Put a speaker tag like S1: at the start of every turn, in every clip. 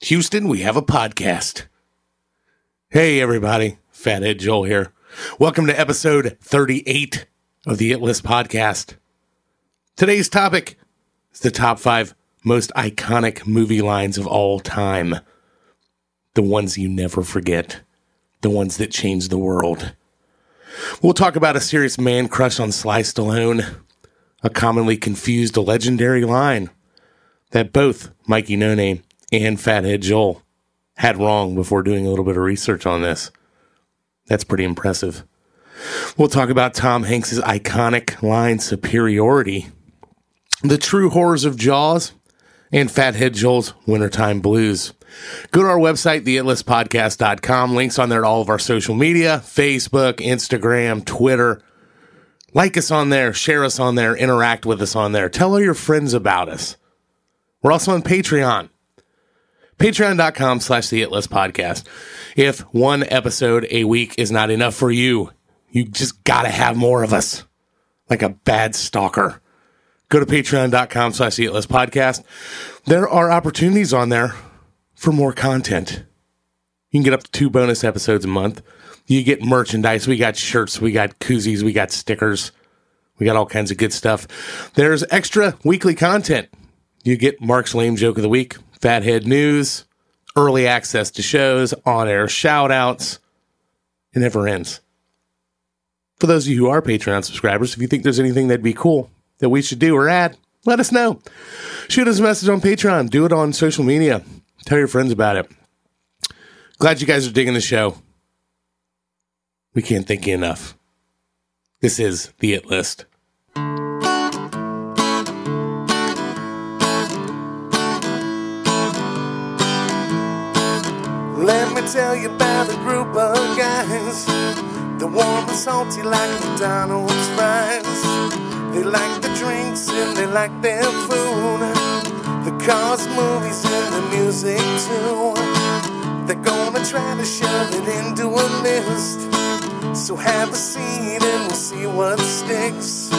S1: Houston, we have a podcast. Hey, everybody. Fathead Joel here. Welcome to episode 38 of the It List podcast. Today's topic is the top five most iconic movie lines of all time. The ones you never forget, the ones that change the world. We'll talk about a serious man crush on Sly Stallone, a commonly confused legendary line that both Mikey No Name and Fathead Joel had wrong before doing a little bit of research on this. That's pretty impressive. We'll talk about Tom Hanks's iconic line superiority, the true horrors of Jaws, and Fathead Joel's Wintertime Blues. Go to our website, theitlistpodcast.com. Links on there to all of our social media Facebook, Instagram, Twitter. Like us on there, share us on there, interact with us on there. Tell all your friends about us. We're also on Patreon. Patreon.com slash the It List Podcast. If one episode a week is not enough for you, you just gotta have more of us. Like a bad stalker. Go to patreon.com slash the It List Podcast. There are opportunities on there for more content. You can get up to two bonus episodes a month. You get merchandise. We got shirts, we got koozies, we got stickers. We got all kinds of good stuff. There's extra weekly content. You get Mark's lame joke of the week, fathead news, early access to shows, on-air shout-outs. It never ends. For those of you who are Patreon subscribers, if you think there's anything that'd be cool that we should do or add, let us know. Shoot us a message on Patreon. Do it on social media. Tell your friends about it. Glad you guys are digging the show. We can't thank you enough. This is the It List.
S2: Let me tell you about a group of guys. They're warm and salty like McDonald's fries. They like the drinks and they like their food. The cars, movies, and the music too. They're gonna try to shove it into a list. So have a seat and we'll see what sticks.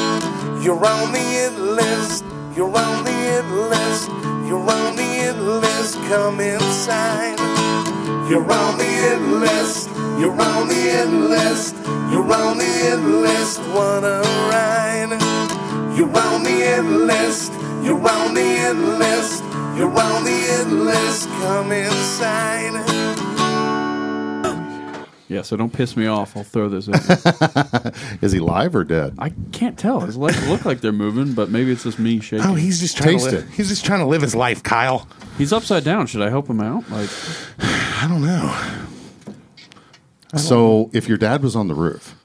S2: You're on the it list. You're on the it list. You're on the it list. Come inside. You're on the it list. You're on the it list. You're on the it list. Wanna ride? You're on the it list. You're on the it list. You're on the it list. Come inside.
S3: Yeah, so don't piss me off. I'll throw this in.
S4: Is he live or dead?
S3: I can't tell. His legs look like they're moving, but maybe it's just me shaking.
S1: Oh, he's just trying
S4: Taste
S1: to
S4: it.
S1: live. He's just trying to live his life, Kyle.
S3: He's upside down. Should I help him out? Like,
S1: I don't know.
S4: So, if your dad was on the roof,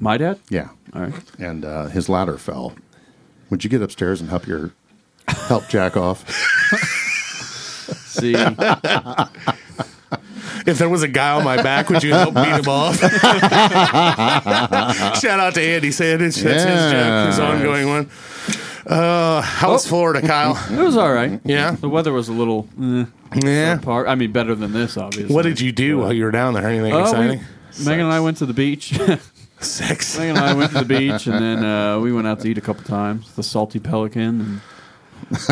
S3: my dad?
S4: yeah,
S3: All right.
S4: and uh, his ladder fell, would you get upstairs and help your help Jack off?
S3: See, I
S1: If there was a guy on my back, would you help beat him off? Shout out to Andy Sandage. That's his joke. His
S4: Yes. Oh.
S1: ongoing one. Uh, how was Florida, Kyle?
S3: it was all right.
S1: Yeah.
S3: The weather was a little eh,
S1: Yeah.
S3: apart. I mean, better than this, obviously.
S1: What did you do while you were down there? Anything
S3: Oh, we-
S1: exciting?
S3: Megan and I went to the beach. Megan
S1: Sex.
S3: and I went to the beach, and then uh, we went out to eat a couple times. The Salty Pelican and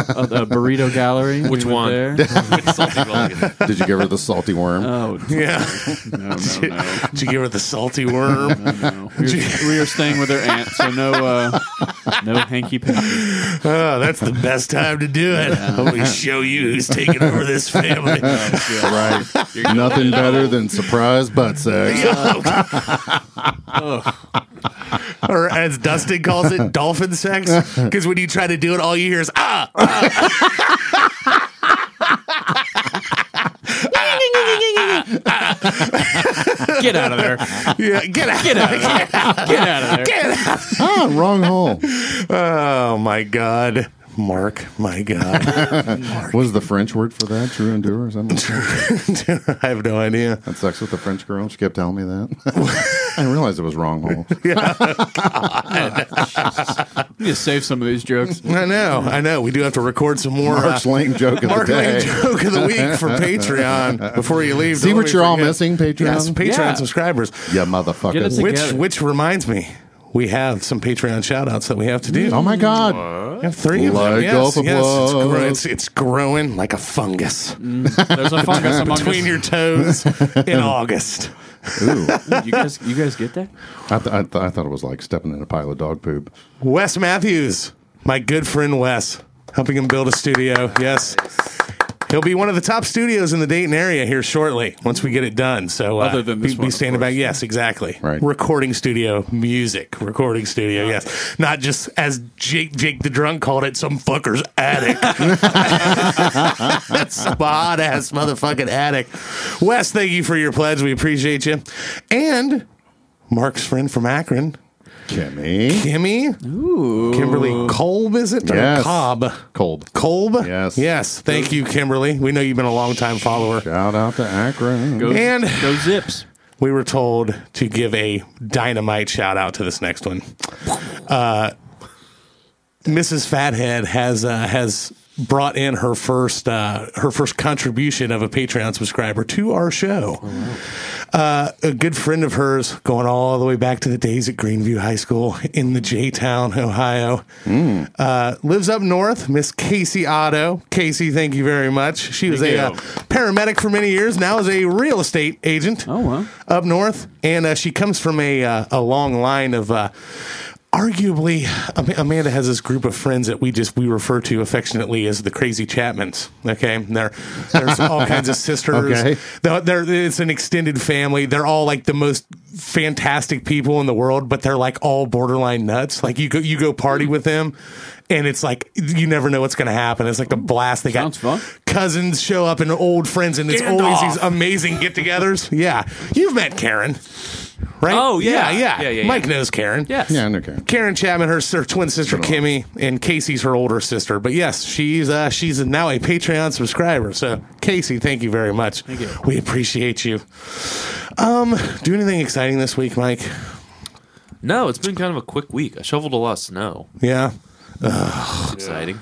S3: uh, the Burrito Gallery.
S5: Which
S3: we
S5: one?
S3: went There.
S5: with salty Vulcan.
S4: Did you give her the salty worm?
S3: Oh,
S1: Yeah.
S3: no, no, no.
S1: Did you give her the salty worm?
S3: no. We, were, we were staying with her aunt, so no, uh, no hanky panky.
S1: Oh, that's the best time to do it. Let me show you who's taking over this family.
S4: right. Nothing better than surprise butt sex.
S1: or as Dustin calls it, dolphin sex. Because when you try to do it, all you hear is ah. ah."
S3: Get out of there!
S1: Yeah, get out.
S3: Get out of there! Get out of there!
S1: Get out.
S4: Ah, wrong hole.
S1: Oh my God, Mark, my God,
S4: Was the French word for that true endure or something?
S1: I have no idea.
S4: Had sex with the French girl. She kept telling me that. I didn't realize it was wrong hole.
S3: We need to save some of these jokes.
S1: I know, I know. We do have to record some more.
S4: Mark's
S1: uh,
S4: lame joke of
S1: Mark
S4: the day.
S1: Lane joke of the week for Patreon before you leave.
S4: See
S1: Don't
S4: what
S1: we
S4: you're all
S1: forget-
S4: missing, Patreon?
S1: Yes, Patreon
S3: Yeah.
S1: subscribers.
S4: Yeah,
S3: Get it
S4: motherfucker.
S3: together.
S1: Which which reminds me, we have some Patreon shout outs that we have to do.
S4: Oh my God!
S1: We have three of them.
S4: Like
S1: Yes,
S4: alpha
S1: yes, it's,
S4: blood.
S1: growing, it's, it's growing like a fungus
S3: There's a fungus among
S1: between
S3: us.
S1: your toes in August.
S4: Ooh,
S3: you guys, you guys get that?
S4: I, th- I, th- I thought it was like stepping in a pile of dog poop.
S1: Wes Matthews, my good friend Wes, helping him build a studio. Yes. He'll be one of the top studios in the Dayton area here shortly once we get it done. So, uh,
S3: Other than this
S1: be,
S3: one,
S1: be
S3: of
S1: standing
S3: course.
S1: back. Yes, exactly.
S4: Right.
S1: Recording studio, music, recording studio. Yes, not just as Jake, Jake the drunk called it, some fucker's attic. some hot ass motherfucking attic. Wes, thank you for your pledge. We appreciate you. And Mark's friend from Akron,
S4: Kimmy,
S1: Kimmy. Kimberly Kolb, is it? Or
S4: Yes.
S1: Cobb.
S4: cold.
S1: Kolb?
S4: Yes.
S1: Yes. Thank you, Kimberly. We know you've been a longtime follower.
S4: Shout out to Akron.
S3: Go,
S1: And-
S3: go zips.
S1: We were told to give a dynamite shout out to this next one. Uh, Mrs. Fathead has uh, has brought in her first uh, her first contribution of a Patreon subscriber to our show. Uh, a good friend of hers, going all the way back to the days at Greenview High School in the J Town, Ohio,
S3: Hmm.
S1: uh, lives up north. Miss Casey Otto. Casey, thank you very much. She was
S3: Thank
S1: a uh,
S3: you.
S1: paramedic for many years. Now is a real estate agent
S3: Oh, wow.
S1: up north, and uh, she comes from a uh, a long line of. Uh, Arguably, Am- Amanda has this group of friends that we just we refer to affectionately as the Crazy Chapmans. Okay, And there, there's all kinds of sisters.
S4: Okay.
S1: They're, they're- it's an extended family. They're all like the most fantastic people in the world, but they're like all borderline nuts. Like you go you go party
S3: Hmm.
S1: with them, and it's like you never know what's going to happen. It's like a blast. They
S3: Sounds
S1: got
S3: fun.
S1: cousins show up and old friends, and it's
S3: And
S1: always
S3: off.
S1: these amazing get-togethers. Yeah, you've met Karen, right?
S3: Oh, yeah.
S1: yeah,
S3: Yeah, yeah, yeah.
S1: Mike knows Karen.
S3: Yes.
S4: Yeah, okay.
S1: Karen Chapman, her, her twin sister Kimmy, and Casey's her older sister. But yes, she's uh, she's now a Patreon subscriber. So Casey, thank you very much. Thank you. We appreciate you. Um, do anything exciting this week, Mike?
S5: No, it's been kind of a quick week. I shoveled a lot of snow.
S1: Yeah.
S5: It's exciting.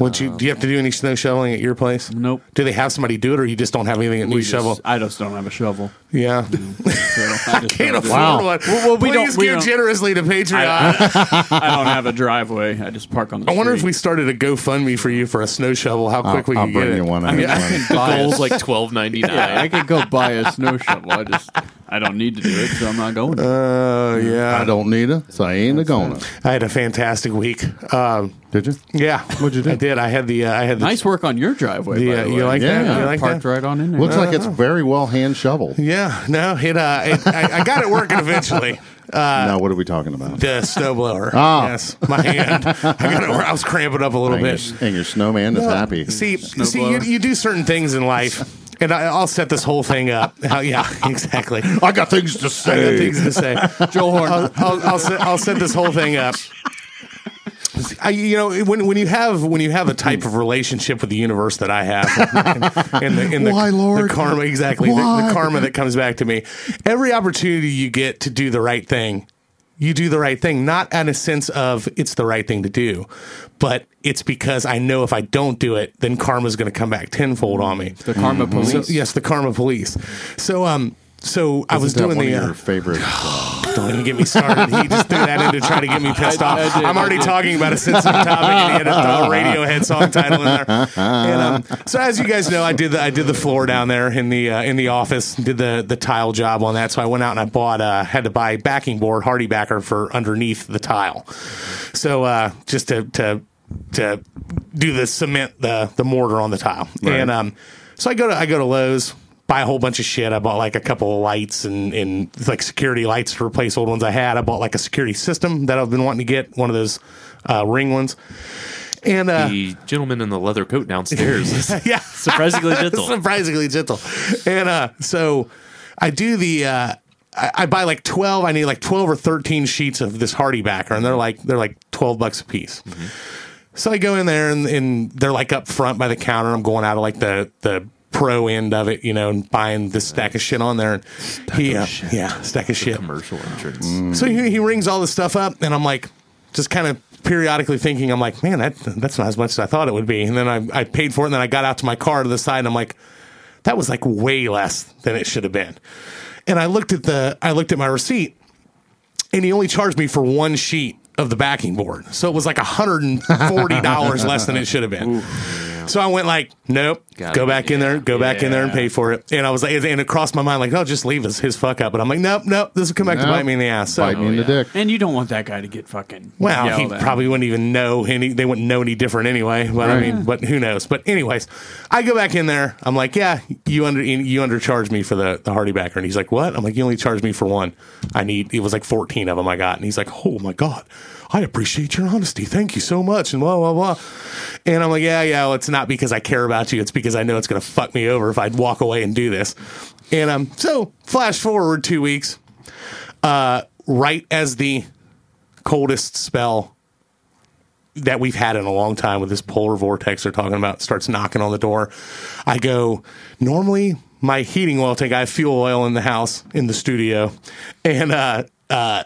S1: Would you do you have to do any snow shoveling at your place?
S3: Nope.
S1: Do they have somebody do it, or you just don't have anything that
S3: We
S1: needs
S3: just-
S1: shovel?
S3: I just don't have a shovel.
S1: Yeah.
S3: So I, just
S1: Can't
S3: don't
S1: afford one.
S3: do it. Well, well, we
S1: Please
S3: don't-
S1: give
S3: we don't-
S1: generously to Patreon.
S3: I-
S1: I,
S3: I don't have a driveway. I just park on the.
S1: wonder if we
S3: street.
S1: started a GoFundMe for you for a snow shovel. How
S4: I'll,
S1: quick we
S4: I'll
S1: could get
S4: bring
S1: it.
S4: you one. I
S3: I mean,
S4: have
S3: I
S4: one.
S3: can buy.
S5: Goal's
S3: A,
S5: like twelve ninety
S3: yeah, I
S5: nine.
S3: could go buy a snow shovel. I just. I don't need to do it, so I'm not going. To.
S1: Oh yeah.
S4: I don't need it, so I ain't a gonna.
S1: I had a fantastic week. Um,
S4: Did you?
S1: yeah, what'd
S4: you do?
S1: I did. I had the. Uh, I had the.
S3: Nice work on your driveway.
S1: The,
S3: by
S1: uh,
S3: the
S1: you
S3: way.
S1: like
S4: Yeah.
S1: that? You
S4: I
S1: like
S3: parked
S1: that?
S3: right on in there.
S4: Looks like it's very well hand shoveled.
S1: Uh, Yeah. No. It. Uh. It, I, I got it working eventually.
S4: now, what are we talking about?
S1: The snowblower.
S4: Ah.
S1: Yes. My hand. I got it. wor- I was cramping up a little
S4: And your,
S1: bit.
S4: and your snowman is
S1: Well,
S4: happy.
S1: See, see, you,
S3: blower.
S1: you do certain things in life, and I, I'll set this whole thing up. How- yeah, exactly. I
S4: I got things to say.
S1: got things to say.
S3: Joel Horn.
S1: I'll, I'll, I'll, set, I'll set this whole thing up. I, you know, when when you have when you have the type of relationship with the universe that I have, and the, in the,
S4: Why, Lord?
S1: the karma exactly, the, the
S4: Why?
S1: karma that comes back to me, every opportunity you get to do the right thing, you do the right thing, not in a sense of it's the right thing to do, but it's because I know if I don't do it, then karma's going to come back tenfold on me.
S3: the karma police.
S1: Mm-hmm. So, yes, the karma police. So um, so I was doing
S4: one
S1: the.
S4: of
S1: uh,
S4: your favorite.
S1: don't even get me started. He just threw that in to try to get me pissed off.
S3: I did,
S1: I'm
S3: I
S1: already
S3: did.
S1: talking about a sensitive topic, and he had a a Radiohead song title in there. And, um, so, as you guys know, I did the I did the floor down there in the uh, in the office, did the the tile job on that. So I went out and I bought uh, had to buy backing board, hardy backer for underneath the tile. So uh, just to to to do the cement the the mortar on the tile, and um, so I go to I go to Lowe's. Buy a whole bunch of shit. I bought like a couple of lights and, and like security lights to replace old ones I had. I bought like a security system that I've been wanting to get, one of those uh, ring ones. And uh,
S5: The gentleman in the leather coat downstairs is
S1: yeah,
S5: surprisingly gentle.
S1: surprisingly gentle. And uh, so I do the uh, I, I buy like twelve. I need like twelve or thirteen sheets of this Hardy backer, and they're like they're like twelve bucks a piece. So I go in there and, and they're like up front by the counter. I'm going out of like the the pro end of it, you know, and buying this stack of shit on there. And he, uh, yeah, stack of shit.
S5: Commercial entrance.
S1: So he, he rings all this stuff up, and I'm like, just kind of periodically thinking, I'm like, man, that that's not as much as I thought it would be. And then I, I paid for it, and then I got out to my car to the side, and I'm like, that was like way less than it should have been. And I looked at the I looked at my receipt, and he only charged me for one sheet of the backing board. So it was like $140 less than it should have been. So I went like, nope,
S5: Gotta
S1: go
S5: be-
S1: back in there, go back in there and
S5: yeah.
S1: pay for it. And I was like, and it crossed my mind like, no, just leave us his fuck up. But I'm like, nope, nope, this will come back to
S4: Nope.
S1: bite me in the ass. So,
S4: Bite me in the dick.
S3: And you don't want that guy to get fucking.
S1: well, he
S3: yelled at.
S1: probably wouldn't even know any. They wouldn't know any different anyway. But I
S4: Right.
S1: mean, but who knows? But anyways, I go back in there. I'm like, yeah, you under you undercharged me for the the hardy backer, and he's like, what? I'm like, you only charged me for one. I need. It was like 14 of them I got, and he's like, oh my god, I appreciate your honesty. Thank you so much, and blah blah blah. And I'm like, yeah, yeah. Well, it's not because I care about you. It's because I know it's gonna fuck me over if I walk away and do this. And um, so flash forward two weeks, uh, right as the coldest spell that we've had in a long time with this polar vortex they're talking about starts knocking on the door. I go, normally my heating oil tank, I have fuel oil in the house, in the studio, and uh, uh,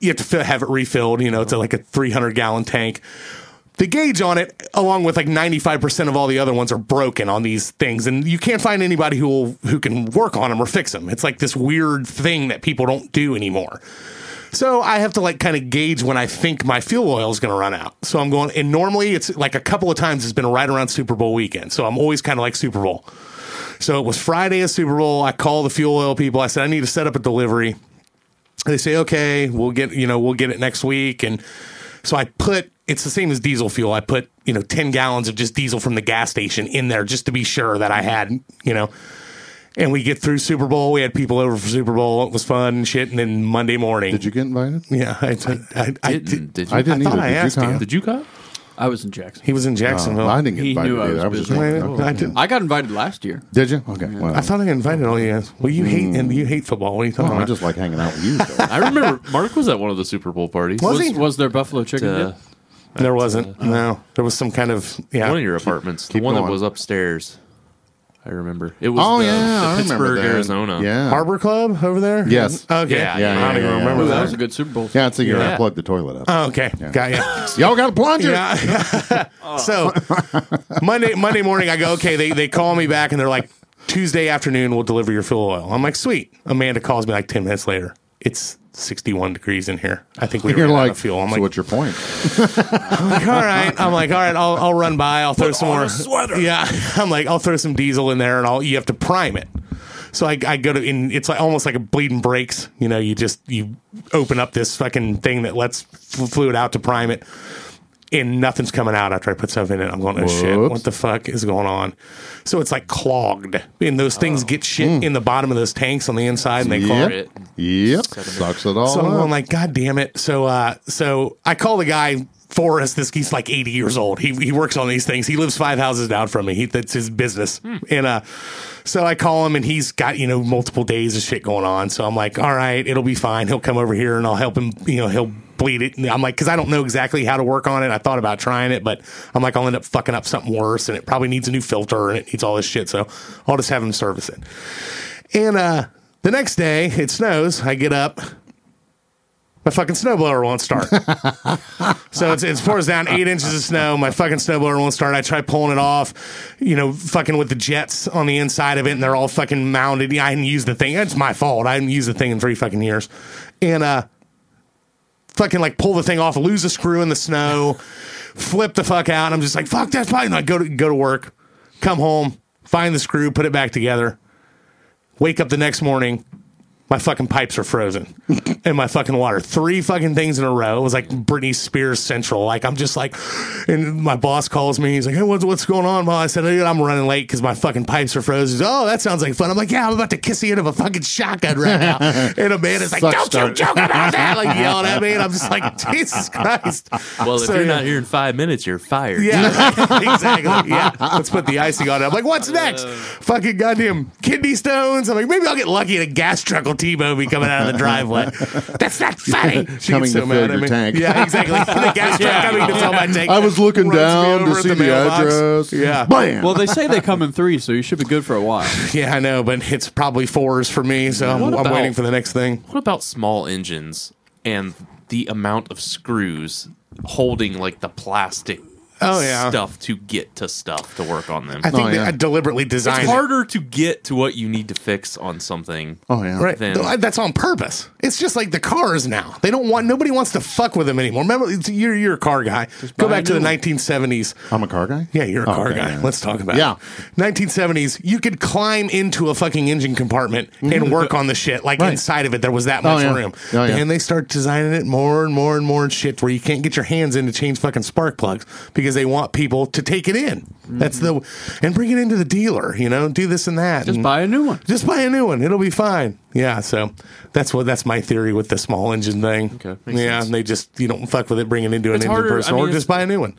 S1: you have to fi- have it refilled. You know, it's like a 300 gallon tank. The gauge on it, along with like 95% of all the other ones, are broken on these things, and you can't find anybody who will, who can work on them or fix them. It's like this weird thing that people don't do anymore. So I have to like kind of gauge when I think my fuel oil is going to run out. So I'm going, and normally it's like a couple of times it's been right around Super Bowl weekend. So I'm always kind of like Super Bowl. So it was Friday of Super Bowl. I call the fuel oil people. I said, I need to set up a delivery. They say, okay, we'll get, you know, we'll get it next week. And so I put, it's the same as diesel fuel. I put, you know, 10 gallons of just diesel from the gas station in there just to be sure that I had, you know, and we get through Super Bowl. We had people over for Super Bowl. It was fun and shit. And then Monday morning.
S4: Did you get invited?
S1: Yeah, I, I, I, I
S5: Didn't,
S1: did.
S5: did you?
S4: I didn't
S1: I thought
S4: either.
S1: I
S4: Did you,
S1: asked you.
S4: Kyle?
S5: Did you, Kyle?
S3: I was in Jackson.
S1: He was in Jacksonville.
S4: Oh, I didn't get
S3: He
S4: invited
S3: knew I
S4: either.
S3: was
S4: I was just
S3: busy.
S1: Wait,
S4: wondering. Okay.
S1: I, did,
S3: I got invited last year.
S4: Did you? Okay. Well,
S1: I thought I invited all you guys. Well, you hate and you hate football. What are you talking
S4: well, I
S1: about?
S4: just like hanging out with you. though.
S5: I remember Mark was at one of the Super Bowl parties.
S1: Was he?
S3: Was there buffalo chicken?
S5: Uh,
S3: dip?
S1: there wasn't. no, there was some kind of yeah.
S5: One of your apartments, the
S4: Keep
S5: one that
S4: going.
S5: was upstairs. I remember it was.
S4: Oh
S5: the,
S4: yeah,
S5: the
S4: I remember
S5: Pittsburgh,
S4: that.
S5: Arizona.
S4: Yeah.
S1: Harbor Club over there.
S4: Yes.
S1: Okay.
S5: Yeah,
S1: I
S5: yeah,
S1: don't even
S4: yeah, yeah.
S1: remember
S3: Ooh,
S1: that.
S3: that was a good Super Bowl.
S4: Yeah, it's the year
S5: Yeah.
S4: I plugged the toilet up.
S1: Oh, okay. Got you.
S4: Y'all got a plunger?
S1: Yeah. so Monday Monday morning, I go. Okay, they they call me back and they're like, Tuesday afternoon, we'll deliver your fuel oil. I'm like, sweet. Amanda calls me like ten minutes later. It's 61 degrees in here. I think we
S4: You're
S1: ran out
S4: like,
S1: of fuel. I'm
S4: so
S1: like,
S4: what's your point?
S1: like, all right. I'm like, all right, I'll, I'll run by. I'll throw some more. Yeah. I'm like, I'll throw some diesel in there and I'll, you have to prime it. So I, I go to, in, it's like almost like a bleeding brakes. You know, you just, you open up this fucking thing that lets f- fluid out to prime it and nothing's coming out after I put stuff in it. I'm going, oh shit,
S4: Whoops.
S1: what the fuck is going on? So it's like clogged. And those things get shit in the bottom of those tanks on the inside and they clog
S4: Oh. Hmm. Yep. Yep. Sucks it all
S1: so I'm
S4: up.
S1: going like, God damn it. So uh so I call the guy Forrest, this he's like 80 years old. He he works on these things. He lives five houses down from me. He that's his business. And uh so I call him and he's got, you know, multiple days of shit going on. So I'm like, all right, it'll be fine. He'll come over here and I'll help him, you know, he'll bleed it. And I'm like, cause I don't know exactly how to work on it. I thought about trying it, but I'm like, I'll end up fucking up something worse and it probably needs a new filter and it needs all this shit. So I'll just have him service it. And uh the next day it snows. I get up. My fucking snowblower won't start. so it's, it pours down eight inches of snow. My fucking snowblower won't start. I try pulling it off, you know, fucking with the jets on the inside of it, and they're all fucking mounted. Yeah, I didn't use the thing. It's my fault. I didn't use the thing in three fucking years. And uh, fucking like pull the thing off, lose a screw in the snow, flip the fuck out. I'm just like, fuck, that's fine. And I go to go to work, come home, find the screw, put it back together. Wake up the next morning, my fucking pipes are frozen and my fucking water. Three fucking things in a row. It was like Britney Spears Central. Like, I'm just like, and my boss calls me. He's like, hey, what's, what's going on, Ma? I said, dude, I'm running late because my fucking pipes are frozen. He's, oh, that sounds like fun. I'm like, yeah, I'm about to kiss the end of a fucking shotgun right now. And Amanda's like,
S4: Suck
S1: don't
S4: start.
S1: you joke about that. Like, yelling at me. And I'm just like, Jesus Christ.
S5: Well, if
S1: So,
S5: you're
S1: yeah.
S5: not here in five minutes, you're fired.
S1: Yeah, exactly. Yeah, let's put the icing on it. I'm like, what's next?
S4: Uh.
S1: Fucking goddamn kidney stones. I'm like, maybe I'll get lucky and a gas truck will T-bone me coming out of the driveway. That's not funny. She
S4: Coming
S1: gets so
S4: to fill
S1: mad at
S4: your
S1: me.
S4: tank.
S1: Yeah, exactly. The gas truck coming to fill my tank.
S4: I was looking
S1: Runs me
S4: down
S1: over
S4: to
S1: at
S4: see the,
S1: mailbox.
S4: address.
S1: Yeah.
S4: Bam.
S3: Well, they say they come in three, so you should be good for a while.
S1: Yeah, I know, but it's probably fours for me, so I'm,
S5: What
S1: I'm
S5: about-
S1: waiting for the next thing.
S5: What about small engines and the amount of screws holding like the plastic
S1: Oh, yeah.
S5: stuff to get to stuff to work on them.
S1: I think
S4: Oh,
S1: they
S4: yeah.
S1: I deliberately designed
S5: it's
S1: it.
S5: harder to get to what you need to fix on something.
S4: Oh yeah.
S1: Right.
S5: than-
S1: Th- That's on purpose. It's just like the cars now. They don't want nobody wants to fuck with them anymore. Remember, it's, you're you're a car guy. Go
S3: buy a
S1: back to the
S3: new one.
S1: 1970s.
S4: I'm a car guy.
S1: Yeah, you're a
S4: Oh,
S1: car
S4: okay,
S1: guy.
S4: yeah.
S1: Let's talk about
S4: Yeah.
S1: it. 1970s. You could climb into a fucking engine compartment and work on the shit. Like
S4: Mm-hmm. Right.
S1: inside of it, there was that
S4: Oh,
S1: much
S4: yeah.
S1: room.
S4: Oh, yeah.
S1: And they start designing it more and more and more and shit where you can't get your hands in to change fucking spark plugs because they want people to take it in. That's the and bring it into the dealer. You know, do this and that.
S3: Mm-hmm. Just
S1: and-
S3: buy a new one.
S1: just buy a new one. It'll be fine. Yeah. So that's what that's my theory with the small engine thing.
S5: Okay, makes
S1: Yeah,
S5: sense.
S1: and they just you don't fuck with it, bring it into an
S5: It's
S1: engine
S5: harder-
S1: person,
S5: I mean,
S1: or
S5: it's-
S1: just buy a new one.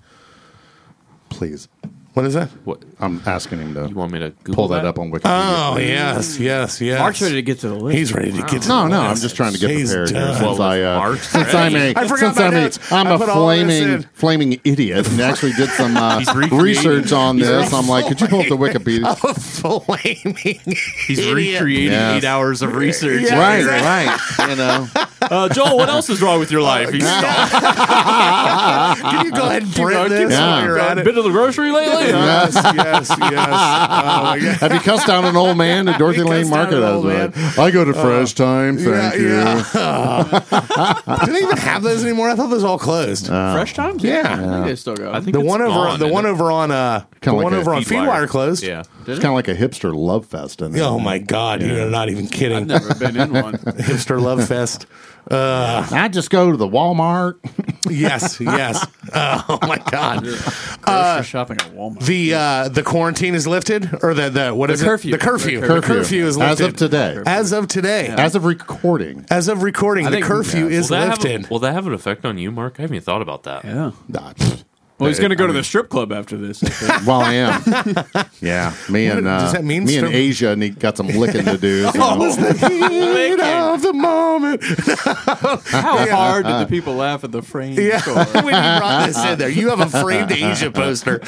S4: Please.
S1: What is that?
S5: What
S4: I'm asking him to
S5: you want me to Google
S4: pull that
S5: that
S4: up on Wikipedia.
S1: Oh yes, yes, yes.
S3: Mark's ready to get to the list.
S1: He's ready to get to
S4: no,
S1: the
S4: no. I'm
S1: list.
S4: just trying to get
S1: He's
S4: prepared here
S1: done.
S4: since I, uh,
S5: March
S4: since I'm a,
S1: I forgot
S4: since
S1: my
S4: I'm
S1: notes.
S4: a, I'm
S1: I
S4: a
S1: put all this
S4: flaming
S1: in.
S4: flaming idiot and actually did some uh,
S5: He's recreating-
S4: research on
S5: he's
S4: this. I'm like, could you pull up the
S1: I'm
S4: Wikipedia?
S1: flaming.
S5: He's
S1: idiot.
S5: recreating
S4: Yes.
S5: eight hours of research.
S1: Yeah,
S4: right,
S1: exactly.
S4: right. You know,
S5: Uh, Joel, what else is wrong with your life? He's stalked.
S1: Can you
S5: Uh,
S1: go ahead and print
S3: going,
S1: this
S3: keep
S1: while
S4: going.
S1: you're at it?
S3: Been to the grocery lately?
S1: Yes, yes, yes. Oh my god.
S4: have you cussed out an old man at Dorothy
S1: He
S4: Lane
S1: cussed out
S4: Market?
S1: an
S4: I,
S1: old Uh,
S4: was like, I go to Fresh Time. Thank you.
S1: yeah. Do they even have those anymore? I thought those all closed.
S4: Uh,
S3: Fresh times?
S1: Yeah.
S3: I think they still go.
S5: I think
S1: the
S5: it's
S1: one over
S5: gone,
S1: the
S5: isn't
S1: one
S5: it?
S1: over on uh the
S4: Kinda like
S1: one
S4: a
S1: over on
S5: Feedwire.
S1: Feedwire closed.
S5: Yeah.
S4: It's kind of like a hipster love fest in there.
S1: Oh my god, you're not even kidding.
S3: never been in one.
S1: Hipster Love Fest.
S4: I just go to the Walmart.
S1: Yes, yes. Oh my god.
S3: Grocery shopping at Walmart.
S1: Uh, The uh the quarantine is lifted or the the what is it?
S3: curfew.
S1: The curfew.
S3: The
S1: The curfew, is
S4: as
S1: lifted
S4: of today,
S1: As of today.
S4: as of recording.
S1: As of recording, the
S3: think-
S1: curfew
S4: yeah.
S1: is
S5: will, that have
S1: lifted.
S5: a, will that have an effect on you, Mark? I haven't even thought about that.
S3: yeah.
S4: Nah, pfft,
S3: Well, he's going to go to the strip club after this. I think.
S4: Well, I am. yeah, me and uh,
S1: does that mean
S4: me and
S1: stone-
S4: Asia need got some licking to do. so-
S1: Oh, Heat of the moment.
S3: How hard did the people laugh at the frame
S1: Uh, Yeah.
S3: store?
S1: when you brought this in there, you have a framed Asia poster.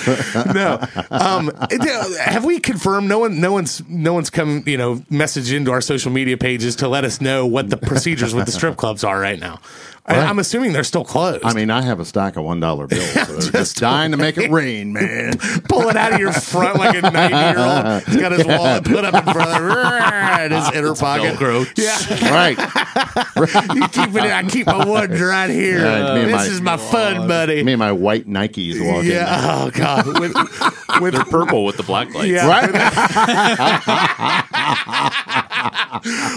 S1: No, um, it- have we confirmed? No one, no one's, no one's come. You know, message into our social media pages to let us know what the procedures with the strip clubs are right now. I,
S4: Right.
S1: I'm assuming they're still closed.
S4: I mean, I have a stack of one dollar bills. So they're just dying to make it rain, man.
S1: pull it out of your front like a 90 year old. He's got his wallet put up in front of in his inner pocket.
S5: Velcro.
S1: Yeah,
S4: right.
S1: you keep it. I keep my wood right here.
S4: Yeah, me and
S1: this
S4: my-
S1: is my fun, buddy.
S4: Me and my white Nikes walking.
S1: yeah. Oh God. With, with
S5: They're purple with the black lights.
S1: yeah.
S4: Right.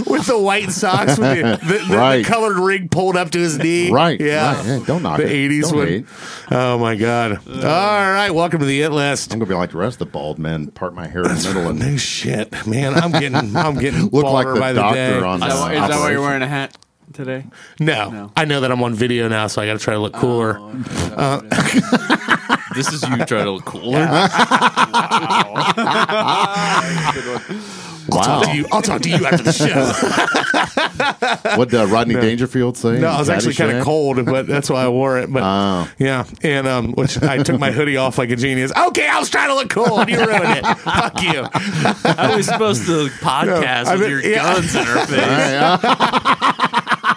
S1: with the white socks with the, the, the,
S4: Right.
S1: the colored ring pulled up to his knee.
S4: Right.
S1: Yeah.
S4: Right. Yeah, don't knock
S1: the
S4: it.
S1: 80s
S4: Don't
S1: one.
S4: hate.
S1: Oh my God. All right. Welcome to the It List.
S4: I'm gonna be like the rest of the bald men, part my hair in the middle, and
S1: No shit, man. I'm getting I'm getting
S4: look
S1: balder
S4: like
S1: by
S4: the
S1: the
S4: doctor
S1: day.
S4: on.
S3: Is that, why-
S4: uh,
S3: is that why
S4: Operation.
S3: you're wearing a hat today?
S1: no,
S3: No. Oh.
S1: I know that I'm on video now, so I got to try to look cooler. Uh,
S5: This is you trying to look cooler.
S1: I'll talk to
S4: Wow.
S1: you. I'll talk to you after the show.
S4: What did uh, Rodney Dangerfield say?
S1: no,
S4: in
S1: I was actually kind
S4: Caddyshack?
S1: of cold, but that's why I wore it. But
S4: Oh.
S1: yeah, and um, which I took my hoodie off like a genius. Okay, I was trying to look cool, and you ruined it. Fuck you.
S5: How are we supposed to podcast
S1: I
S5: with
S1: mean,
S5: your
S1: yeah.
S5: guns in our face?
S4: All right, uh,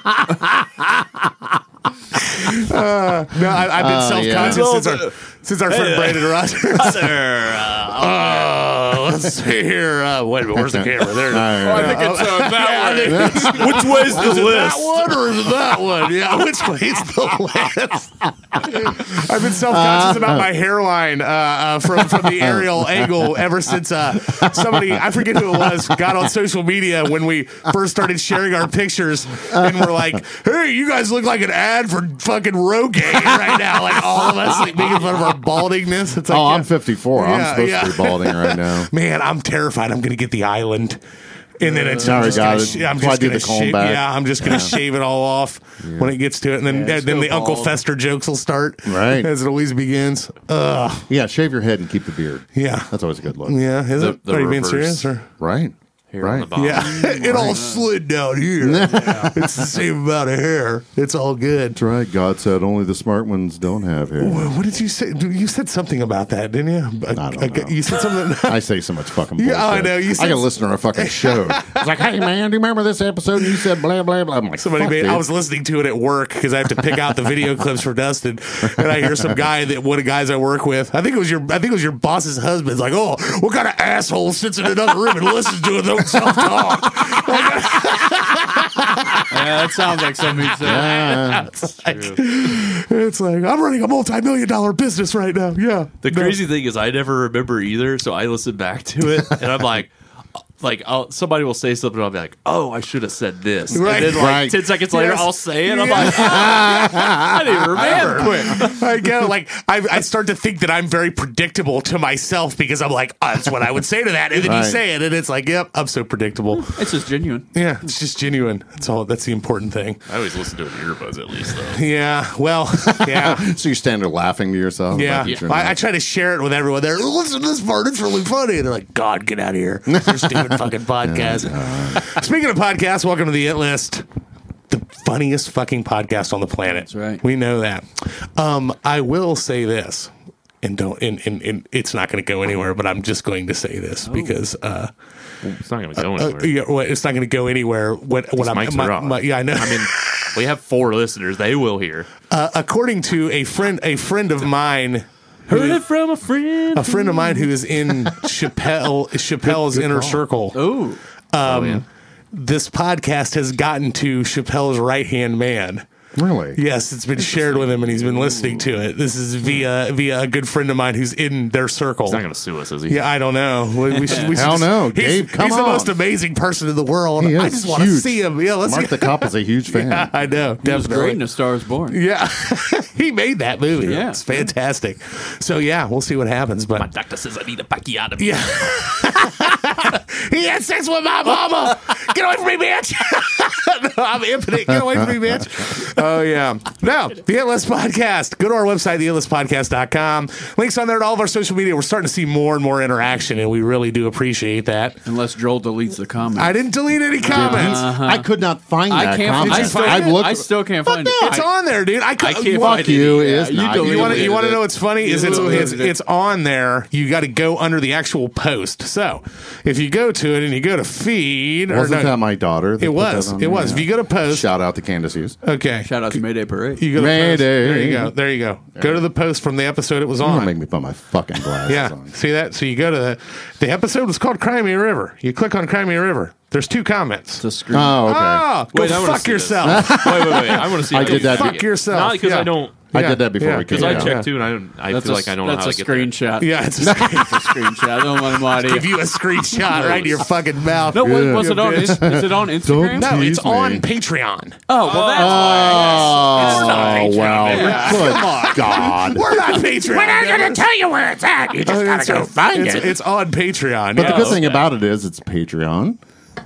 S1: No, I, I've been self-conscious
S5: yeah.
S1: since, our, since our friend Brandon Rogers.
S5: Sir, uh,
S1: Oh, let's see here. Uh, wait, where's the camera? There. it is.
S4: all right.
S3: think it's uh, that way.
S5: which way's the
S1: That one or is it that one? Yeah, which way's the last? I've been self-conscious about my hairline uh, uh, from from the aerial angle ever since uh, somebody I forget who it was got on social media when we first started sharing our pictures and we're like, "Hey, you guys look like an ad for fucking Rogaine right now!" Like all of us like making fun of our baldingness. It's like,
S4: Oh, I'm
S1: yeah.
S4: 54. I'm
S1: Yeah,
S4: supposed
S1: yeah.
S4: to be balding right now.
S1: man, I'm terrified. I'm gonna get the island, and then it's I'm
S4: Sorry,
S1: just gonna,
S4: got it.
S1: sh- I'm
S4: That's why I
S1: just
S4: do
S1: gonna
S4: the comb
S1: shave.
S4: back.
S1: Yeah, I'm just gonna shave it all off when it gets to it, and then
S3: Yeah, just
S1: then
S3: go
S1: the Uncle
S3: bald.
S1: Fester jokes will start.
S4: Right.
S1: as it always begins. Um, Ugh.
S4: Yeah, shave your head and keep the beard.
S1: Yeah.
S4: That's always a good look.
S1: Yeah. Is
S5: The-
S1: it?
S5: the
S1: Are you being
S5: reverse.
S1: serious? Or?
S4: Right?
S5: hair on
S4: Right.
S5: the bottom.
S1: Yeah,
S4: Oh,
S1: it all slid down here. It's the same amount of hair. It's all good.
S4: That's right. God said only the smart ones don't have hair.
S1: Wha- What did you say? Dude, You said something about that, didn't you? I
S4: don't know.
S1: You said something.
S4: I say so much fucking bullshit.
S1: Yeah, I know, you
S4: I
S1: said-
S4: got to listen to our fucking show. it's like, hey man, do you remember this episode? You said blah blah blah. I'm like,
S1: Somebody
S4: fuck,
S1: made.
S4: dude.
S1: I was listening to it at work because I have to pick out the video clips for Dustin, and I hear some guy that one of the guys I work with. I think it was your. I think it was your boss's husband's. Like, oh, what kind of asshole sits in another room and listens to his own self talk?
S3: Yeah, that sounds like something you'd say.
S4: Ah.
S1: It's like I'm running a multi-million dollar business right now. Yeah,
S5: The
S1: No.
S5: crazy thing is, I never remember either, so I listen back to it, and I'm like, like I'll, somebody will say something, and I'll be like, "Oh, I should have said this."
S1: Right.
S5: And then, like
S4: Right.
S5: ten seconds later,
S1: Yes.
S5: I'll say it. and I'm
S1: Yeah.
S5: like, "Ah, "I didn't remember."
S1: I go like I, I start to think that I'm very predictable to myself because I'm like oh, that's what I would say to that, and then you
S4: Right.
S1: say it, and it's like, yep, I'm so predictable.
S3: It's just genuine.
S1: Yeah, it's just genuine. That's all. That's the important thing.
S5: I always listen to it in earbuds at least, though.
S1: Yeah. Well. Yeah.
S4: So you're standing there laughing to yourself.
S1: Yeah,
S4: about your journey.
S1: I, I try to share it with everyone. There, listen to this part; it's really funny. And they're like, "God, get out of here! It's your stupid fucking podcast." Speaking of podcasts, welcome to the It List, the funniest fucking podcast on the planet. That's
S3: right.
S1: We know that. Um, I will say this, and don't, and, and, and it's not going to go anywhere. But I'm just going to say this because uh,
S5: It's not going to go
S1: uh,
S5: anywhere.
S1: yeah, well, it's not going to go anywhere. What, what I'm,
S5: mics are
S1: my-
S5: on.
S1: my- yeah, I know.
S5: I mean, we have four listeners; they will hear.
S1: uh, according to a friend, a friend of mine.
S5: Heard it from a friend.
S1: a friend of mine who is in Chappelle Chappelle's inner circle.
S3: Oh,
S1: Um,
S5: Oh, yeah.
S1: This podcast has gotten to Chappelle's right hand man.
S4: really.
S1: Yes, it's been shared with him, and he's been listening to it. This is via via a good friend of mine who's in their circle.
S5: He's not going to sue us, is he?
S1: Yeah, I don't know. We, we should. We should
S4: Hell
S1: just-
S4: no,
S1: he's-
S4: Gabe, come
S1: he's the
S4: on.
S1: most amazing person in the world.
S4: He
S1: I
S4: is
S1: just want to
S4: huge.
S1: see him. Yeah, let's.
S4: Mark the Cop is a huge fan.
S1: I know.
S3: it was
S1: definitely.
S3: great in A Star is Born.
S1: Yeah, he made that movie.
S3: Yeah.
S1: it's fantastic. So yeah, we'll see what happens. But
S5: My doctor says I need a bachiatomy.
S1: Yeah. he had sex with my mama. Get away from me, bitch. no, I'm impotent. Get away from me, bitch. Oh, yeah. No, the Endless Podcast. Go to our website, theendlesspodcast.com. Links on there to all of our social media. We're starting to see more and more interaction, and we really do appreciate that.
S3: Unless Joel deletes the comment.
S1: I didn't delete any comments.
S4: I could not find
S3: I
S4: that
S3: can't.
S4: comment.
S3: I still,
S4: I've
S3: I
S4: looked.
S3: still can't find it.
S1: It's on there, dude. I,
S5: I can't
S1: Fuck
S5: find it.
S4: you is
S3: you
S4: not-
S3: deleted
S1: you want to
S3: deleted
S1: you want to
S3: it.
S1: know what's funny is
S3: You
S1: it's it's,
S3: deleted it.
S1: it's on there. You got to go under the actual post. So if you go to it and you go to feed, or
S4: Wasn't
S1: no,
S4: that my daughter? that
S1: it
S4: put
S1: was
S4: that on
S1: it
S4: there?
S1: was. If you
S4: Yeah.
S1: go to post,
S4: Shout out to Candace Hughes.
S1: okay,
S3: Shout out to Mayday Parade.
S1: you go to post.
S4: Mayday.
S1: There you go. There you go. Go to the post from the episode it was
S4: Don't
S1: on.
S4: make me put my fucking glasses
S1: Yeah,
S4: on.
S1: see that? So you go to the the episode was called Crimea River. You click on Crimea River. There's two comments.
S3: The screen.
S4: Oh, okay.
S1: Oh, go
S5: Wait, I wanna
S1: fuck
S5: see this.
S1: yourself.
S5: wait, wait, wait. I want to see.
S4: I
S5: how
S4: did
S5: you
S4: that.
S5: do
S1: Fuck
S5: it.
S1: yourself.
S5: Not because
S1: Yeah.
S5: I don't.
S4: I
S1: Yeah.
S4: did that before
S1: Yeah.
S4: we came.
S5: Because I
S4: down.
S5: checked too, and I, don't, I
S3: that's
S5: feel
S3: a,
S5: like I don't know
S3: that's
S5: how
S3: a
S5: to get there.
S3: screenshot.
S1: yeah, it's a
S3: That's a screenshot. Oh I don't want to lie to
S1: give
S3: you.
S1: you a screenshot right to your fucking mouth.
S3: No,
S4: Yeah.
S3: what, what's it on?
S1: Bitch.
S3: Is, is it on Instagram?
S4: Don't-
S1: No, it's
S4: Excuse me.
S1: on Patreon.
S3: Oh, well, that's
S4: Oh,
S1: It's not
S4: wow. Good God.
S1: We're not Patreon. We're not going to tell you where it's at. You just got to go find it. It's on Patreon.
S4: But the good
S5: okay.
S4: thing about it is it's Patreon,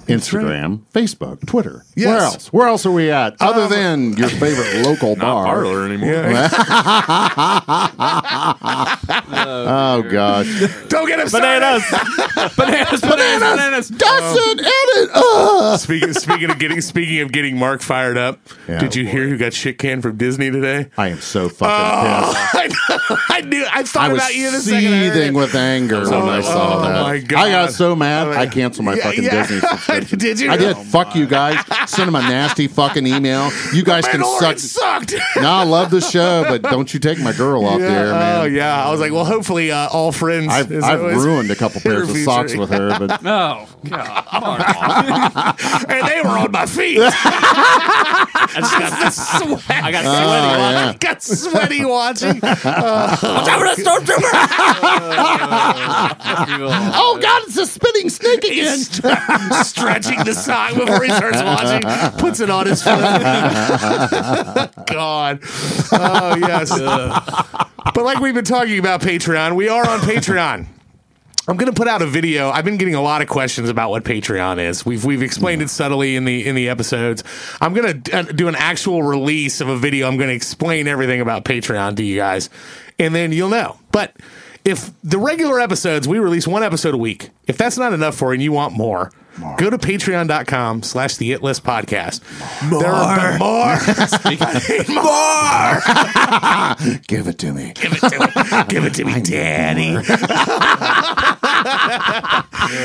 S4: Instagram, Facebook, Twitter. Where
S1: Yes. Um,
S4: else? Where else are we at other than your favorite local bar?
S5: parlor anymore.
S4: Oh gosh,
S1: Don't get upset.
S3: bananas, bananas, bananas.
S4: doesn't edit. Ugh.
S1: Speaking, speaking of getting speaking of getting Mark fired up,
S4: Yeah.
S1: did you hear who got shit canned from Disney today?
S4: I am so fucking pissed.
S1: I, know, I knew. I thought
S4: I was
S1: Uh, about you the second I heard
S4: seething
S1: it.
S4: with anger when I saw
S1: oh
S4: that.
S1: my
S4: I
S1: God. Oh,
S4: got so mad, I canceled my
S1: Yeah,
S4: fucking
S1: yeah.
S4: Disney subscription.
S1: Did you? Oh,
S4: I did. Fuck you guys. Send them a nasty fucking email. You guys can
S1: Mandalorian
S4: suck.
S1: sucked.
S4: No, I love the show, but don't you take my girl off there, man.
S1: oh yeah. I was like, well, hopefully, uh, all friends.
S4: I've,
S1: is
S4: I've
S1: always-
S4: ruined a couple pairs of
S1: Interview
S4: socks
S1: tree.
S4: with her, but
S3: No. God.
S1: and they were on my feet. I just got the sweat. I got sweaty.
S4: Oh, yeah.
S1: I got sweaty watching. Uh,
S4: oh god, it's a spinning snake again.
S1: He's st- stretching the sock before he starts watching, puts it on his foot. God. Oh, yes. but like we've been talking about Patreon, we are on Patreon. I'm going to put out a video. I've been getting a lot of questions about what Patreon is. We've we've explained it subtly in the in the episodes. I'm going to do an actual release of a video. I'm going to explain everything about Patreon to you guys, and then you'll know. But if the regular episodes, we release one episode a week. If that's not enough for you and you want more, Go to patreon.com slash the It List podcast. More. There are more. more.
S4: Give it to me.
S1: Give it to me. Give it to me, Daddy.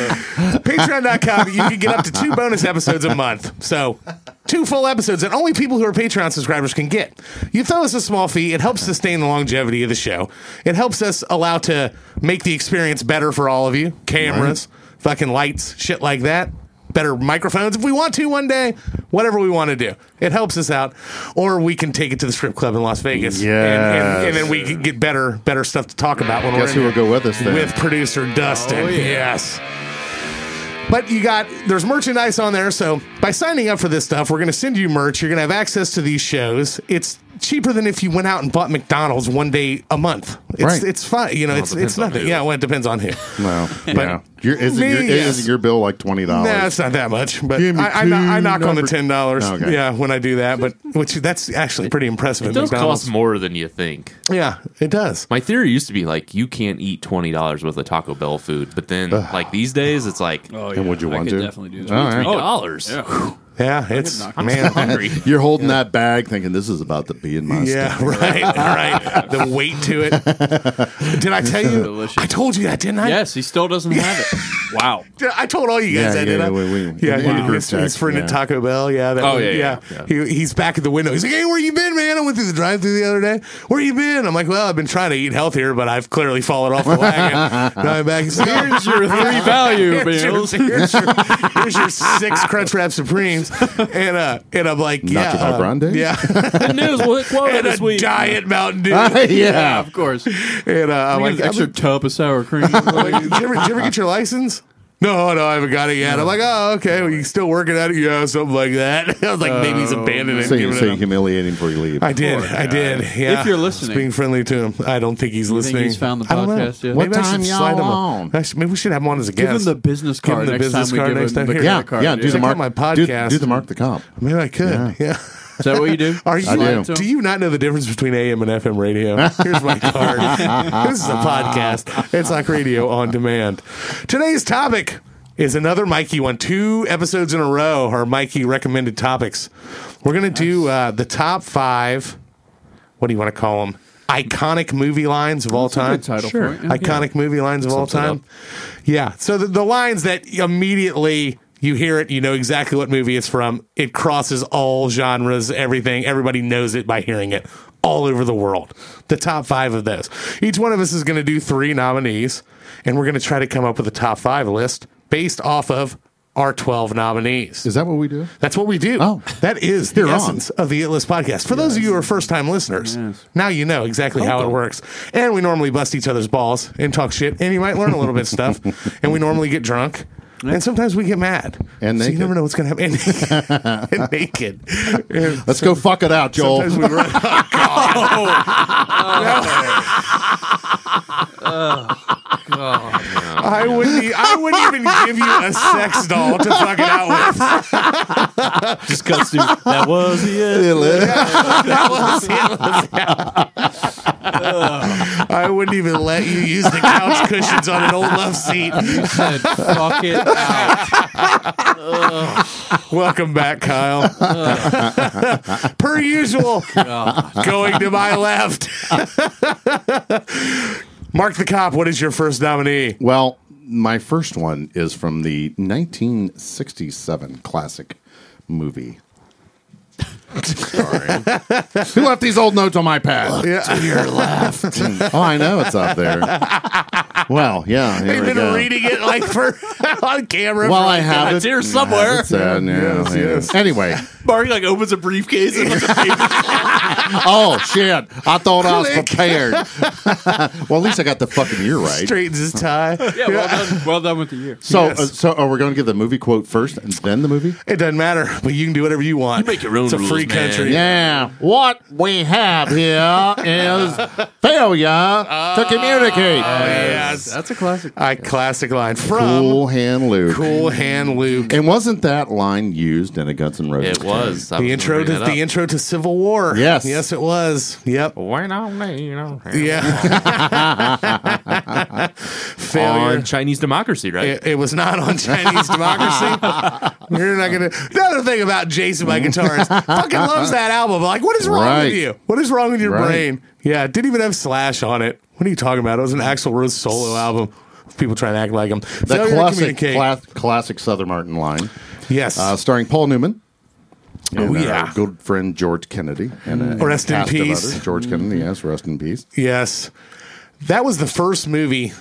S1: Patreon.com, you can get up to two bonus episodes a month. So, two full episodes that only people who are Patreon subscribers can get. You throw us a small fee, it helps sustain the longevity of the show. It helps us allow to make the experience better for all of you. Cameras, fucking lights, shit like that. Better microphones if we want to one day, whatever we want to do. It helps us out. Or we can take it to the strip club in Las Vegas. And, and, and then we can get better better stuff to talk about when we're
S4: Guess
S1: in
S4: who will
S1: here
S4: go with us then?
S1: with producer
S5: Oh,
S1: Dustin. Yes. But you got there's merchandise on there, so by signing up for this stuff, we're gonna send you merch. You're gonna have access to these shows. It's cheaper than if you went out and bought McDonald's one day a month. It's
S4: Right.
S1: it's fun. You know, it's
S5: depends
S1: it's
S5: on
S1: nothing.
S5: who.
S1: Yeah, well it depends on who.
S4: no, yeah. Your, isn't,
S1: Me,
S4: your,
S1: yes.
S4: isn't your bill like twenty dollars?
S1: Nah, it's not that much, but I,
S4: Give me
S1: I, kno- I
S4: two
S1: knock on the
S4: number-
S1: ten dollars.
S4: Okay.
S1: Yeah, when I do that, but which that's actually pretty impressive.
S5: It
S1: at
S5: does
S1: McDonald's.
S5: cost more than you think.
S1: Yeah, it does.
S5: My theory used to be like you can't eat twenty dollars worth of Taco Bell food, but then like these days it's like
S3: Oh,
S4: And would you
S3: I
S4: want
S3: could
S4: to?
S3: definitely do that. Oh,
S4: All right.
S5: three dollars.
S3: Yeah.
S1: Yeah, it's
S3: knock
S1: man.
S5: Hungry.
S4: You're holding that bag, thinking this is about to be in my
S1: Yeah,
S4: stomach.
S1: right, right. The weight to it. Did I tell you?
S3: Delicious.
S1: I told you that, didn't I?
S3: Yes, he still doesn't have it. Wow.
S1: Did- I told all you guys
S4: Yeah,
S1: that,
S4: yeah,
S1: didn't I?
S4: yeah, we- we-
S1: yeah,
S4: in the
S1: wow.
S4: group
S1: his, his
S4: text,
S1: friend
S4: yeah.
S1: at Taco Bell. Yeah, that
S5: Oh,
S1: one,
S5: yeah, yeah,
S1: He, he's back at the window. He's like, "Hey, where you been, man? I went through the drive-through the other day. Where you been?" I'm like, "Well, I've been trying to eat healthier, but I've clearly fallen off the wagon." now I'm back. He's like, "Here's your
S3: Three value
S1: Here's your,
S3: bills.
S1: here's your- here's your six Crunchwrap Supremes, and uh, and I'm like, yeah,
S4: Nacho Del
S1: uh,
S4: Grande?
S1: yeah,
S5: Good news. What quota
S1: and
S5: Oh, this
S1: a
S5: week?
S1: diet Mountain Dew.
S4: yeah.
S3: Of course.
S1: And uh, I'm like,
S3: Like extra
S1: extra.
S3: tub of sour cream.
S1: Like, did, you ever, did you ever get your license? No, no, I haven't got it yet. I'm like, oh, okay. Well, you still working at it? Yeah, something like that. I was like, maybe
S3: Oh,
S1: he's abandoning it.
S4: So you,
S1: giving
S4: so
S1: it
S4: you
S1: up.
S4: humiliate him before you leave.
S1: I did. I did. Yeah.
S3: If you're
S1: Just
S3: listening.
S1: being friendly to him. I don't think he's listening.
S3: think he's found the
S1: I don't know.
S3: podcast yet?
S1: Maybe
S4: What
S1: I should
S4: time y'all
S1: slide him a-
S4: on?
S1: I should- maybe we should have him on as a
S3: Give
S1: guest.
S3: him the business
S1: Give him
S3: card
S1: the
S3: next
S1: business
S3: time we
S1: card
S3: give him
S1: next time.
S3: the
S1: Here.
S3: credit
S4: yeah,
S3: card.
S4: yeah. Do
S1: Check
S4: the
S1: out
S4: mark.
S1: my
S4: Do,
S1: podcast.
S4: do the mark the comp.
S1: maybe I could. Yeah.
S3: Is that what you do?
S1: Are you?
S4: I
S3: Slide it
S4: do.
S3: to
S1: Do
S3: him?
S1: you not know the difference between AM and FM radio? Here's my card. this is a podcast. It's like radio on demand. Today's topic is another Mikey one. Two episodes in a row are Mikey recommended topics. We're going to do uh, the top five, what do you want to call them? Iconic movie lines of all
S3: a
S1: time.
S3: good title Sure. for it, yeah.
S1: Iconic movie lines of all
S5: Sums it
S1: time.
S5: up.
S1: Yeah. So the, the lines that immediately you hear it, you know exactly what movie it's from. It crosses all genres, everything. Everybody knows it by hearing it all over the world. The top five of those. Each one of us is going to do three nominees, and we're going to try to come up with a top five list based off of our 12 nominees.
S4: Is that what we do?
S1: That's what we do.
S4: Oh.
S1: that is
S4: Here
S1: the
S4: on.
S1: essence of the It List podcast. For those of you who are first time listeners, now you know exactly how it works. And we normally bust each other's balls and talk shit, and you might learn a little bit of stuff. And we normally get drunk. And sometimes we get mad.
S4: And
S1: so you
S4: naked.
S1: never know what's going to happen. And, and naked. And
S4: Let's go fuck it out, Joel.
S1: sometimes we run. Oh, God. I wouldn't. e- I wouldn't even give you a sex doll to fuck it out with.
S5: Just cuts through. That was it.
S1: That was- that was- yeah. I wouldn't even let you use the couch cushions on an old love seat.
S3: You said fuck it out.
S1: Welcome back, Kyle. per usual, going to my left. Mark the cop. What is your first nominee?
S4: Well, my first one is from the 1967 classic movie. Sorry. Who left these old notes on my pad?
S1: Yeah,
S4: oh, I know it's up there. Well, yeah. Here
S1: I've
S4: we
S1: been
S4: go.
S1: reading it like for on camera.
S4: Well,
S1: for-
S4: I have
S5: It's
S4: it.
S5: here somewhere.
S4: It's, uh, no,
S1: Yes,
S4: yeah.
S1: yes.
S4: Anyway,
S5: Mark like opens a briefcase and puts a paper.
S4: oh shit! I thought I was
S1: Click.
S4: prepared. well, at least I got the fucking year right.
S1: straightens his tie.
S3: Yeah, well done. Well done with the year.
S4: So,
S1: Yes.
S4: uh, so are we going to give the movie quote first and then the movie?
S1: It doesn't matter, but you can do whatever you want.
S5: You make your own
S1: It's a
S5: rules.
S1: free
S5: man.
S1: country.
S4: Yeah, what we have here is failure
S1: Oh,
S4: to communicate.
S1: Yes.
S3: That's a classic.
S1: I classic line from Cool,
S4: cool hand Luke.
S1: Hand Luke.
S4: And wasn't that line used in a Guns N' Roses?
S5: It was I
S1: The
S5: was
S1: intro
S5: looking
S1: to
S5: that up.
S1: the intro to Civil War.
S4: Yes.
S1: yes, it was. Yep.
S5: Why not me? You know,
S1: Yeah.
S5: on
S1: Failure.
S5: Chinese democracy, right?
S1: It, it was not on Chinese democracy. You're not gonna. The other thing about Jason, my guitarist, fucking loves that album. Like, what is wrong
S4: Right.
S1: with you? What is wrong with your
S4: Right.
S1: brain? Yeah, it didn't even have Slash on it. What are you talking about? It was an Axl Rose solo album. People trying to act like him.
S4: The
S1: Failure to
S4: classic,
S1: communicate.
S4: cla- classic Southern Martin line,
S1: yes.
S4: uh, starring Paul Newman. And,
S1: Oh,
S4: uh,
S1: yeah.
S4: good friend George Kennedy. And, uh, and
S1: Rest
S4: a
S1: in
S4: cast of
S1: peace. Mm-hmm.
S4: others. George Kennedy, yes, rest in peace.
S1: Yes, that was the first movie,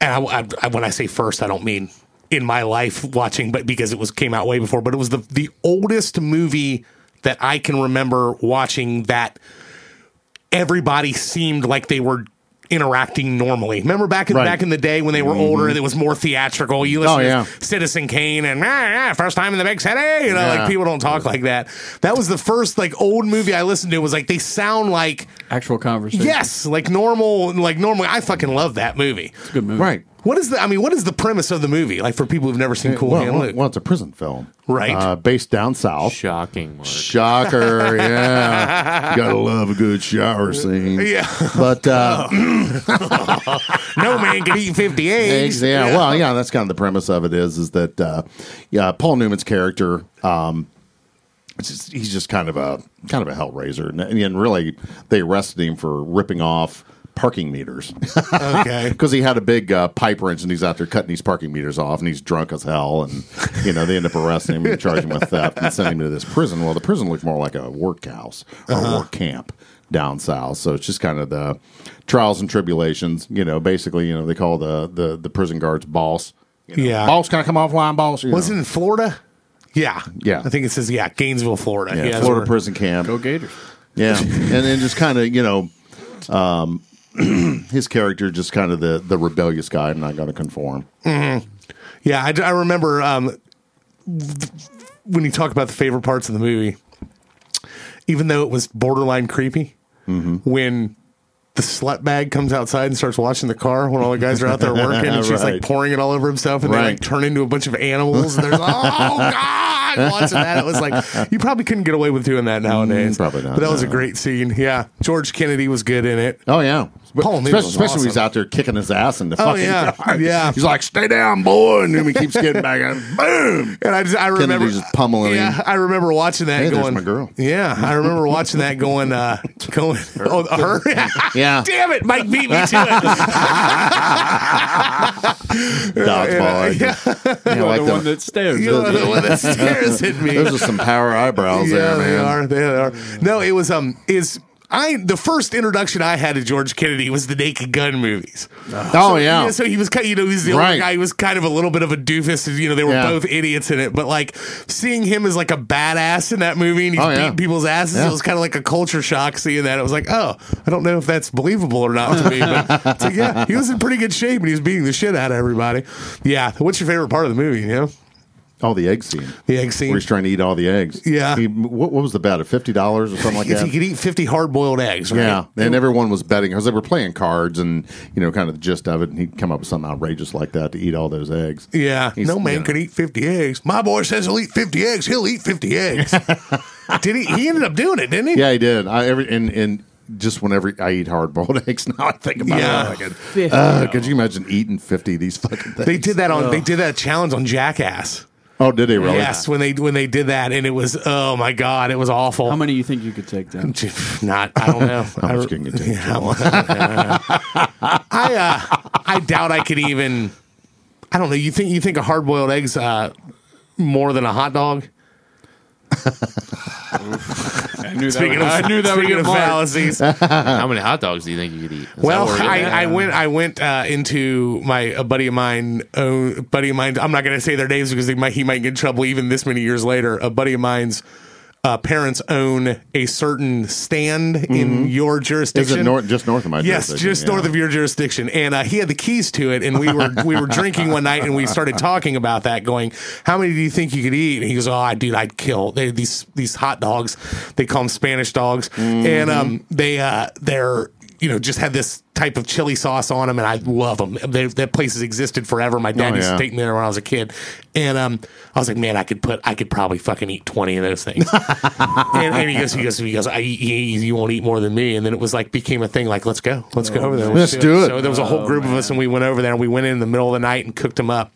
S1: and I, I- I- when I say first, I don't mean in my life watching, but because it was came out way before. But it was the the oldest movie that I can remember watching that everybody seemed like they were interacting normally. Remember back in
S4: Right. Mm-hmm.
S1: back in the day when they were older and it was more theatrical. You listen
S4: Oh,
S1: to
S4: yeah.
S1: Citizen Kane and "Ah, yeah, first time in the big city, you know,
S4: Yeah.
S1: like people don't talk like that. That was the first like old movie I listened to was like they sound like
S3: Actual conversation.
S1: Yes, like normal, like normal. I fucking love that movie.
S3: It's a good movie.
S4: Right.
S1: What is the? I mean, what is the premise of the movie? Like for people who've never seen Cool
S4: well,
S1: Hand
S4: well,
S1: Luke.
S4: well, it's a prison film.
S1: Right.
S4: Uh, based down south.
S5: Shocking. Mark.
S4: Shocker, yeah. Gotta love a good shower scene.
S1: Uh, Yeah. Oh.
S4: But, uh,
S1: no man can eat fifty eggs.
S4: eggs, yeah. Well, yeah, that's kind of the premise of it is, is that, uh, yeah, Paul Newman's character, um, it's just, he's just kind of a, kind of a hellraiser. And, and really, they arrested him for ripping off parking meters.
S1: Okay.
S4: because he had a big uh, pipe wrench and he's out there cutting these parking meters off and he's drunk as hell and you know they end up arresting him and charging him with theft and sending him to this prison well the prison looked more like a workhouse or
S1: Uh-huh.
S4: a work camp down south so it's just kind of the trials and tribulations you know basically you know they call the the, the prison guards boss you know,
S1: Yeah.
S4: boss can I come offline boss You
S1: Was it
S4: know.
S1: in Florida? Yeah.
S4: Yeah.
S1: I think it says yeah, Gainesville, Florida.
S4: yeah,
S1: that's
S4: Florida
S1: where-
S4: prison camp
S3: Go Gators.
S4: yeah, and then just kind of you know, um, his character just kind of the the rebellious guy. I'm not going to conform.
S1: Yeah, I, I remember um, th- when you talk about the favorite parts of the movie, even though it was borderline creepy,
S4: Mm-hmm.
S1: when the slut bag comes outside and starts watching the car when all the guys are out there working and she's
S4: Right.
S1: like pouring it all over himself and they
S4: Right.
S1: like turn into a bunch of animals and there's oh god watching that it was like you probably couldn't get away with doing that nowadays
S4: Mm, probably not,
S1: but that was a
S4: no.
S1: great scene yeah George Kennedy was good in it
S4: Oh yeah,
S1: Paul Newman
S4: especially,
S1: was
S4: especially when he's
S1: awesome.
S4: out there kicking his ass in the
S1: Oh,
S4: fucking
S1: yeah.
S4: yard.
S1: Yeah.
S4: he's like, "Stay down, boy," and then he keeps getting back up. Boom!
S1: And I just I remember
S4: Kennedy's just pummeling
S1: Yeah,
S4: him.
S1: I remember watching that
S4: Hey, there's
S1: going.
S4: my girl.
S1: Yeah, I remember watching that going. uh Going. Oh, her.
S4: Yeah.
S1: Damn it, Mike beat me to
S4: Dodgeball.
S1: Yeah.
S4: Yeah, I like
S3: the
S4: them.
S3: one that
S1: it.
S3: stares.
S1: You know the one that stares at me.
S4: Those are some power eyebrows there,
S1: they
S4: man.
S1: are. They are. No, it was um is. I the first introduction I had to George Kennedy was the Naked Gun movies.
S4: Oh yeah.
S1: so he was kind. You know, he's the
S4: Right.
S1: older guy. He was kind of a little bit of a doofus. You know, they were
S4: Yeah.
S1: both idiots in it. But like seeing him as like a badass in that movie, and he's
S4: Oh, yeah.
S1: beating people's asses.
S4: Yeah.
S1: It was kind of like a culture shock seeing that. It was like, oh, I don't know if that's believable or not to me. But it's like, yeah, he was in pretty good shape, and he was beating the shit out of everybody. Yeah. What's your favorite part of the movie? You know,
S4: Oh, the egg scene.
S1: the egg
S4: Where
S1: scene.
S4: he's trying to eat all the eggs.
S1: Yeah.
S4: He, what, what was the bet? Fifty dollars or something like
S1: If
S4: that.
S1: he could eat fifty hard boiled eggs, right?
S4: Yeah, and everyone was betting because they were playing cards and you know kind of the gist of it. And he'd come up with something outrageous like that to eat all those eggs.
S1: Yeah,
S4: He's-
S1: no man
S4: yeah.
S1: could eat fifty eggs. My boy says he'll eat fifty eggs. He'll eat fifty eggs. Did he? He ended up doing it, didn't he?
S4: Yeah, he did. I every and and just whenever I eat hard boiled eggs now, I think about
S1: Yeah.
S4: it. Like, uh, could you imagine eating fifty of these fucking things?
S1: They did that on. They did that challenge on Jackass.
S4: Oh, did they really?
S1: Yes, when they when they did that, and it was oh my god, it was awful.
S3: How many you think you could take down?
S1: Not, I don't know.
S4: How
S1: I-
S4: much can you take,
S1: Yeah, how much- yeah. I uh, I doubt I could even. I don't know. You think you think a hard boiled eggs uh, more than a hot dog?
S3: I knew
S1: Speaking of,
S3: I knew that would
S1: speaking of
S3: get marked.
S1: fallacies,
S5: How many hot dogs do you think you could eat? Is that
S1: Well,
S5: where we're
S1: I,
S5: getting at?
S1: I went. I went uh, into my a buddy of mine. Uh, buddy of mine. I'm not going to say their names because they might, he might get in trouble even this many years later. A buddy of mine's uh, parents own a certain stand
S5: Mm-hmm.
S1: in your
S4: Is
S1: jurisdiction.
S4: it north, just north of my
S1: Yes,
S4: jurisdiction?
S1: just north
S4: Yeah.
S1: of your jurisdiction, and uh, he had the keys to it, and we were we were drinking one night, and we started talking about that. Going, how many do you think you could eat? And he goes, oh, I dude, I'd kill they, these these hot dogs. They call them Spanish dogs,
S4: Mm-hmm.
S1: and um, they uh, they're you know just had this type of chili sauce on them, and I love them. They, that place has existed forever. My dad
S4: Oh,
S1: used to
S4: yeah.
S1: take me there when I was a kid, and um, I was like, man, I could put I could probably fucking eat twenty of those things and, and he goes, he goes, he goes, I, you, you won't eat more than me. And then it was like became a thing. Like, let's go, let's go over there,
S4: Let's do it.
S1: So there was a whole group of us, and we went over there, and we went in the middle of the night and cooked them up,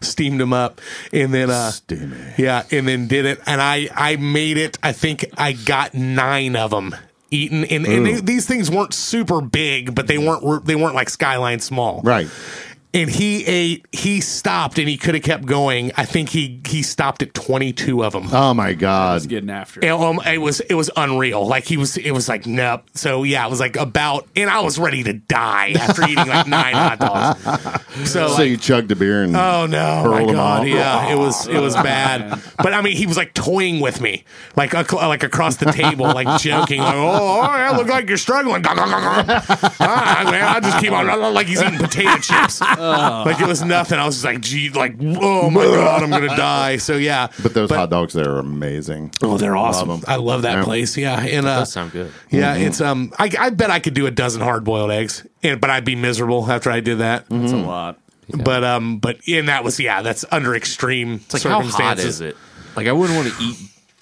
S1: steamed them up, and then uh,
S4: Steamy.
S1: yeah, and then did it, and I I made it. I think I got nine of them eaten, and, and they, these things weren't super big, but they weren't they weren't like skyline small,
S4: Right.
S1: and he ate, he stopped, and he could have kept going. I think he he stopped at twenty two of them.
S4: Oh my God.
S3: He's getting after
S1: It,
S3: it.
S1: um, it was it was unreal. Like he was, it was like nope. So yeah, it was like about, and I was ready to die after eating like nine hot dogs. So,
S4: So
S1: like,
S4: you chugged a beer and
S1: oh no,
S4: hurled
S1: my
S4: them
S1: god,
S4: off.
S1: yeah, it was it was bad.
S3: man.
S1: But I mean, he was like toying with me, like ac- like across the table, like joking, like oh, all right, look like you're struggling. all right, man, Ah, I just keep on like he's eating potato chips. Like it was nothing. I was just like, gee, like oh my god, I'm gonna die. So yeah,
S4: But those
S1: But-
S4: hot dogs there are amazing.
S1: Oh, they're awesome!
S4: Love 'em.
S1: I love that
S4: Yeah.
S1: place. Yeah, and uh,
S5: does sound good.
S1: yeah,
S4: Mm-hmm.
S1: it's um, I, I bet I could do a dozen hard boiled eggs, and but I'd be miserable after I did that.
S4: Mm-hmm.
S3: That's a lot.
S1: But um, but and that was yeah, that's under extreme
S5: It's like how
S1: circumstances.
S5: hot is it? Like I wouldn't want to eat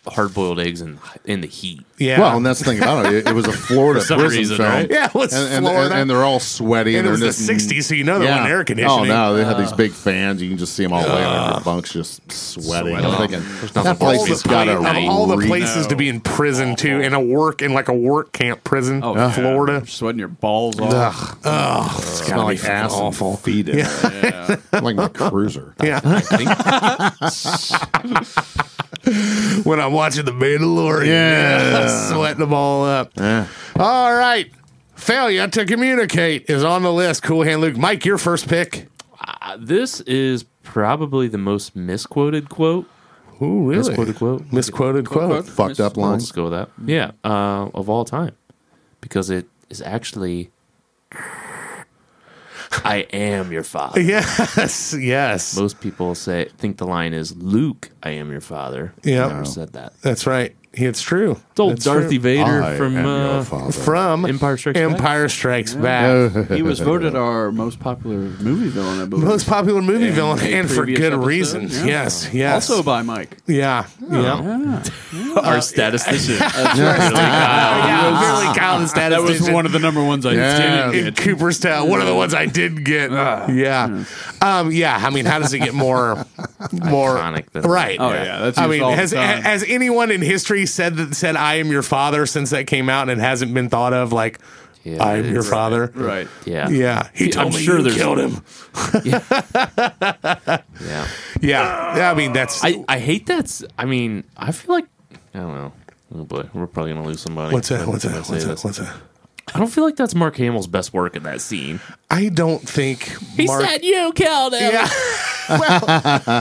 S5: hard boiled eggs in in the heat.
S1: Yeah,
S4: Well, and that's the thing about it. It, it was a Florida
S5: some
S4: prison
S5: reason,
S4: film.
S5: right?
S1: yeah, it was
S4: And, and,
S1: Florida,
S4: and, and they're all sweaty.
S1: And it
S4: they're
S1: was the
S4: just-
S1: '60s, so you know they
S4: Yeah.
S1: weren't air
S4: Oh
S1: conditioning. Ah.
S4: no, they had
S3: Ah.
S4: these big fans. You can just see them all laying on your bunks, just sweating. I'm thinking
S5: nothing
S4: that place
S5: worse
S4: has
S5: than
S4: got
S1: pla-
S4: a
S1: of all the
S4: re-
S1: places to be in prison too, in a work in like a work camp prison,
S3: Oh,
S1: in
S3: yeah.
S1: Florida.
S3: Sweating your balls off.
S4: smell like ass awful feet. In there. like my cruiser.
S1: Yeah,
S5: I think
S1: when I'm watching The Mandalorian,
S4: Yeah.
S1: sweating them all up.
S4: Yeah.
S1: All right. Failure to communicate is on the list. Cool hand Luke. Mike, your first pick.
S5: uh, this is probably the most misquoted quote.
S1: Ooh, really?
S5: Misquoted quote.
S1: Misquoted quote.
S4: Fucked up
S5: Well,
S4: line.
S5: let's go with that. Yeah, uh, of all time, because it is actually. I am your father.
S1: Yes, yes.
S5: Most people say think the line is Luke. I am your father.
S1: Yeah.
S5: Whoever said that.
S1: That's right. It's true.
S5: It's old
S1: That's
S5: Darth
S1: true.
S5: Vader
S4: I
S5: from
S4: am
S5: uh,
S4: your father.
S1: From
S5: Empire Strikes Back.
S1: Empire Strikes Back.
S3: He was voted our most popular movie villain. I believe.
S1: Most popular movie
S3: In
S1: villain,
S3: a
S1: and for
S3: previous
S1: good
S3: episode,
S1: reason.
S3: yeah.
S1: Yes, yes.
S3: Also by Mike.
S1: yeah, yeah.
S5: our statistician.
S1: Oh, yeah, Billy Collins
S3: That was
S1: statistician.
S3: one of the number ones I
S4: Yeah.
S3: didn't
S1: in
S3: get.
S1: Cooperstown. One of the ones I did get. yeah, um, yeah. I mean, how does it get more, more
S5: Iconic than-
S1: right?
S3: Oh, yeah, that's
S1: I
S3: used
S1: mean,
S3: all the
S1: has
S3: time.
S1: has anyone in history said that said I am your father since that came out and it hasn't been thought of like
S5: Yeah,
S1: I am your
S5: it's-
S1: father?
S3: Right.
S5: yeah.
S1: Yeah, he told
S5: I'm
S1: me
S5: sure
S1: you
S5: there's-
S1: killed him.
S5: Yeah.
S1: Yeah, yeah. I mean, that's
S5: I, I hate that. s- I mean, I feel like I don't know. Oh boy, we're probably gonna lose somebody.
S1: what's that?
S5: when-
S1: What's
S5: when I
S1: that?
S5: say
S1: What's that?
S5: this.
S1: What's that?
S5: I don't feel like that's Mark Hamill's best work in that scene.
S1: I don't think he
S5: said you killed him.
S1: Yeah. well,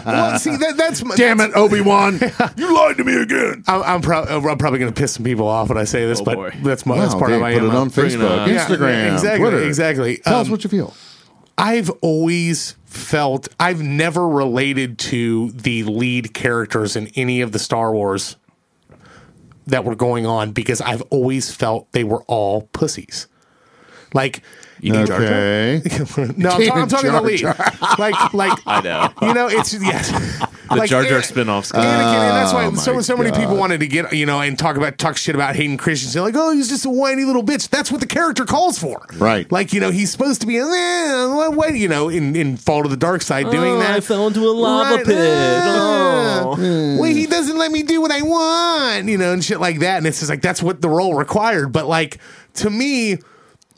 S1: well, see, that, that's my-
S4: Damn it, Obi Wan! you lied to me again.
S1: I'm, I'm, prob- uh, I'm probably going to piss some people off when I say this,
S3: Oh,
S1: but
S3: boy.
S1: that's my that's
S4: Wow,
S1: part
S4: they
S1: of my
S4: put it
S1: MO.
S4: on
S5: Bring it
S4: Facebook,
S5: on.
S1: Yeah,
S4: Instagram,
S1: yeah, exactly,
S4: Twitter.
S1: exactly.
S4: Tell us
S1: Um,
S4: what you feel.
S1: I've always felt I've never related to the lead characters in any of the Star Wars that were going on because I've always felt they were all pussies. Like
S5: You mean Jar Jar?
S4: Okay.
S1: no, I'm, ta- I'm talking about
S4: Jar
S1: lead. Like like
S5: I know.
S1: you know it's yes.
S5: The
S1: Like,
S5: Jar Jar
S1: it-
S5: spin-offs.
S1: Anakin, and that's why
S4: Oh,
S1: so
S4: my
S1: so many people
S4: God.
S1: wanted to get you know and talk about talk shit about Hayden Christensen, like oh he's just a whiny little bitch. That's what the character calls for,
S4: Right.
S1: Like you know he's supposed to be eh, what, what, you know in in Fall to the Dark Side doing
S5: Oh,
S1: that.
S5: I fell into a lava
S1: Right,
S5: pit.
S1: ah,
S5: Oh.
S1: Well, he doesn't let me do what I want, you know, and shit like that. And it's just like that's what the role required. But like to me,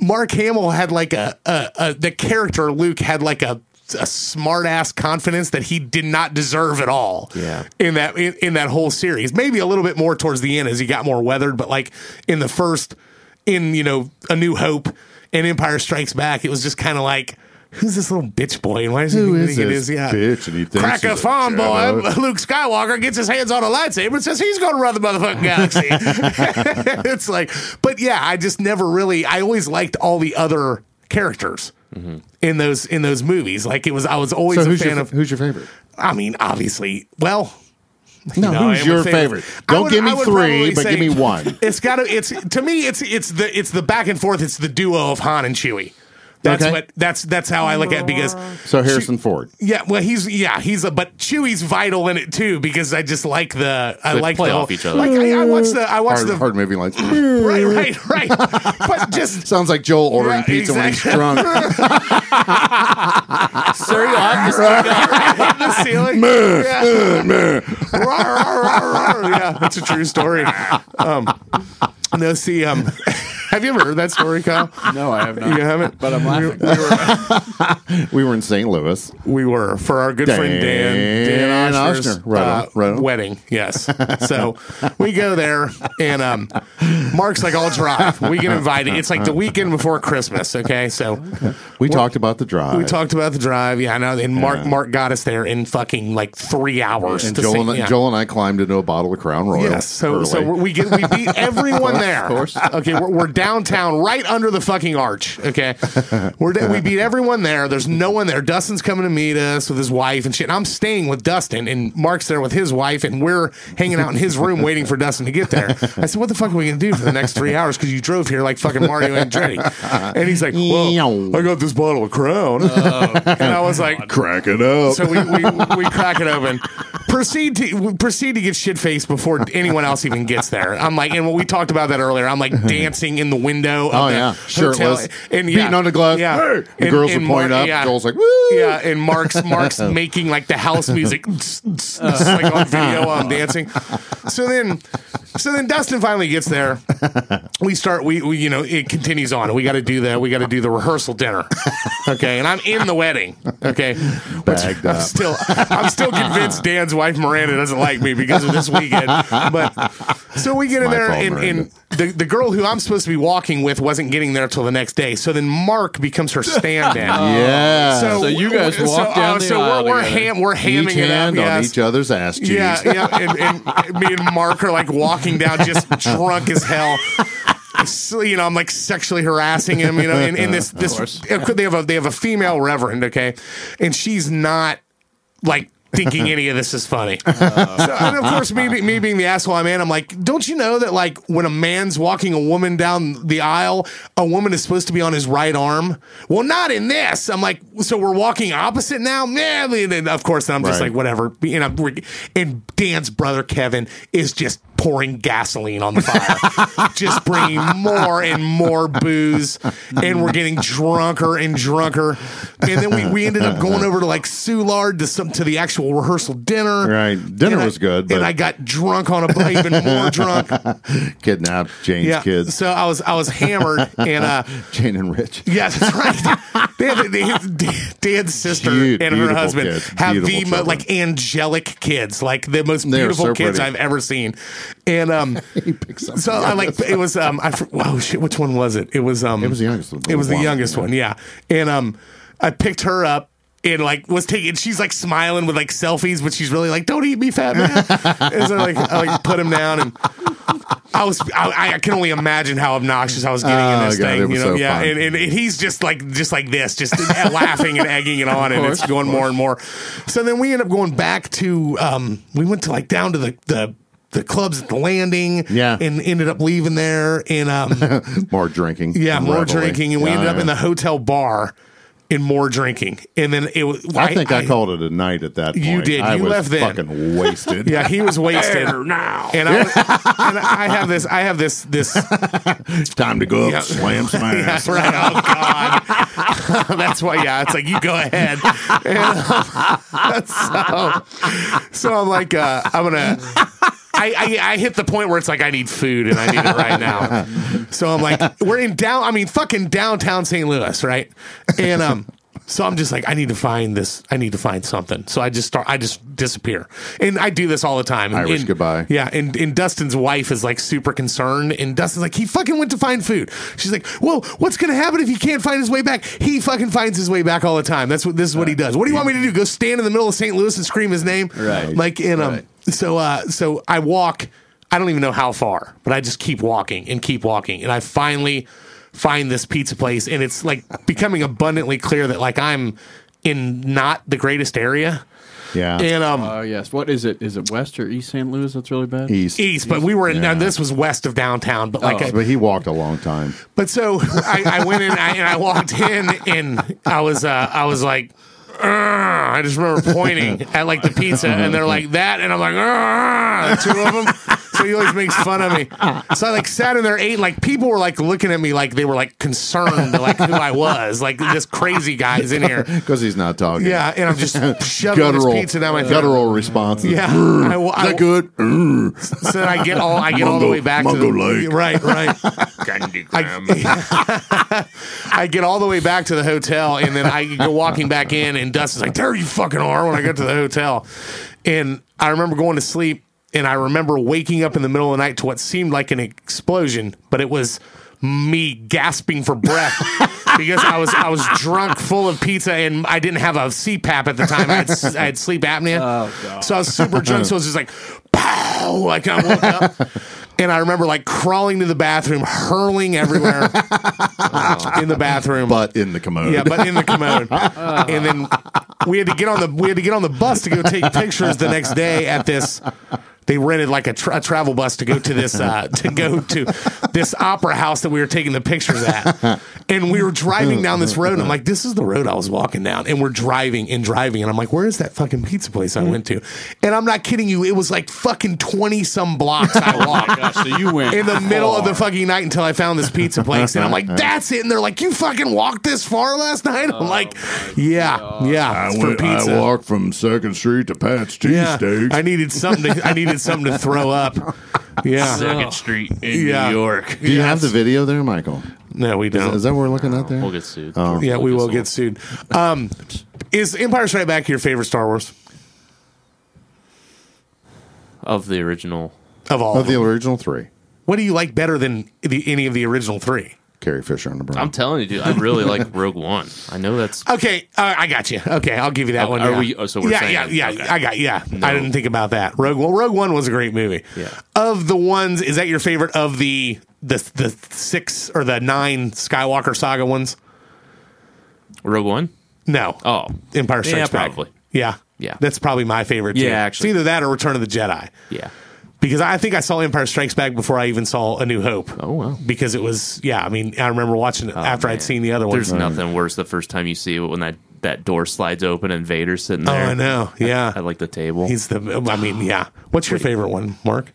S1: Mark Hamill had like a, a, a the character Luke had like a a smart ass confidence that he did not deserve at all.
S5: Yeah.
S1: In that in, in that whole series. Maybe a little bit more towards the end as he got more weathered, but like in the first in, you know, A New Hope and Empire Strikes Back, it was just kind of like who's this little bitch boy? And why does
S4: Who
S1: he
S4: is
S1: think it
S4: this
S1: is? Yeah.
S4: bitch? And he thinks
S1: Crack a
S4: he's a
S1: farm boy.
S4: Jedi.
S1: Luke Skywalker gets his hands on a lightsaber and says he's going to run the motherfucking galaxy. it's like, but yeah, I just never really. I always liked all the other characters. In those in those movies, like it was, I was always
S4: Mm-hmm.
S1: a
S4: So who's
S1: fan
S4: your,
S1: of.
S4: who's your favorite?
S1: I mean, obviously, well,
S4: No,
S1: know, I
S4: who's
S1: would
S4: your
S1: say-
S4: favorite?
S1: I
S4: Don't
S1: would-
S4: give
S1: I
S4: me
S1: would
S4: three,
S1: probably
S4: but
S1: say-
S4: give me one.
S1: it's got to. It's to me. It's it's the it's the back and forth. It's the duo of Han and Chewie. That's
S4: Okay.
S1: what that's that's how I look at it because
S4: So Harrison Ford.
S1: yeah, well he's yeah he's a but Chewie's vital in it too because I just like the I
S5: They
S1: like
S5: play
S1: the
S5: off each other.
S1: Like I, I watched the I watched
S4: Hard,
S1: the
S4: hard movie lines.
S1: right right right. but just
S4: Sounds like Joel ordering
S1: Yeah,
S4: pizza when he's drunk.
S5: Sir, you'll have to
S1: the ceiling. yeah. Rawr, rawr, rawr, rawr. yeah, that's a true story. Um, no, see, um, have you ever heard that story, Kyle?
S3: No, I have not.
S1: You haven't.
S3: But I'm laughing.
S4: we were in St. Louis.
S1: We were for our good
S4: Dan
S1: friend Dan Dan Oshner's
S4: Oshner. Right on, right on.
S1: wedding. Yes, so we go there, and um, Mark's like, "I'll drive." We get invited. It's like the weekend before Christmas. Okay, so
S4: We talked about the drive.
S1: we talked about the drive. Yeah, I know. And Mark Mark got us there in fucking like three hours.
S4: And
S1: to
S4: Joel,
S1: see-
S4: and,
S1: yeah.
S4: Joel and I climbed into a bottle of Crown Royal.
S1: Yes, so so
S4: early.
S1: we're- we get we beat everyone there. Of course. Okay, we're, we're downtown, right under the fucking arch. Okay, we're da- we beat everyone there. There's no one there. Dustin's coming to meet us with his wife and shit. And I'm staying with Dustin, and Mark's there with his wife, and we're hanging out in his room waiting for Dustin to get there. I said, "What the fuck are we gonna do for the next three hours? Because you drove here like fucking Mario Andretti." And he's like, "Well, I got this bottle of Crown," and I was like,
S4: crack it up.
S1: so we, we, we crack it open. Oh. Proceed to we proceed to get shit faced before anyone else even gets there. I'm like, and we talked about that earlier. I'm like dancing in the window. Of
S4: oh
S1: the
S4: yeah,
S1: hotel.
S4: shirtless,
S1: and yeah,
S4: beating on the glass.
S1: Yeah,
S4: Hey! the
S1: And-
S4: girls
S1: and
S4: would point
S1: Mark-
S4: up.
S1: yeah.
S4: Joel's like, woo.
S1: Yeah, and Mark's Mark's making like the house music like on video while I'm dancing. So then, so then Dustin finally gets there. We start. We, we you know it continues on. We got to do the we got to do the rehearsal dinner. Okay, and I'm in the wedding. Okay, which
S4: Bagged
S1: I'm
S4: up.
S1: still I'm still convinced Dan's wife Miranda doesn't like me because of this weekend. But so we get in
S4: my
S1: there
S4: fault,
S1: and,
S4: Miranda.
S1: and the, the girl who I'm supposed to be walking with wasn't getting there till the next day. So then Mark becomes her stand in.
S4: Yeah.
S3: So you guys
S1: Uh, so,
S3: walk
S1: uh,
S3: down the
S1: so
S3: aisle
S1: we're, we're,
S3: together.
S1: ham, we're hamming
S4: each
S1: it up.
S4: hand on
S1: yes.
S4: each other's ass cheeks.
S1: Yeah, yeah. And, and me and Mark are like walking down, just drunk as hell. So, you know, I'm like sexually harassing him. You know, and, and this this they have a they have a female reverend, okay, and she's not like thinking any of this is funny. So, and of course, me, be- me being the asshole I'm in, I'm like, don't you know that like when a man's walking a woman down the aisle, a woman is supposed to be on his right arm? Well, not in this. I'm like, so we're walking opposite now? Man, and then, of course, I'm just
S4: Right.
S1: like, whatever. And, I'm, we're- and Dan's brother, Kevin, is just pouring gasoline on the fire, just bringing more and more booze. And we're getting drunker and drunker. And then we, we ended up going over to like Soulard to some to the actual rehearsal dinner.
S4: Right. Dinner
S1: And I-
S4: was good, but-
S1: and I got drunk on a bike, even more drunk.
S4: Kidnapped Jane's
S1: Yeah.
S4: kids.
S1: So I was I was hammered, and uh,
S4: Jane and Rich.
S1: yeah, that's right. they have, they have- Dan's sister
S4: Cute,
S1: and her
S4: beautiful
S1: husband
S4: kids,
S1: have the
S4: beautiful
S1: mo-
S4: children.
S1: like angelic kids, like the most
S4: They are
S1: beautiful
S4: so
S1: kids
S4: pretty.
S1: I've ever seen. And um, so I like it was um, I fr- oh shit, which one was it? It was um,
S4: It was the youngest one.
S1: It was the
S4: One,
S1: youngest
S4: yeah.
S1: one, yeah. And um, I picked her up. And like was taking, she's like smiling with like selfies, but she's really like, "Don't eat me, fat man." and so like, I like put him down, and I was I, I can only imagine how obnoxious I was getting
S4: Oh,
S1: in this
S4: God, it
S1: thing.
S4: was
S1: You know,
S4: so
S1: yeah.
S4: fun.
S1: And, and, and he's just like just like this, just laughing and egging it on, and it's going more and more. So then we end up going back to um, we went to like down to the the. The clubs at the landing,
S4: Yeah.
S1: and ended up leaving there, and um,
S4: More drinking.
S1: yeah,
S4: and
S1: more
S4: reveling.
S1: drinking, and we
S4: Yeah,
S1: ended up
S4: yeah.
S1: in the hotel bar, and more drinking, and then it was.
S4: I think I, called it a night at that point.
S1: You did.
S4: I
S1: You
S4: was
S1: left then.
S4: fucking wasted.
S1: Yeah, he was wasted now, and I, was- and I have this. I have this this
S4: It's time to go up,
S1: Yeah.
S4: slam some ass.
S1: That's right. Oh God. That's why. Yeah. It's like you go ahead. And, um, so, so I'm like, uh, I'm gonna. I, I, I hit the point where it's like I need food and I need it right now. So I'm like, we're in down. I mean, fucking downtown St. Louis, right? And um, So I'm just like, I need to find this. I need to find something. So I just start. I just disappear, and I do this all the time. And-
S4: Irish
S1: and-
S4: goodbye.
S1: Yeah, and and Dustin's wife is like super concerned, and Dustin's like, he fucking went to find food. She's like, well, what's gonna happen if he can't find his way back? He fucking finds his way back all the time. That's what this is what he does. What do you want me to do? Go stand in the middle of St. Louis and scream his name?
S4: Right.
S1: Like in um.
S4: Right.
S1: So uh, so I walk. I don't even know how far, but I just keep walking and keep walking, and I finally find this pizza place, and it's like becoming abundantly clear that like I'm in not the greatest area,
S4: Yeah.
S1: and um.
S3: Oh yes. What is it? Is it West or East St. Louis? That's really bad.
S4: East.
S1: East, but we were in. Now this was west of downtown, but like, I-
S4: But he walked a long time.
S1: But so I, I went in I, and I walked in and I was uh, I was like, "Argh." I just remember pointing at like the pizza and they're like that and I'm like, "Argh," two of them. So he always makes fun of me. So I like sat in there, ate. Like people were like looking at me like they were like concerned, like who I was, like this crazy guy's in here.
S4: Because he's not talking.
S1: Yeah, and I'm just shoving
S4: Guttural,
S1: this pizza down my throat.
S4: guttural responses.
S1: Yeah,
S4: Brr,
S1: I-
S4: is
S1: I-
S4: that good? Brr.
S1: So then I get all I get all the
S4: Mungo-
S1: way back to
S4: Mungo
S1: the
S4: Lake.
S1: right, right. I, I get all the way back to the hotel, and then I go walking back in, and Dustin's like, "There you fucking are!" When I got to the hotel, and I remember going to sleep, and I remember waking up in the middle of the night to what seemed like an explosion, but it was me gasping for breath because I was I was drunk, full of pizza, and I didn't have a CPAP at the time. I had, s- I had sleep apnea, so I was super drunk. So it was just like, pow! Like I woke up. And I remember like crawling to the bathroom, hurling everywhere in the bathroom.
S4: But in the commode.
S1: yeah, but in the commode. and then we had to get on the we had to get on the bus to go take pictures the next day at this. They rented like a, tra- a travel bus to go to this uh, to go to this opera house that we were taking the pictures at, and we were driving down this road. And I'm like, this is the road I was walking down, and we're driving and driving, and I'm like, where is that fucking pizza place I went to? And I'm not kidding you, it was like fucking twenty some blocks I walked
S3: Gosh, so you went
S1: in the middle
S4: Oh.
S1: of the
S3: far.
S1: fucking night until I found this pizza place. And I'm like, that's it. And they're like, you fucking walked this far last night? I'm like, yeah, yeah.
S4: Oh, I,
S1: it's for
S4: went, I walked from Second Street to Pat's
S1: yeah.
S4: Cheesesteaks.
S1: I needed something to, I needed something to throw up. Yeah.
S5: Second Street in
S1: Oh. Yeah.
S5: New York.
S4: Do you have the video there, Michael?
S1: No, we don't.
S4: Is that what we're looking at there?
S5: We'll get sued.
S1: yeah, we will get sued. Um, is Empire Strikes Back your favorite Star Wars
S5: Of the original.
S1: of all?
S4: Of
S1: Of them?
S4: the original three,
S1: what do you like better than the, any of the original three?
S4: Carrie Fisher and the Brown.
S5: I'm telling you, dude, I really like Rogue One. I know that's.
S1: Okay, uh, I got you. Okay, I'll give you that
S5: Oh,
S1: one.
S5: are
S1: yeah.
S5: we- oh, so we're
S1: yeah,
S5: saying-
S1: yeah, yeah.
S5: okay.
S1: I got yeah. I
S5: No.
S1: didn't think about that. Rogue One. Rogue One was a great movie.
S5: Yeah.
S1: Of the ones, is that your favorite of the the the six or the nine Skywalker saga ones?
S5: Rogue One?
S1: No.
S5: Oh.
S1: Empire Strikes
S5: yeah,
S1: Back.
S5: probably.
S1: Yeah.
S5: Yeah.
S1: That's probably my favorite. too.
S5: Yeah, actually.
S1: it's either that or Return of the Jedi.
S5: Yeah.
S1: Because I think I saw Empire Strikes Back before I even saw A New Hope.
S5: Oh, wow.
S1: Because it was yeah. I mean, I remember watching it after
S5: man.
S1: I'd seen the other Oh, ones.
S5: There's nothing worse the first time you see it when that, that door slides open and Vader's sitting
S1: oh,
S5: there.
S1: I know. Yeah.
S5: At like the table.
S1: He's the. I mean, yeah. What's your favorite one, Mark?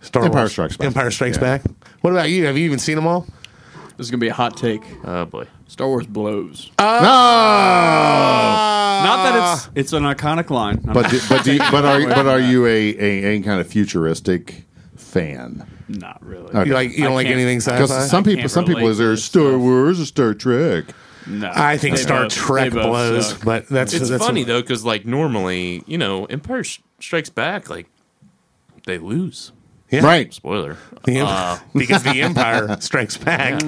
S1: Star
S4: Empire
S1: Wars.
S4: Strikes Back.
S1: Empire Strikes
S4: Yeah.
S1: Back. What about you? Have you even seen them all?
S3: This is gonna be a hot take.
S5: oh, boy.
S3: Star Wars blows.
S1: Oh!
S3: Not
S4: no,
S3: that
S1: Ah.
S3: it's it's an iconic line. I'm
S4: but do, but do, but are but are you a, a any kind of futuristic fan?
S3: not really.
S1: You like you
S3: I
S1: don't like
S3: can't-
S1: anything sci-fi?
S4: Because some people
S3: can't
S4: some people
S3: relate
S4: is there
S3: to
S4: Star Wars or Star Trek?
S3: No,
S1: I think
S3: They
S1: Star
S3: both-
S1: Trek
S3: they both
S1: blows,
S3: suck.
S1: but that's
S5: It's
S1: that's
S5: funny, though, because, like, normally, you know, Empire Sh- Strikes Back, like, they lose.
S1: Yeah.
S4: Right,
S5: Spoiler.
S1: The em-
S5: Uh,
S1: because the Empire Strikes Back.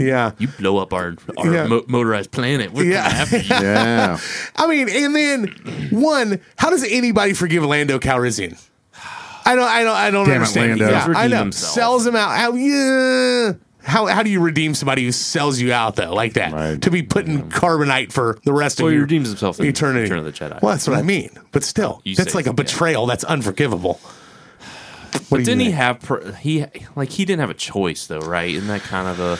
S1: Yeah.
S5: you blow up our, our
S1: Yeah.
S5: mo- motorized planet. We're
S1: Yeah.
S5: yeah. after you.
S4: yeah.
S1: I mean, and then one, how does anybody forgive Lando Calrissian? I don't, I don't, I don't
S4: Damn it,
S1: understand.
S4: Lando.
S1: Yeah,
S5: Redeem
S1: I know.
S5: himself.
S1: Sells him out. How, yeah. How, how do you redeem somebody who sells you out though, like that,
S4: Right.
S1: to be put in carbonite for the rest
S5: Well,
S1: of
S5: he
S1: your
S5: redeems himself in
S1: eternity?
S5: Return of the Jedi.
S1: Well, that's what I mean. But still,
S5: You
S1: that's
S5: say
S1: like a
S5: so, yeah.
S1: betrayal. That's unforgivable.
S5: But didn't he
S1: think?
S5: have pr- he like he didn't have a choice though, right? Isn't that kind of a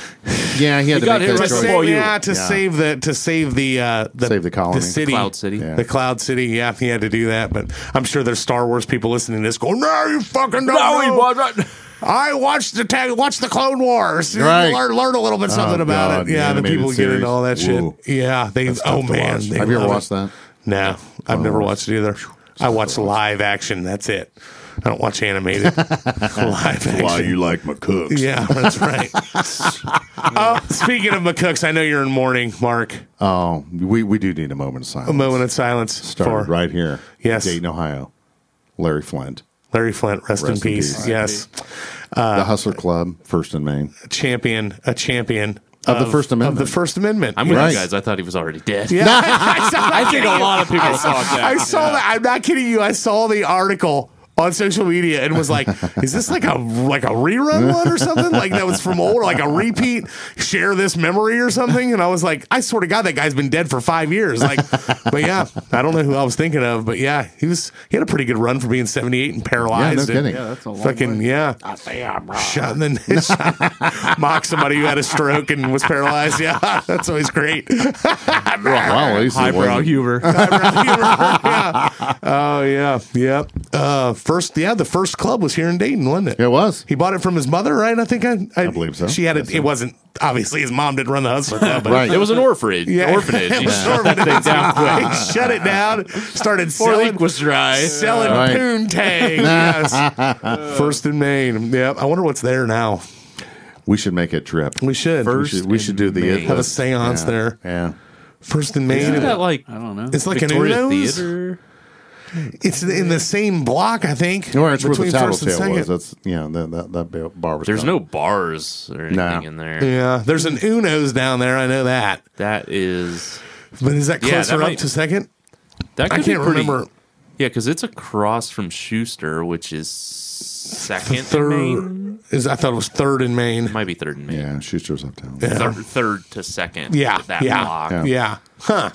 S4: Yeah, he had to
S5: got
S4: make
S5: hit
S4: that
S1: To
S4: choice.
S5: right Destroy before-
S1: save,
S5: you.
S1: yeah, to
S4: Yeah.
S1: save the to save the uh, the,
S4: Save the colony.
S1: city,
S5: Cloud City? Yeah.
S1: the Cloud City. Yeah, he had to do that. But I'm sure there's Star Wars people listening to this going, "No, you fucking don't know. I watched the tag, watched the Clone Wars. You
S4: Right.
S1: Learn, learn a little bit something
S4: Oh,
S1: about
S4: God,
S1: it.
S4: the
S1: Yeah, the
S4: animated
S1: people get
S4: series.
S1: into all that
S4: Whoa.
S1: shit. Yeah, they. oh
S4: Tough to
S1: man,
S4: watch.
S1: they
S4: have you ever
S1: love it.
S4: watched that?
S1: No, I've never watched it either. I watched live action. That's it. I don't watch animated live
S4: Why
S1: action.
S4: you like my cooks?
S1: Yeah, that's right. uh, speaking of McCooks, I know you're in mourning, Mark.
S4: Oh, we, we do need a moment of silence.
S1: A moment of silence for
S4: Started right here.
S1: Yes.
S4: Dayton, Ohio. Larry Flint.
S1: Larry Flint. Rest, in
S4: Rest in
S1: peace.
S4: peace.
S1: Yes, Uh,
S4: the Hustler Club, First and Main.
S1: a champion, a champion
S4: Of, the First
S1: of
S4: Amendment.
S1: the First Amendment.
S5: I'm with
S4: Right.
S5: you guys. I thought he was already dead.
S1: Yeah, I, saw that.
S5: I think a lot of people thought that.
S1: I saw that. I'm not kidding you. I saw the article on social media and was like, "Is this like a like a rerun one or something? Like that was from old, like a repeat? Share this memory or something?" And I was like, "I swear to God, that guy's been dead for five years." Like, but yeah, I don't know who I was thinking of, but yeah, he was. He had a pretty good run for being 78 and
S4: yeah,
S1: paralyzed.
S4: no
S1: and
S4: kidding.
S3: Yeah, that's a long
S1: Fucking
S3: way.
S1: yeah, I say I'm shot in the shot, mock somebody who had a stroke and was paralyzed. Yeah, that's always great.
S4: Wow, at least it
S5: Highbrow
S4: wasn't-
S5: humor.
S1: yeah. Oh yeah, yep. Uh, first, yeah, the first club was here in Dayton, wasn't it?
S4: It was.
S1: He bought it from his mother, right? I think I, I,
S4: believe so.
S1: She had it.
S4: Yes, uh,
S1: It wasn't obviously his mom didn't run the hustler club, but
S4: Right.
S5: It was an orphanage.
S1: Yeah.
S5: Orphanage.
S1: it
S5: He
S1: was
S5: shut
S1: orphanage.
S5: that thing down quick.
S1: He shut it down. Started
S5: Poor
S1: selling.
S5: ink was dry.
S1: Selling
S4: Right.
S1: poontang, yes. First in Maine. Yep. I wonder what's there now.
S4: we should make a trip.
S1: We should
S4: We should, we
S5: First
S4: should do the
S5: in Main.
S4: it
S1: have a
S4: list.
S1: seance there.
S4: Yeah.
S1: First in Maine.
S5: Isn't that like
S3: I don't know.
S1: it's like
S5: Victoria
S1: an Uno's.
S5: Theater?
S1: It's in the same block, I think.
S4: Or it's where the
S1: between first and
S4: tattletale
S1: second.
S4: was. That's yeah, that that, that bar- bar was
S5: There's
S4: gone.
S5: no bars or anything
S4: No.
S5: in there.
S1: Yeah, there's an Uno's down there. I know that,
S5: That is
S1: but is that
S5: Yeah,
S1: closer
S5: that
S1: up
S5: might-
S1: to second?
S5: that
S1: I
S5: could be
S1: can't
S5: pretty-
S1: remember.
S5: Yeah, because it's across from Schuster, which is second
S1: Third
S5: Main.
S1: is I thought it was third in Maine.
S5: Might be third in Main.
S4: Yeah, Schuster's uptown.
S5: Third, third to second.
S1: Yeah,
S5: that
S1: yeah.
S5: block.
S1: Yeah.
S4: Yeah.
S1: huh?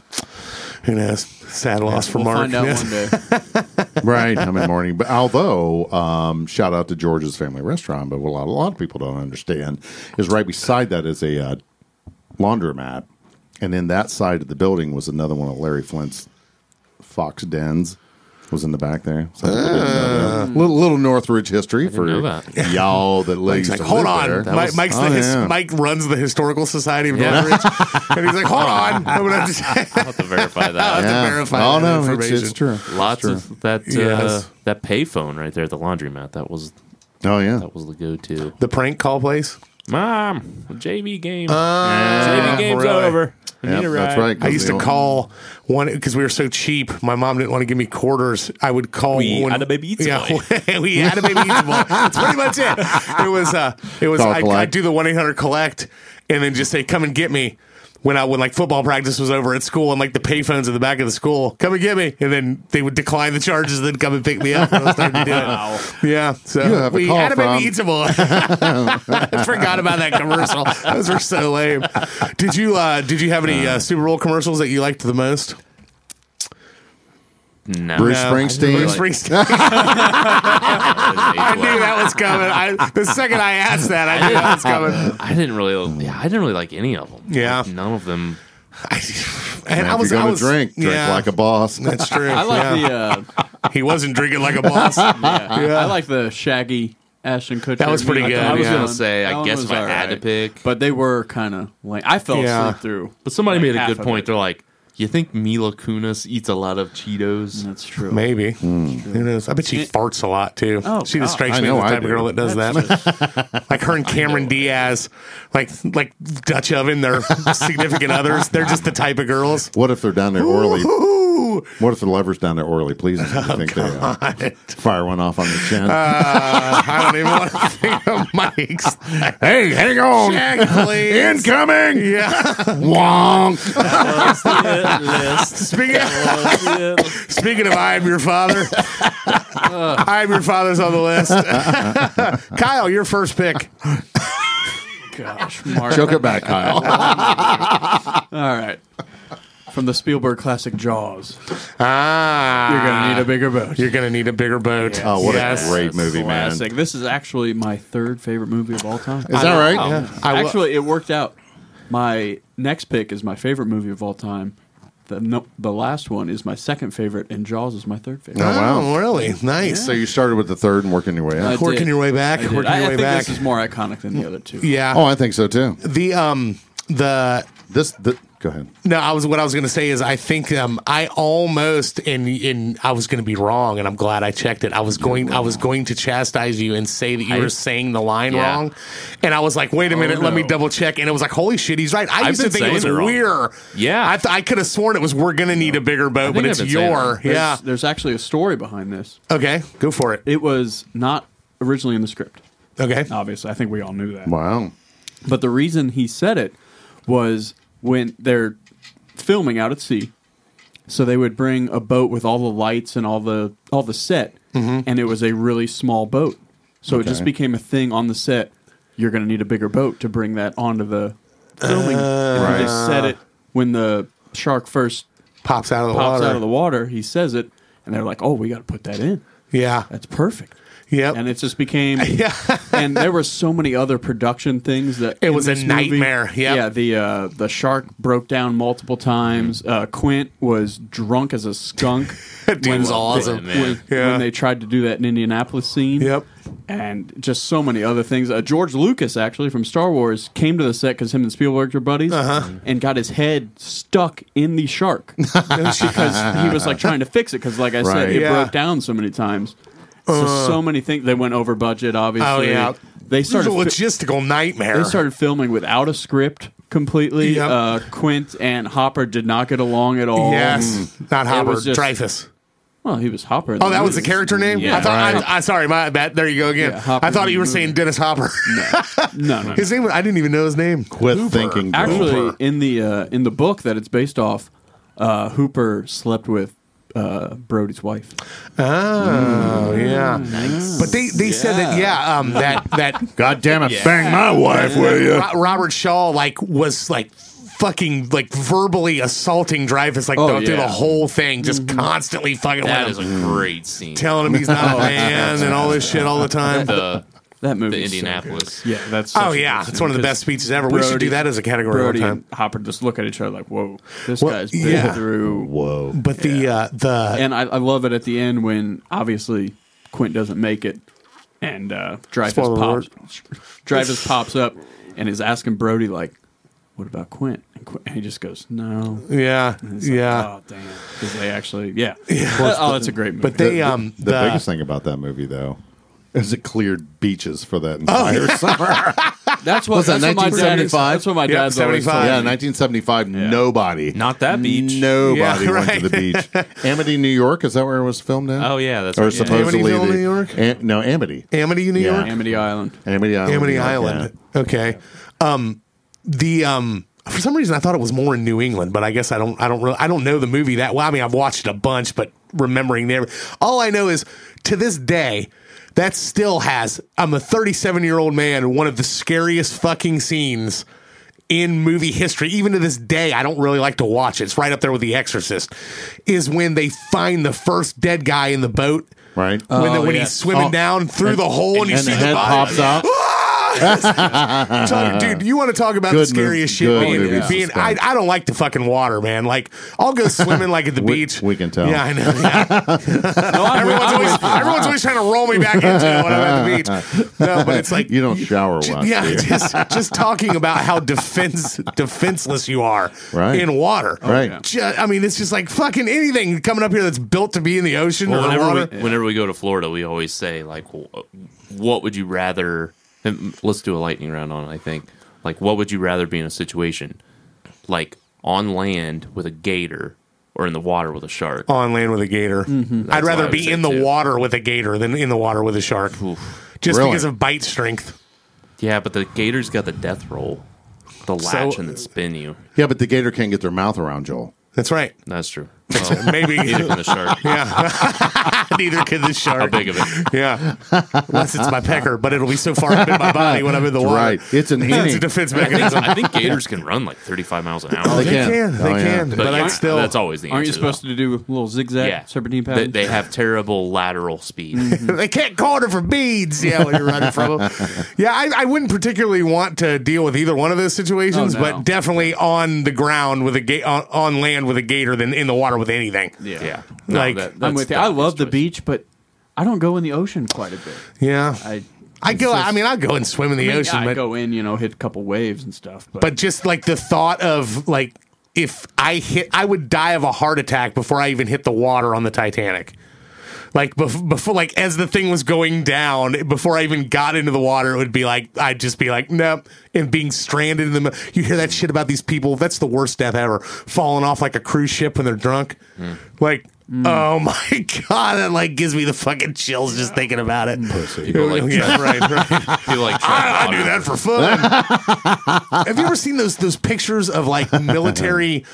S1: Who knows? Sad loss for
S3: we'll
S1: Mark.
S3: find out
S1: Yes.
S3: one day.
S4: right. I'm in mourning. But although, um, shout out to George's Family Restaurant, but what a lot, a lot of people don't understand is right beside that is a uh, laundromat. And then that side of the building was another one of Larry Flint's Fox Dens. Was in the back there. So people didn't know
S1: Ah.
S4: that. little, little Northridge history for
S5: know that.
S4: y'all that
S1: He's
S4: lives.
S1: like, hold on.
S4: There.
S1: Mike, Mike's the
S4: Oh,
S1: his,
S4: yeah.
S1: Mike runs the historical society of
S5: Yeah.
S1: Northridge, and he's like, hold on. I'm gonna have to-
S5: I'll have to verify that.
S1: have to verify
S4: oh
S1: that
S4: no,
S1: information.
S4: It's, it's true.
S5: Lots
S4: It's
S5: of that uh,
S1: Yes.
S5: that payphone right there, at the laundromat. That was
S4: true. Oh yeah.
S5: that was the go to.
S1: the prank call place.
S5: Mom, the JV game.
S1: Ah,
S5: JV game's
S1: really?
S5: over. I
S4: Yep,
S5: need a
S4: that's
S5: ride.
S4: right.
S1: I used to call one because we were so cheap. My mom didn't want to give me quarters. I would call.
S5: We
S1: one,
S5: had a baby eats
S1: yeah, we had a baby eats boy. That's pretty much it. It was. Uh, it was.
S4: Call
S1: I,
S4: collect.
S1: I'd do the one eight hundred collect, and then just say, "Come and get me." When I when like football practice was over at school and like the payphones at the back of the school, come and get me, and then they would decline the charges, and then come and pick me up. And I was starting to do it. Yeah, so
S4: You have a
S1: we
S4: call
S1: had a baby
S4: from-
S1: eats a boy. I forgot about that commercial. Those were so lame. Did you uh, did you have any uh, Super Bowl commercials that you liked the most?
S5: No.
S4: Bruce
S1: No. Bruce
S4: Springsteen.
S1: Springsteen. I
S5: I,
S1: knew that was coming. I, the second I asked that, I knew that was coming.
S5: I didn't really. Yeah, I didn't really like any of them.
S1: Yeah.
S5: Like, none of them.
S1: and
S4: And if you're gonna drink, drink
S1: yeah,
S4: like a boss.
S1: That's true.
S3: I like
S1: yeah.
S3: the. Uh,
S1: he wasn't drinking like a boss.
S3: yeah.
S1: Yeah.
S3: I like the Shaggy Ashton Kutcher.
S1: That was pretty
S3: I-
S1: good,
S3: I, was
S1: yeah.
S5: I
S3: gonna
S5: was say,
S3: that
S5: I
S3: one
S5: guess
S3: was
S5: if I had to
S3: alright.
S5: pick,
S3: but they were kind of like I fell
S1: Yeah.
S3: asleep through.
S5: but somebody
S3: like
S5: made a
S3: half
S5: good
S3: of
S5: point.
S3: it.
S5: They're like, you think Mila Kunis eats a lot of Cheetos?
S3: That's true.
S1: Maybe. Who knows? I bet she farts a lot too.
S3: Oh,
S1: she just
S3: God.
S1: strikes
S4: Hmm.
S1: me
S4: I
S1: as
S4: know
S1: the
S4: I
S1: type of
S4: do.
S1: girl that does that. like her and Cameron Diaz, like like Dutch oven, they're significant others. They're just the type of girls.
S4: What if they're down there orally?
S1: Ooh,
S4: What if the lovers down there orally pleasing? you? You think they uh, fire one off on the chin?
S1: I don't even want to think of Mike's.
S4: hey, hang on!
S1: Shag, please.
S4: Incoming!
S1: Yeah.
S4: Wonk!
S1: Speaking of, speaking of, I am your father. I am your father's on the list. Kyle, your first pick.
S3: Gosh, Mark.
S4: Choke it back, Kyle.
S3: All right. From the Spielberg classic Jaws.
S1: Ah,
S3: You're gonna need a bigger boat.
S1: You're gonna need a bigger boat.
S4: Oh, what
S1: Yes.
S4: a great movie, man!
S3: Classic. This is actually my third favorite movie of all time.
S4: Is that right?
S1: I will-
S3: actually, it worked out. My next pick is my favorite movie of all time. The no, the last one is my second favorite, and Jaws is my third favorite.
S4: No.
S1: Oh,
S4: wow.
S1: really? Nice.
S4: So you started with the third and working your way
S3: I
S4: up.
S3: did.
S1: Working your way back,
S3: I, did.
S1: working
S3: I-
S1: your
S3: I
S1: way
S3: think
S1: back.
S3: this is more iconic than the other two.
S1: yeah.
S4: Oh, I think so too.
S1: The um the
S4: This the Go ahead.
S1: No, I was what I was going to say is I think um I almost and and I was going to be wrong and I'm glad I checked it. I was going I was going to chastise you and say that you were saying the line
S5: Yeah. Oh,
S1: wrong, and I was like, wait a minute, let me double check. And it was like, holy shit, he's right. I
S5: I've
S1: used to
S5: been
S1: think it
S5: saying
S1: was
S5: it wrong.
S1: we're.
S5: Yeah.
S1: I, th- I could have sworn it was we're going to need a bigger boat, but
S5: think
S1: it's
S5: I've been saying
S1: your.
S5: that.
S3: There's,
S1: Yeah.
S3: There's actually a story behind this.
S1: Okay, go for it.
S3: It was not originally in the script.
S1: Okay.
S3: Obviously, I think we all knew that.
S4: Wow.
S3: But the reason he said it was when they're filming out at sea. So they would bring a boat with all the lights and all the all the set,
S1: Mm-hmm.
S3: and it was a really small boat. So it just
S4: Okay.
S3: became a thing on the set. You're going to need a bigger boat to bring that onto the filming. and he just
S1: Uh.
S3: said it when the shark first
S1: Pops out of the
S3: pops
S1: water.
S3: out of the water. He says it, and they're like, "Oh, we got to put that in.
S1: yeah.
S3: That's perfect."
S1: Yep.
S3: And it just became. and there were so many other production things that
S1: It
S3: in
S1: was a
S3: this
S1: nightmare, yep.
S3: Yeah, the uh, the shark broke down multiple times. Uh, Quint was drunk as a skunk.
S1: Dude, Mm. it was awesome.
S3: When, when
S1: Yeah.
S3: they tried to do that in Indianapolis scene.
S1: Yep.
S3: And just so many other things. Uh, George Lucas, actually, from Star Wars, came to the set because him and Spielberg were buddies
S1: Uh-huh.
S3: and got his head stuck in the shark because he was like trying to fix it because, like I
S4: Right.
S3: said, it
S1: Yeah. Uh.
S3: broke down so many times. So, so many things. They went over budget, obviously.
S1: Oh, yeah. It
S3: They
S1: was a
S3: started, fi-
S1: logistical nightmare.
S3: they started filming without a script completely.
S1: Yep.
S3: Uh, Quint and Hopper did not get along at all.
S1: yes. Not Hopper.
S3: was just-
S1: Dreyfus.
S3: Well, he was Hopper. in
S1: Oh, that was the
S3: movie.
S1: character name.
S5: Yeah,
S1: I thought.
S5: right.
S1: I, I sorry, my bad. There you go again.
S3: Yeah, Hopper's
S1: I thought
S3: in
S1: you were
S3: the
S1: saying
S3: movie.
S1: Dennis Hopper.
S3: No, no. no.
S1: His name. was- I didn't even know his name.
S4: Quit thinking.
S3: Actually,
S4: Hooper.
S3: in the uh, in the book that it's based off, uh, Hooper slept with uh, Brody's wife.
S1: Oh yeah. But they they said that yeah um that that
S4: God damn it! Bang my wife, will you?
S1: Ro- Robert Shaw like was like fucking like verbally assaulting Dreyfus like
S3: Oh,
S1: th- through the
S3: yeah. Mm-hmm.
S1: whole thing, just constantly fucking
S5: That
S1: with
S5: is a
S1: him,
S5: great scene.
S1: telling him he's not a man and all this shit all the time.
S5: the
S3: That movie,
S5: the
S3: is so
S5: Indianapolis.
S3: good. yeah, that's such
S1: Oh
S3: a
S1: yeah,
S3: good
S1: it's
S3: scene,
S1: one of the
S3: 'cause
S1: best speeches ever. we should
S3: Brody-
S1: do that as a category
S3: Brody
S1: one
S3: and
S1: time.
S3: Hopper just look at each other like, "Whoa, this
S1: Well,
S3: guy's been
S1: yeah.
S3: through."
S4: Whoa.
S1: But the uh, the
S3: And I, I love it at the end when obviously Quint doesn't make it, and uh, Dreyfus
S1: Spoiler
S3: pops. Dreyfus pops up and is asking Brody like, "What about Quint?" And, Quint, and he just goes, "No."
S1: yeah
S3: It's like,
S1: yeah.
S3: oh, damn. Because they actually, yeah. But- oh, that's a great movie.
S1: But they um
S4: The, biggest thing about that movie, though, is it cleared beaches for that entire summer.
S3: that's what,
S4: was that
S3: that's what my dad is-
S4: 1975?
S3: That's what my
S1: Yep,
S3: dad's always
S1: 75.
S3: told
S4: yeah,
S3: me.
S4: 1975. Nobody.
S5: Not that beach.
S4: Nobody
S1: Yeah,
S4: went to the beach. Amity, New York. Is that where it was filmed now?
S5: Oh, yeah, that's
S4: or
S5: right, yeah.
S4: supposedly
S1: Amityville,
S4: the-
S1: New York?
S4: Am- no, Amity.
S1: Amity, New
S4: Yeah.
S1: York.
S3: Amity Island.
S4: Amity Island.
S1: Amity
S4: New York,
S1: Island. Okay. Um, the um, for some reason I thought it was more in New England, but I guess I don't. I don't. Really, I don't know the movie that well. I mean, I've watched it a bunch, but remembering there, all I know is to this day. That still has. I'm a 37 year old man. One of the scariest fucking scenes in movie history, even to this day, I don't really like to watch it. It's right up there with The Exorcist. Is when they find the first dead guy in the boat.
S4: Right.
S1: When, the,
S3: Oh,
S1: when
S3: yeah.
S1: he's swimming
S4: Oh,
S1: down through the hole and, you
S4: and
S1: see
S4: the
S1: the,
S4: head
S1: body.
S4: pops out.
S1: Talk- dude, you want to talk about
S4: Good
S1: the scariest
S4: movie.
S1: shit?
S4: Good
S1: being,
S4: movie
S1: being- I,
S4: suspense.
S1: I don't like the fucking water, man. Like, I'll go swimming like at the
S4: We-
S1: beach.
S4: we can tell.
S1: Yeah, I know. yeah.
S3: No, I'm,
S1: Everyone's, always, everyone's always trying to roll me back into it when I'm at the beach. No, but it's like,
S4: you don't shower well.
S1: yeah,
S4: do you?
S1: just just talking about how defense defenseless you are
S4: Right.
S1: in water.
S4: Right.
S1: Ju- I mean, it's just like fucking anything coming up here that's built to be in the ocean
S5: Well,
S1: or water.
S5: whenever we, whenever we go to Florida, we always say like, w- "What would you rather?" and Let's do a lightning round on. it, I think like, what would you rather be in a situation like on land with a gator or in the water with a shark?
S1: on land with a gator. I'd
S5: That's what
S1: rather
S5: I would
S1: be
S5: say,
S1: in the
S5: too.
S1: water with a gator than in the water with a shark. Just
S4: Really?
S1: because of bite strength.
S5: Yeah, but the gator's got the death roll, the latch, and then spin you.
S4: Yeah, but the gator can't get their mouth around Joel.
S1: That's right.
S5: That's true. Well,
S1: Maybe
S5: neither can the shark.
S1: neither can the
S5: How
S1: shark.
S5: big of it?
S1: Yeah. Unless it's my pecker, but it'll be so far up in my body when I'm in the water.
S4: Right. It's an
S1: It's a
S4: inning.
S1: defense
S5: I think,
S1: mechanism.
S5: I think gators can run like 35 miles an hour.
S1: They
S4: They
S1: can.
S4: can.
S1: They
S4: Oh, yeah.
S1: can. But,
S5: yeah,
S1: I'd still.
S5: that's always the answer.
S3: aren't you supposed to do a little zigzag
S5: Yeah,
S3: serpentine Mm-hmm.
S5: They,
S3: pattern?
S5: they have terrible lateral speed.
S1: they can't corner for beads. Yeah, when you're running from them. Yeah, I, I wouldn't particularly want to deal with either one of those situations,
S3: Oh, no.
S1: but definitely on the ground with a ga- on, on land with a gator than in the water with anything.
S5: Yeah.
S1: Like,
S3: I'm
S5: that's
S3: with you. I
S5: the
S3: love the
S5: choice.
S3: beach, but I don't go in the ocean quite a bit.
S1: Yeah, I,
S3: I
S1: go.
S3: just-
S1: I mean, I go and swim in the
S3: I mean,
S1: ocean,
S3: I
S1: but
S3: go in, you know, hit a couple waves and stuff. But,
S1: but just like the thought of like if I hit, I would die of a heart attack before I even hit the water on the Titanic. Like bef- before, like as the thing was going down, before I even got into the water, it would be like I'd just be like, nope. And being stranded in the, mi- you hear that shit about these people? That's the worst death ever. Falling off like a cruise ship when they're drunk,
S3: Mm.
S1: like. Oh my god! It like gives me the fucking chills just thinking about it.
S5: People like-
S1: yeah, right, right.
S5: People like Trump
S1: I, I do that for fun. have you ever seen those those pictures of like military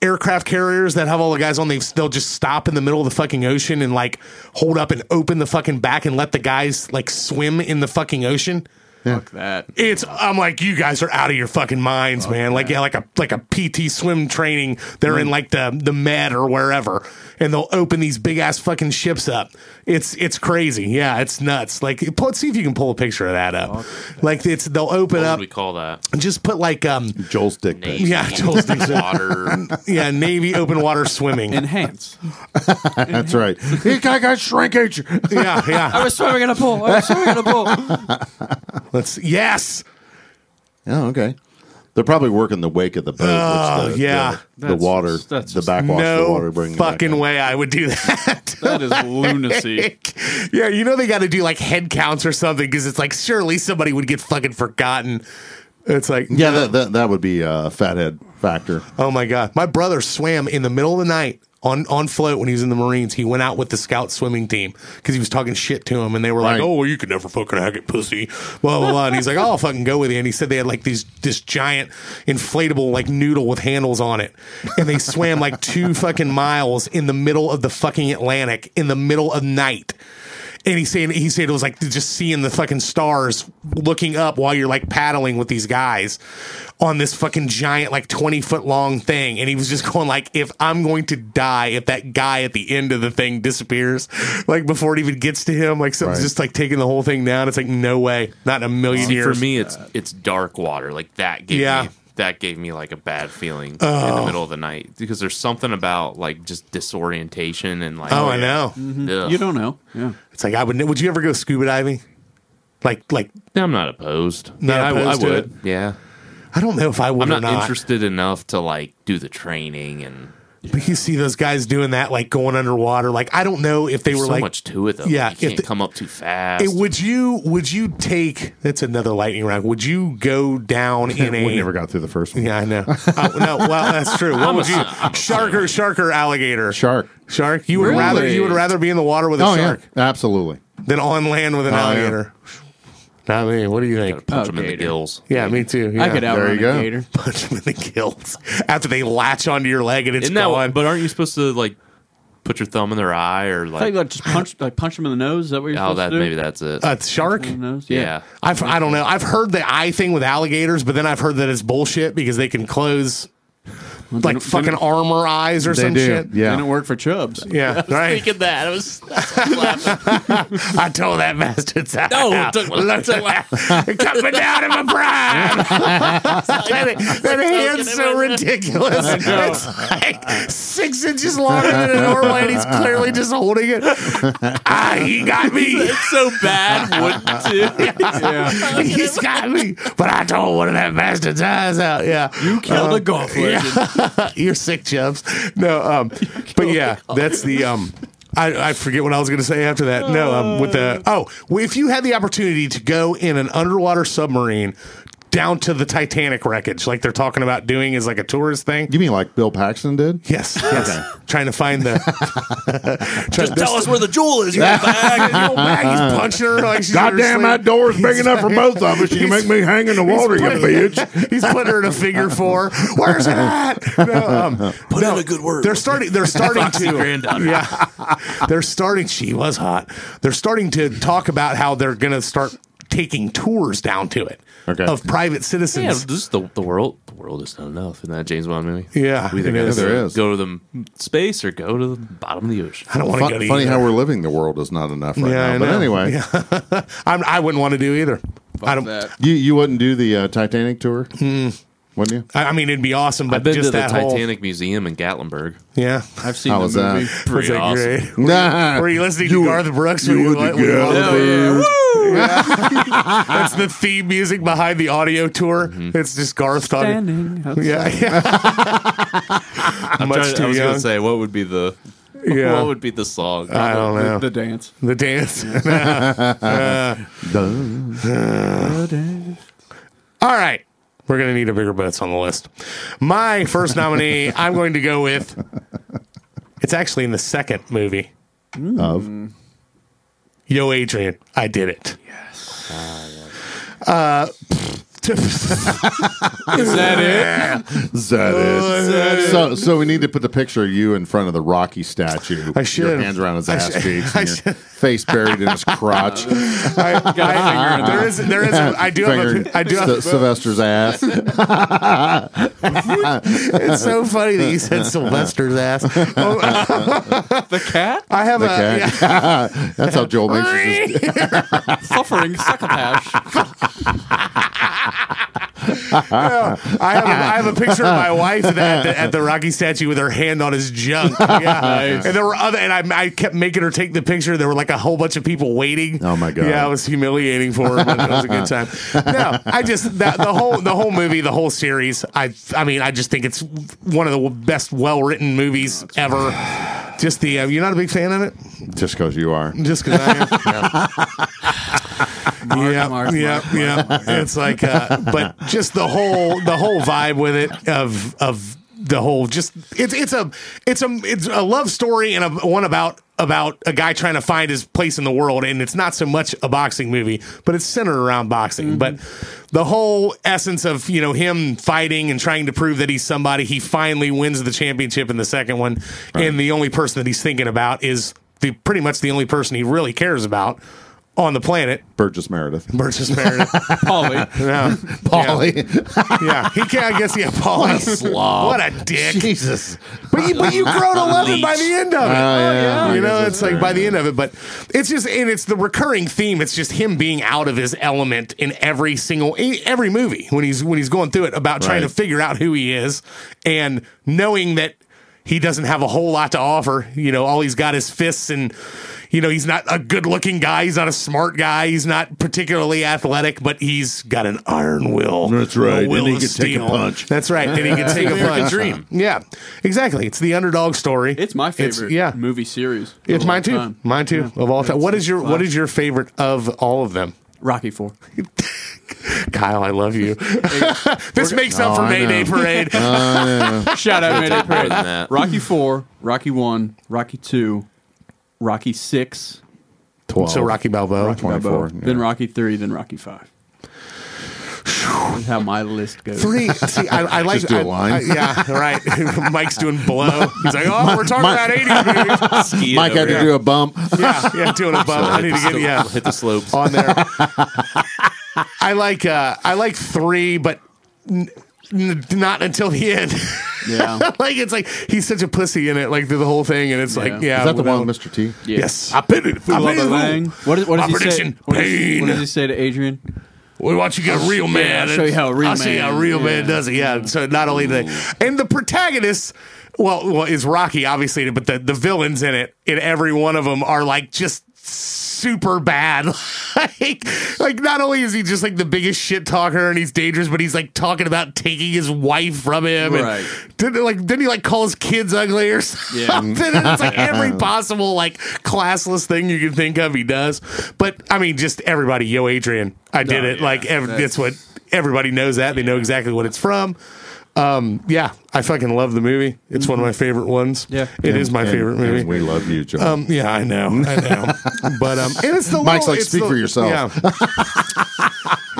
S1: aircraft carriers that have all the guys on? They they'll just stop in the middle of the fucking ocean and like hold up and open the fucking back and let the guys like swim in the fucking ocean.
S3: Fuck that.
S1: It's I'm like you guys are out of your fucking minds, man. Like yeah, like a like a PT swim training. They're in like the the med or wherever, and they'll open these big ass fucking ships up. It's it's crazy. Yeah, it's nuts. Like pull, see if you can pull a picture of that up. Like it's they'll open
S5: What
S1: up
S5: do we call that?
S1: and just put like um
S4: Joel's dick pic.
S5: Navy,
S1: Yeah, Joel's dick pic.
S5: water.
S1: yeah navy open water swimming.
S3: Enhance.
S4: That's right. This guy got shrinkage.
S1: Yeah, yeah.
S3: was swimming in a pool. I was swimming in a pool.
S1: Let's yes.
S4: Oh, okay. They're probably working the wake of the boat.
S1: Oh,
S4: which the,
S1: yeah.
S4: The, the
S3: That's
S4: water,
S3: just- that's
S4: the
S3: just-
S4: backwash, the water
S1: No
S4: bringing it back
S1: fucking
S4: up.
S1: way I would do that.
S3: That is lunacy.
S1: yeah, you know they got to do like head counts or something because it's like surely somebody would get fucking forgotten. It's like
S4: Yeah, that, that, that would be a fathead factor.
S1: oh my god, my brother swam in the middle of the night on on float when he was in the Marines. He went out with the scout swimming team because he was talking shit to him, and they were like,
S4: Right.
S1: "Oh, well, you could never fucking hack it, pussy." Blah blah blah. and he's like, "Oh, "I'll fucking go with you." And he said they had like these this giant inflatable like noodle with handles on it, and they swam like two fucking miles in the middle of the fucking Atlantic in the middle of night. And he said he said it was like just seeing the fucking stars looking up while you're like paddling with these guys on this fucking giant like 20 foot long thing and he was just going like if I'm going to die if that guy at the end of the thing disappears like before it even gets to him like something's
S4: Right.
S1: just like taking the whole thing down it's like no way not in a million
S5: See, for
S1: years
S5: me, it's it's dark water. Like that gave
S1: Yeah. Oh.
S5: me that gave me like a bad feeling in the middle of the night because there's something about like just disorientation and like
S1: oh I know
S5: Ugh.
S3: Mm-hmm. You don't know. Yeah.
S1: it's like I would would you ever go scuba diving like like
S5: I'm not opposed.
S1: Not
S5: yeah, I w- I,
S1: opposed to
S5: would. Yeah,
S1: I don't know if I would
S5: I'm
S1: or
S5: not,
S1: not
S5: interested enough to like do the training and
S1: but you see those guys doing that like going underwater like I don't know if they
S5: there's
S1: were
S5: so
S1: like
S5: much to it though.
S1: yeah,
S5: Yeah, you
S1: if
S5: can't
S1: the-
S5: come up too fast.
S1: Hey, would you would you take that's another lightning round? Would you go down in a
S4: We never got through the first one.
S1: Yeah, I know. Oh, no, well that's true. What
S5: I'm
S1: would
S5: a-
S1: you
S5: I'm a-
S1: shark or shark or alligator?
S4: Shark.
S1: Shark? You would rather you would rather be in the water with a
S4: Oh,
S1: shark
S4: yeah. Absolutely.
S1: than on land with an
S4: Oh, yeah.
S1: alligator. Not me. What do you think?
S5: punch them in the
S3: Alligator.
S5: gills?
S1: Yeah, me too.
S3: I could
S1: Yeah.
S4: there
S3: outrun
S4: you go.
S3: a gator.
S1: punch them in the gills after they latch onto your leg and it's
S5: Isn't that?
S1: gone.
S5: But aren't you supposed to like put your thumb in their eye or
S3: I thought you
S5: like?
S3: like, just punch like punch him in the nose. Is that what you're
S5: Oh,
S3: supposed
S5: that
S3: to do?
S5: maybe that's it.
S1: a shark?
S3: In the nose.
S5: yeah.
S1: I've, I don't know. I've heard the eye thing with alligators, but then I've heard that it's bullshit because they can close like
S3: didn't-
S1: fucking
S3: didn't-
S1: armor eyes or
S4: They
S1: some
S4: do.
S1: shit.
S4: Yeah.
S3: Didn't work for Chubbs.
S1: Yeah, right.
S5: Thinking that I was
S1: I told that bastard.
S5: No, it took- it took-
S1: cut me down in my prime. that that hand's so ridiculous. It's like six inches longer than a normal, and he's clearly just holding it. Ah, he got me.
S5: so bad. Wouldn't it?
S3: yeah.
S1: He's got me. But I tore one of that bastard's eyes out. Yeah,
S3: You killed a golf legend.
S1: You're sick, Chubbs. No, um, but yeah, that's the um. I, I forget what I was going to say after that. No, um, with the oh, well, if you had the opportunity to go in an underwater submarine down to the Titanic wreckage, like they're talking about doing as like a tourist thing.
S4: You mean like Bill Paxton did?
S1: Yes, yes. Trying to find the. trying,
S5: Tell us where the jewel is.
S1: bag. He's punching her like she's
S4: Goddamn,
S1: asleep.
S4: that door is big enough for both of us. You can make me hang in the water, you bitch.
S1: He's putting her in a figure four. Where's it at? No, um, Put
S5: in a good word.
S1: They're starting. They're starting
S5: Foxy
S1: to.
S5: granddaughter.
S1: Yeah, they're starting. She was hot. They're starting to talk about how they're going to start taking tours down to it
S4: Okay.
S1: of private
S5: Yeah,
S1: citizens.
S5: this is the the world. The world is not enough in that James Bond movie.
S1: Yeah,
S5: we either
S1: it
S5: gotta
S1: is.
S4: Yeah, there is.
S5: go to the space or go to the bottom of the ocean.
S1: I don't want to go
S4: Fun,
S1: to
S4: funny
S1: either.
S4: how we're living the world is not enough right
S1: Yeah, I
S4: now. But
S1: know.
S4: anyway,
S1: I'm, I wouldn't want to do either. I don't.
S3: That.
S4: you, you wouldn't do the uh, Titanic tour,
S1: Mm.
S4: wouldn't you?
S1: I I mean, it'd be awesome, but
S5: I've been
S1: just
S5: to the
S1: that whole.
S5: Titanic Museum in Gatlinburg.
S1: Yeah.
S3: I've seen
S4: How
S3: the
S4: was
S3: movie.
S4: that?
S1: Was
S5: Pretty
S1: that
S5: awesome.
S1: great?
S4: Nah.
S1: Were you listening to Garth Brooks? Were
S4: you
S1: you
S4: would
S1: like-
S4: be
S1: were you
S4: good.
S1: like-
S3: Hell Oh, yeah.
S1: That's the theme music behind the audio tour. It's just Garth talking.
S3: Standing outside.
S1: Yeah, yeah. Much
S5: I
S1: too
S5: was
S1: young.
S5: gonna say what would be the
S1: Yeah. Uh,
S5: what would be the song?
S1: I don't
S3: The-
S1: know.
S3: The dance.
S1: The dance.
S3: The dance.
S1: All right. We're going to need a bigger butts on the list. My first nominee, I'm going to go with. It's actually in the second movie.
S4: of
S1: Yo, Adrian, I did it.
S3: Is that it?
S4: Is that it? So, so we need to put the picture of you in front of the Rocky statue.
S1: I should.
S4: Your hands around his ass
S1: should.
S4: cheeks,
S1: I
S4: and your face buried in his crotch.
S1: I, I, there is, there is, I do have a, I do have
S4: Sy- Sylvester's ass.
S1: It's so funny that you said Sylvester's ass. Oh,
S3: The cat?
S1: I have a.
S4: Okay.
S1: yeah.
S4: That's how Joel makes his.
S3: Suffering succotash.
S1: I have, a, I have a picture of my wife at the, at the, at the Rocky statue with her hand on his junk. Yeah. And there were other, and I, I kept making her take the picture. There were like a whole bunch of people waiting.
S4: Oh, my God.
S1: Yeah, it was humiliating for her, but it was a good time. No, I just that, the whole the whole movie, the whole series. I I mean, I just think it's one of the best well written movies ever. Just the uh, you're not a big fan of it,
S4: Just because you are.
S1: just because I am. yeah,
S3: Mark,
S1: yeah,
S3: Mark,
S1: yeah. It's like, uh, but just the whole the whole vibe with it of of the whole just it's it's a it's a it's a love story and a one about about a guy trying to find his place in the world and it's not so much a boxing movie but it's centered around
S3: Mm-hmm.
S1: boxing but the whole essence of you know him fighting and trying to prove that he's somebody he finally wins the championship in the second one and the only person that he's thinking about is the pretty much the only person he really cares about on the planet
S4: Burgess Meredith.
S1: Burgess Meredith.
S3: Polly.
S1: yeah.
S4: Paulie.
S1: yeah, he can. I guess he apologized. What a slob. What a dick.
S4: Jesus. Oh,
S1: But you, but you grow to love him by the end of it.
S4: Uh,
S1: You
S4: yeah. I
S1: know,
S4: guess
S1: it's
S4: that's
S1: like
S4: fair,
S1: by the
S4: yeah.
S1: end of it. But it's just, and it's the recurring theme. It's just him being out of his element in every single e, every movie when he's when he's going through it about trying to
S4: Right.
S1: figure out who he is and knowing that he doesn't have a whole lot to offer. You know, all he's got is fists and. You know, he's not a good looking guy. He's not a smart guy. He's not particularly athletic, but he's got an iron will.
S4: That's right.
S1: A will
S4: And he
S1: of
S4: can take a
S1: steel.
S4: punch.
S1: That's right. And he can take a punch.
S5: dream.
S1: Yeah, exactly. It's the underdog story.
S3: It's my favorite
S1: yeah.
S3: movie series. of
S1: It's
S3: all
S1: mine too.
S3: time.
S1: Mine too. Of all time. What is your What
S3: classic.
S1: is your favorite of all of them?
S3: Rocky Four.
S1: Kyle, I love you. this makes up
S4: Oh,
S1: for
S4: I
S1: Mayday
S4: know.
S1: Parade.
S4: Oh,
S3: Shout out Mayday
S5: More than
S3: Parade.
S5: that.
S3: Rocky Four, Rocky One, Rocky Two, Rocky Six,
S4: 12.
S1: so Rocky Balboa.
S3: Balboa,
S4: 24. yeah.
S3: then Rocky Three, then Rocky Five. That's how my list goes.
S1: Three. See, I, I like
S4: Just do a
S1: I-
S4: line.
S1: I- yeah, right. Mike's doing blow. He's like, oh, we're talking
S4: my-
S1: about 80s. movies."
S5: Skiing
S4: Mike had
S5: over
S4: to
S5: here.
S4: do a bump.
S1: yeah, yeah, doing a bump. I need to get yeah
S5: hit the slopes.
S1: on there. I like uh, I like three, but n- n- not until the end.
S3: Yeah.
S1: like it's like he's such a pussy in it, like through the whole thing, and it's like yeah.
S4: Is that the
S1: without-
S4: one with Mr. T?
S3: Yeah.
S1: Yes, I pity the fool. I pity the
S3: Lang.
S1: fool.
S3: What, is, what does
S1: My
S3: he say?
S1: prediction,
S3: What does, what
S1: pain.
S3: does he say to Adrian?
S1: We want you to get a real man.
S3: I'll show you how a real
S1: I'll show you
S3: man-
S1: how a real man
S3: yeah.
S1: does it. Yeah. So not only do they and the protagonist, well, well, is Rocky obviously, but the the villains in it, in every one of them are like just super bad. like, like not only is he just like the biggest shit talker and he's dangerous, but he's like talking about taking his wife from him. and
S3: Right.
S1: didn't like didn't he like call his kids ugly or something? And it's like every possible like classless thing you can think of, he does. But I mean, just everybody, yo, Adrian, I did
S3: No,
S1: it.
S3: yeah,
S1: like ev- that's
S3: that's-
S1: what everybody knows that they know exactly what it's from. Um, yeah, I fucking love the movie. It's one of my favorite ones.
S3: Yeah.
S1: it is my
S4: And-
S1: favorite
S4: and
S1: movie.
S4: we love you, Joel.
S1: Um, yeah, I know, I know. but um, and it's the little,
S4: Mike's like,
S1: it's
S4: "Speak
S1: the-
S4: for yourself."
S1: Yeah.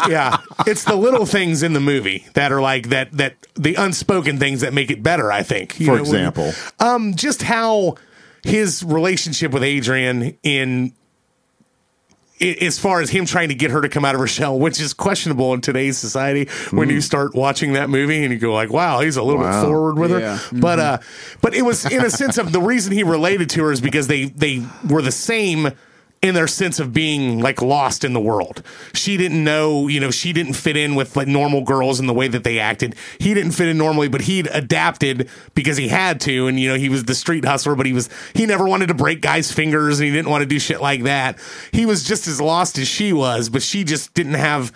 S1: yeah, it's the little things in the movie that are like that that the unspoken things that make it better. I think, You
S4: for
S1: know, when-
S4: example.
S1: um, just how his relationship with Adrian in i- as far as him trying to get her to come out of her shell, which is questionable in today's society, when you start watching that movie and you go like, "Wow, he's a little
S4: Mm. Wow.
S1: bit forward with
S3: Yeah.
S1: her," but uh, but it was in a sense of the reason he related to her is because they they were the same in their sense of being like lost in the world. She didn't know, you know, she didn't fit in with like normal girls in the way that they acted. He didn't fit in normally, but he'd adapted because he had to. And, you know, he was the street hustler, but he was, he never wanted to break guys' fingers and he didn't want to do shit like that. He was just as lost as she was, but she just didn't have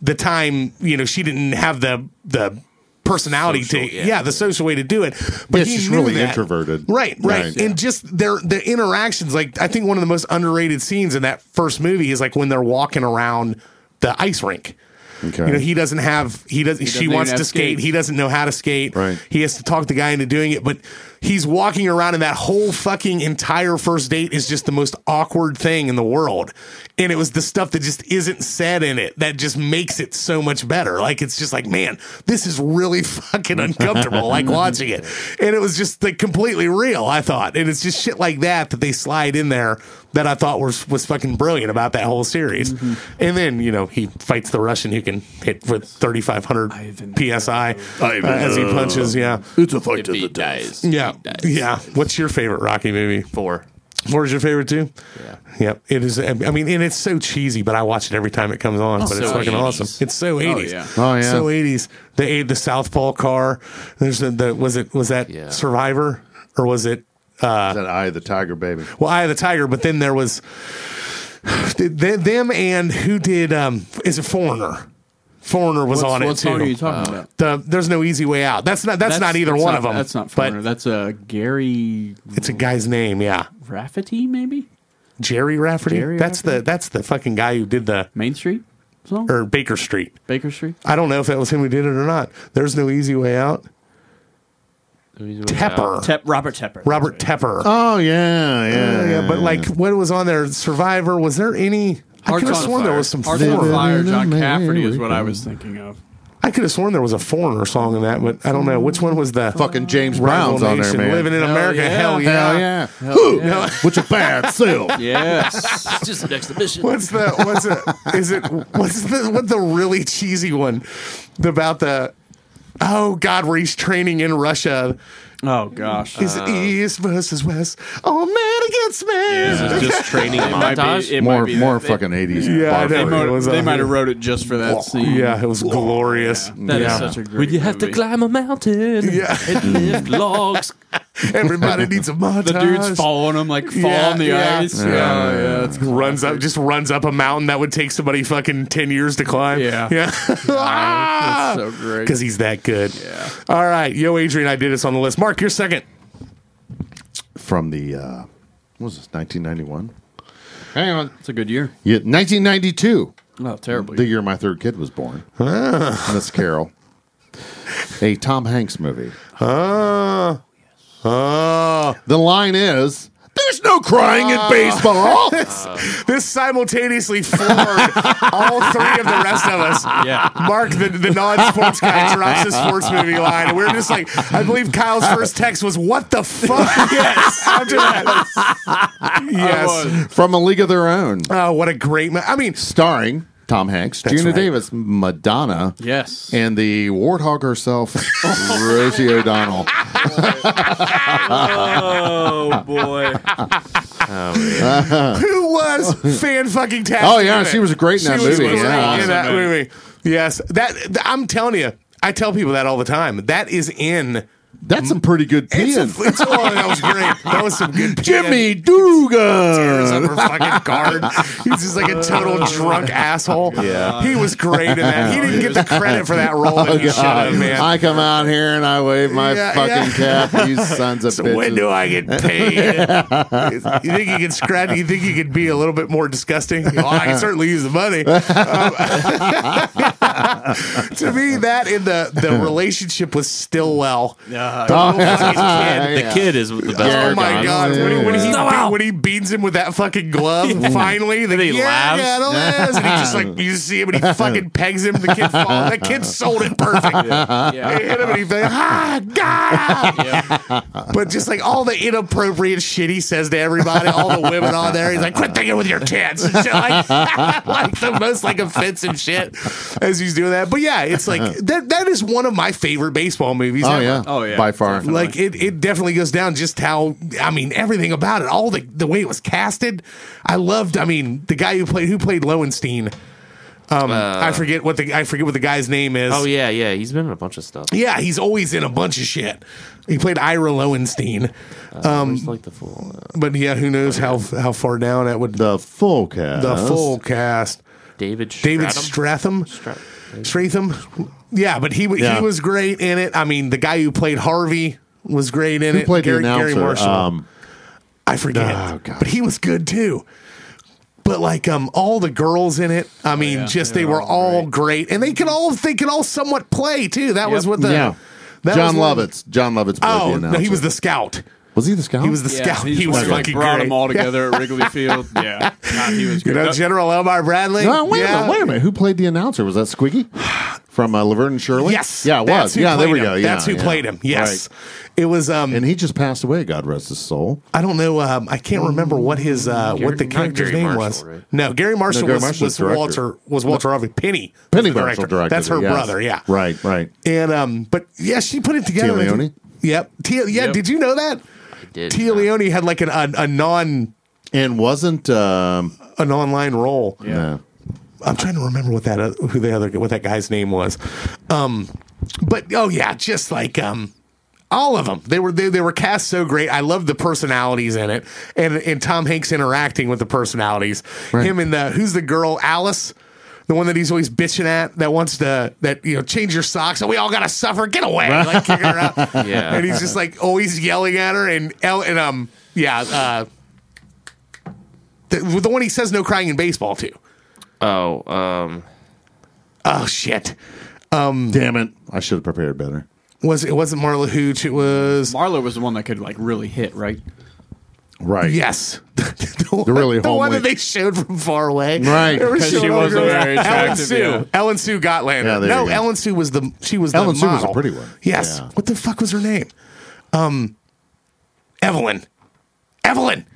S1: the time, you know, she didn't have the, the, personality
S5: Social,
S1: to yeah.
S5: yeah.
S1: the social way to do it but
S4: Yeah,
S1: he
S4: she's
S1: knew
S4: really
S1: that.
S4: introverted.
S1: right right,
S4: Right.
S1: and just their their interactions like i think one of the most underrated scenes in that first movie is like when they're walking around the ice rink
S4: Okay.
S1: you know he doesn't have he doesn't, she
S3: even
S1: wants
S3: have
S1: to skate
S3: skates.
S1: he doesn't know how to skate
S4: Right.
S1: he has to talk the guy into doing it but he's walking around and that whole fucking entire first date is just the most awkward thing in the world and it was the stuff that just isn't said in it that just makes it so much better like it's just like man this is really fucking uncomfortable like watching it and it was just like completely real i thought and it's just shit like that that they slide in there that i thought was was fucking brilliant about that whole series and then you know he fights the russian who can hit for 3500 psi uh, as he punches yeah
S4: it's a fight
S5: If he dies,
S1: yeah.
S5: he dies.
S1: Yeah. What's your favorite Rocky movie?
S5: Four.
S1: Four's your favorite too?
S5: Yeah.
S1: Yep. It is I mean, and it's so cheesy, but I watch it every time it comes
S3: Oh,
S1: on, but it's
S5: so
S1: fucking
S5: 80s.
S1: awesome. It's so 80s.
S3: yeah.
S4: Oh, yeah.
S1: So 80s. The the Southpaw car. There's the, the was it was that
S5: Yeah.
S1: Survivor or was it
S4: that eye of the tiger, baby.
S1: well, Eye of the Tiger, but then there was th- them and who did um is it Foreigner? Foreigner was
S3: What's-
S1: on
S3: what
S1: it too.
S3: song are you talking about?
S1: the, there's no easy way out. That's not that's, not either
S3: that's
S1: one
S3: not-
S1: of them.
S3: That's not
S1: but
S3: Foreigner. That's uh, Gary
S1: it's a guy's name, yeah.
S3: Rafferty, maybe
S1: Jerry Rafferty.
S3: Jerry
S1: that's the
S3: Rafferty?
S1: that's the fucking guy who did the
S3: Main Street song
S1: or Baker Street.
S3: Baker Street.
S1: I don't know if that was him who did it or not. There's no easy way out. Tepper.
S3: Tep, Robert Tepper.
S1: Robert Tepper.
S4: Oh yeah, yeah,
S1: yeah, yeah, but like what was on there? Survivor. Was there any? I
S3: Hearts
S1: could have
S3: on
S1: sworn there
S3: Fire.
S1: was some
S3: Hearts
S1: foreign.
S3: on Fire. John
S4: Yeah.
S3: Cafferty is what I was thinking of.
S1: I could have sworn there was a foreigner song in that, but I don't know which one was the
S4: fucking James
S1: Rival
S4: Brown's on there,
S1: Nation,
S4: man.
S1: Living in America.
S3: yeah.
S1: Hell yeah.
S4: Hell yeah, Who? with your bad self.
S3: Yes.
S5: It's just an exhibition.
S1: What's the what's the is it what's the what the really cheesy one about the oh god where he's training in Russia
S3: oh gosh.
S1: Is it East versus West? Oh, man against man.
S5: This is just training montage.
S3: it
S4: More,
S3: might be
S4: more
S3: that-
S4: fucking eighties.
S1: Yeah, I know.
S3: They,
S1: It
S3: might-
S1: was
S3: they
S1: on
S3: might have
S1: here.
S3: wrote it just for that scene.
S1: Yeah, it was glorious.
S3: That is
S1: yeah.
S3: such a great.
S5: When you have to
S3: movie.
S5: climb a mountain
S1: Yeah.
S5: and lift logs.
S1: Everybody needs a montage.
S3: The dude's following him like fall
S1: Yeah,
S3: on the
S1: yeah.
S3: ice. Yeah, yeah. that's cool.
S1: Runs up, just runs up a mountain that would take somebody fucking ten years to climb.
S3: Yeah.
S1: yeah,
S3: That's so great.
S1: because he's that good.
S3: Yeah.
S1: All right, yo, Adrian, I did this on the list. Mark, you're second.
S4: From the uh, what was this? Nineteen ninety one.
S3: Hang on, it's a good year.
S4: Yeah, nineteen ninety two.
S3: Oh, terribly.
S4: The year my third kid was born. That's Carol. A Tom Hanks movie.
S1: Oh, oh.
S4: The line is There's no crying in baseball.
S1: This simultaneously floored all three of the rest of us.
S3: Yeah.
S1: Mark, the, the non-sports guy, drops his sports movie line, and we're just like, I believe Kyle's first text was, "What the fuck?" yes, after that, yes.
S3: was.
S4: From A League of Their Own.
S1: Oh, what a great! Ma- I mean,
S4: Starring Tom Hanks, Gina
S1: right.
S4: Davis, Madonna,
S3: Yes.
S4: and the warthog herself, Rosie O'Donnell.
S3: oh boy.
S1: who was fan fucking tastic?
S4: Oh, yeah, she was great in that
S1: was
S4: movie.
S1: great
S4: Yeah.
S1: in that
S3: Awesome
S1: movie. Yes, that th- I'm telling you, I tell people that all the time. That is in.
S4: That's some pretty good
S1: It's, a,
S4: peeing.
S1: it's oh, that was great. That was some good.
S4: Jimmy
S1: tears up
S4: Dugan.
S1: her fucking guard. He's just like a total drunk asshole. Yeah. He was great in that. He didn't get the credit for that role that he should have, man.
S4: I come out here and I wave my
S1: Yeah,
S4: fucking cap. You sons of bitches.
S1: when do I get paid? you think you can scratch? You think you could be a little bit more disgusting? Well, I can certainly use the money. Um, to me, that in the the relationship was still well.
S4: Oh,
S5: The
S4: yeah.
S5: kid is the best.
S1: Oh
S5: part
S1: my
S5: about it.
S1: god! When, when he
S5: Yeah.
S1: be- when he beats him with that fucking glove, finally, the
S5: he
S1: yeah,
S5: laughs.
S1: yeah, it'll is. and he just like you see him and he fucking pegs him. The kid falls. That kid sold it perfect. He hit him and he's like, ah, God. But just like all the inappropriate shit he says to everybody, all the women on there, he's like, quit thinking with your tits and shit. Like, like the most like offensive shit as he's doing that. But yeah, it's like that. That is one of my favorite baseball movies.
S4: Oh
S1: ever.
S4: yeah.
S3: Oh, yeah.
S4: By far.
S1: Like it, it definitely goes down just how I mean everything about it, all the the way it was casted, I loved. I mean, the guy who played who played Lowenstein. Um,
S4: Uh,
S1: I forget what the I forget what the guy's name is.
S5: Oh yeah, yeah. He's been in a bunch of stuff.
S1: yeah, he's always in a bunch of shit. He played Ira Lowenstein,
S5: Um, like the full. Uh,
S1: but yeah, who knows how how far down that would
S4: The full cast.
S1: the full cast.
S5: David.
S1: David
S5: Stratum?
S1: Stratham.
S5: Strat-
S1: Stratham. Yeah, but he wa-
S4: Yeah.
S1: he was great in it. I mean, the guy who played Harvey was great in
S4: Who
S1: it.
S4: played
S1: Gary,
S4: the announcer?
S1: Gary Marshall.
S4: um,
S1: I forget.
S4: Oh, God.
S1: But he was good too. But like um all the girls in it, I mean,
S3: yeah.
S1: just Oh, they, were all great. and they could all they could all somewhat play too. That was what the
S4: yeah.
S1: that
S4: John
S1: was what-
S4: Lovitz. John Lovitz played the
S1: Oh, no,
S4: announcer.
S1: he was the scout.
S4: Was he the scout?
S1: He was the scout. He was
S3: one who
S1: fucking
S3: brought
S1: great.
S3: them all together at Wrigley Field. Yeah, God, he was
S1: You
S3: good.
S1: know,
S3: That-
S1: General Elmar Bradley.
S4: No, wait
S1: Yeah.
S4: a minute. Wait a minute. Who played the announcer? Was that Squiggy from uh, Laverne and Shirley?
S1: Yes.
S4: Yeah, it
S1: that's
S4: was.
S1: who
S4: Yeah, there
S1: played
S4: we go.
S1: him.
S4: Yeah,
S1: That's who
S4: yeah.
S1: played him. Yes. It was um
S4: Right. And he just passed away. God rest his soul.
S1: I don't know. Um, I can't remember what his uh, what the
S5: not
S1: character's
S5: Gary
S1: name
S5: Marshall,
S1: was.
S5: right?
S1: No, Gary Marshall
S4: Gary
S1: was,
S4: Marshall
S1: was
S4: was director.
S1: Walter was Walter Harvey. Penny, was
S4: Penny
S1: the
S4: Marshall directed.
S1: That's her
S4: it, yes.
S1: brother. Yeah,
S4: Right. Right.
S1: And um, but yeah, she put it together.
S4: Tia Leone?
S1: Yep. Tia, yeah.
S3: Yep.
S1: Did you know that
S5: Did,
S1: Tia
S5: uh,
S1: Leone had like an, a, a non
S4: And wasn't um,
S1: an online role?
S3: Yeah.
S4: no.
S1: I'm trying to remember what that oth- who the other what that guy's name was. Um, but oh yeah, just like um, all of them. They were they, they were cast so great. I love the personalities in it, and and Tom Hanks interacting with the personalities. Him and the who's the girl Alice. The one that he's always bitching at, that wants to, that you know, change your socks, and we all gotta suffer. Get away! Like kicking her out,
S5: Yeah.
S1: and he's just like always yelling at her, and El- and um, yeah, uh, the, the one he says no crying in baseball to.
S5: Oh, um,
S1: Oh shit!
S4: Damn it! I should have prepared better.
S1: was it wasn't Marla Hooch. It was
S3: Marlo was the one that could like really hit, right?
S4: Right.
S1: yes, the, one-
S4: really
S1: the one
S4: homely-
S1: that they showed from far away.
S4: Right.
S1: They were
S4: 'Cause
S3: she
S1: showing all the
S3: wasn't
S1: girls. Ellen
S3: very attractive,
S1: Sue.
S3: yeah.
S1: Ellen Sue Gotlander.
S4: Yeah, there you
S1: no,
S4: go.
S1: Ellen Sue was the she was
S4: Ellen
S1: the
S4: Sue was a
S1: model.
S4: pretty one.
S1: Yes.
S4: Yeah.
S1: What the fuck was her name? Um, Evelyn. Evelyn.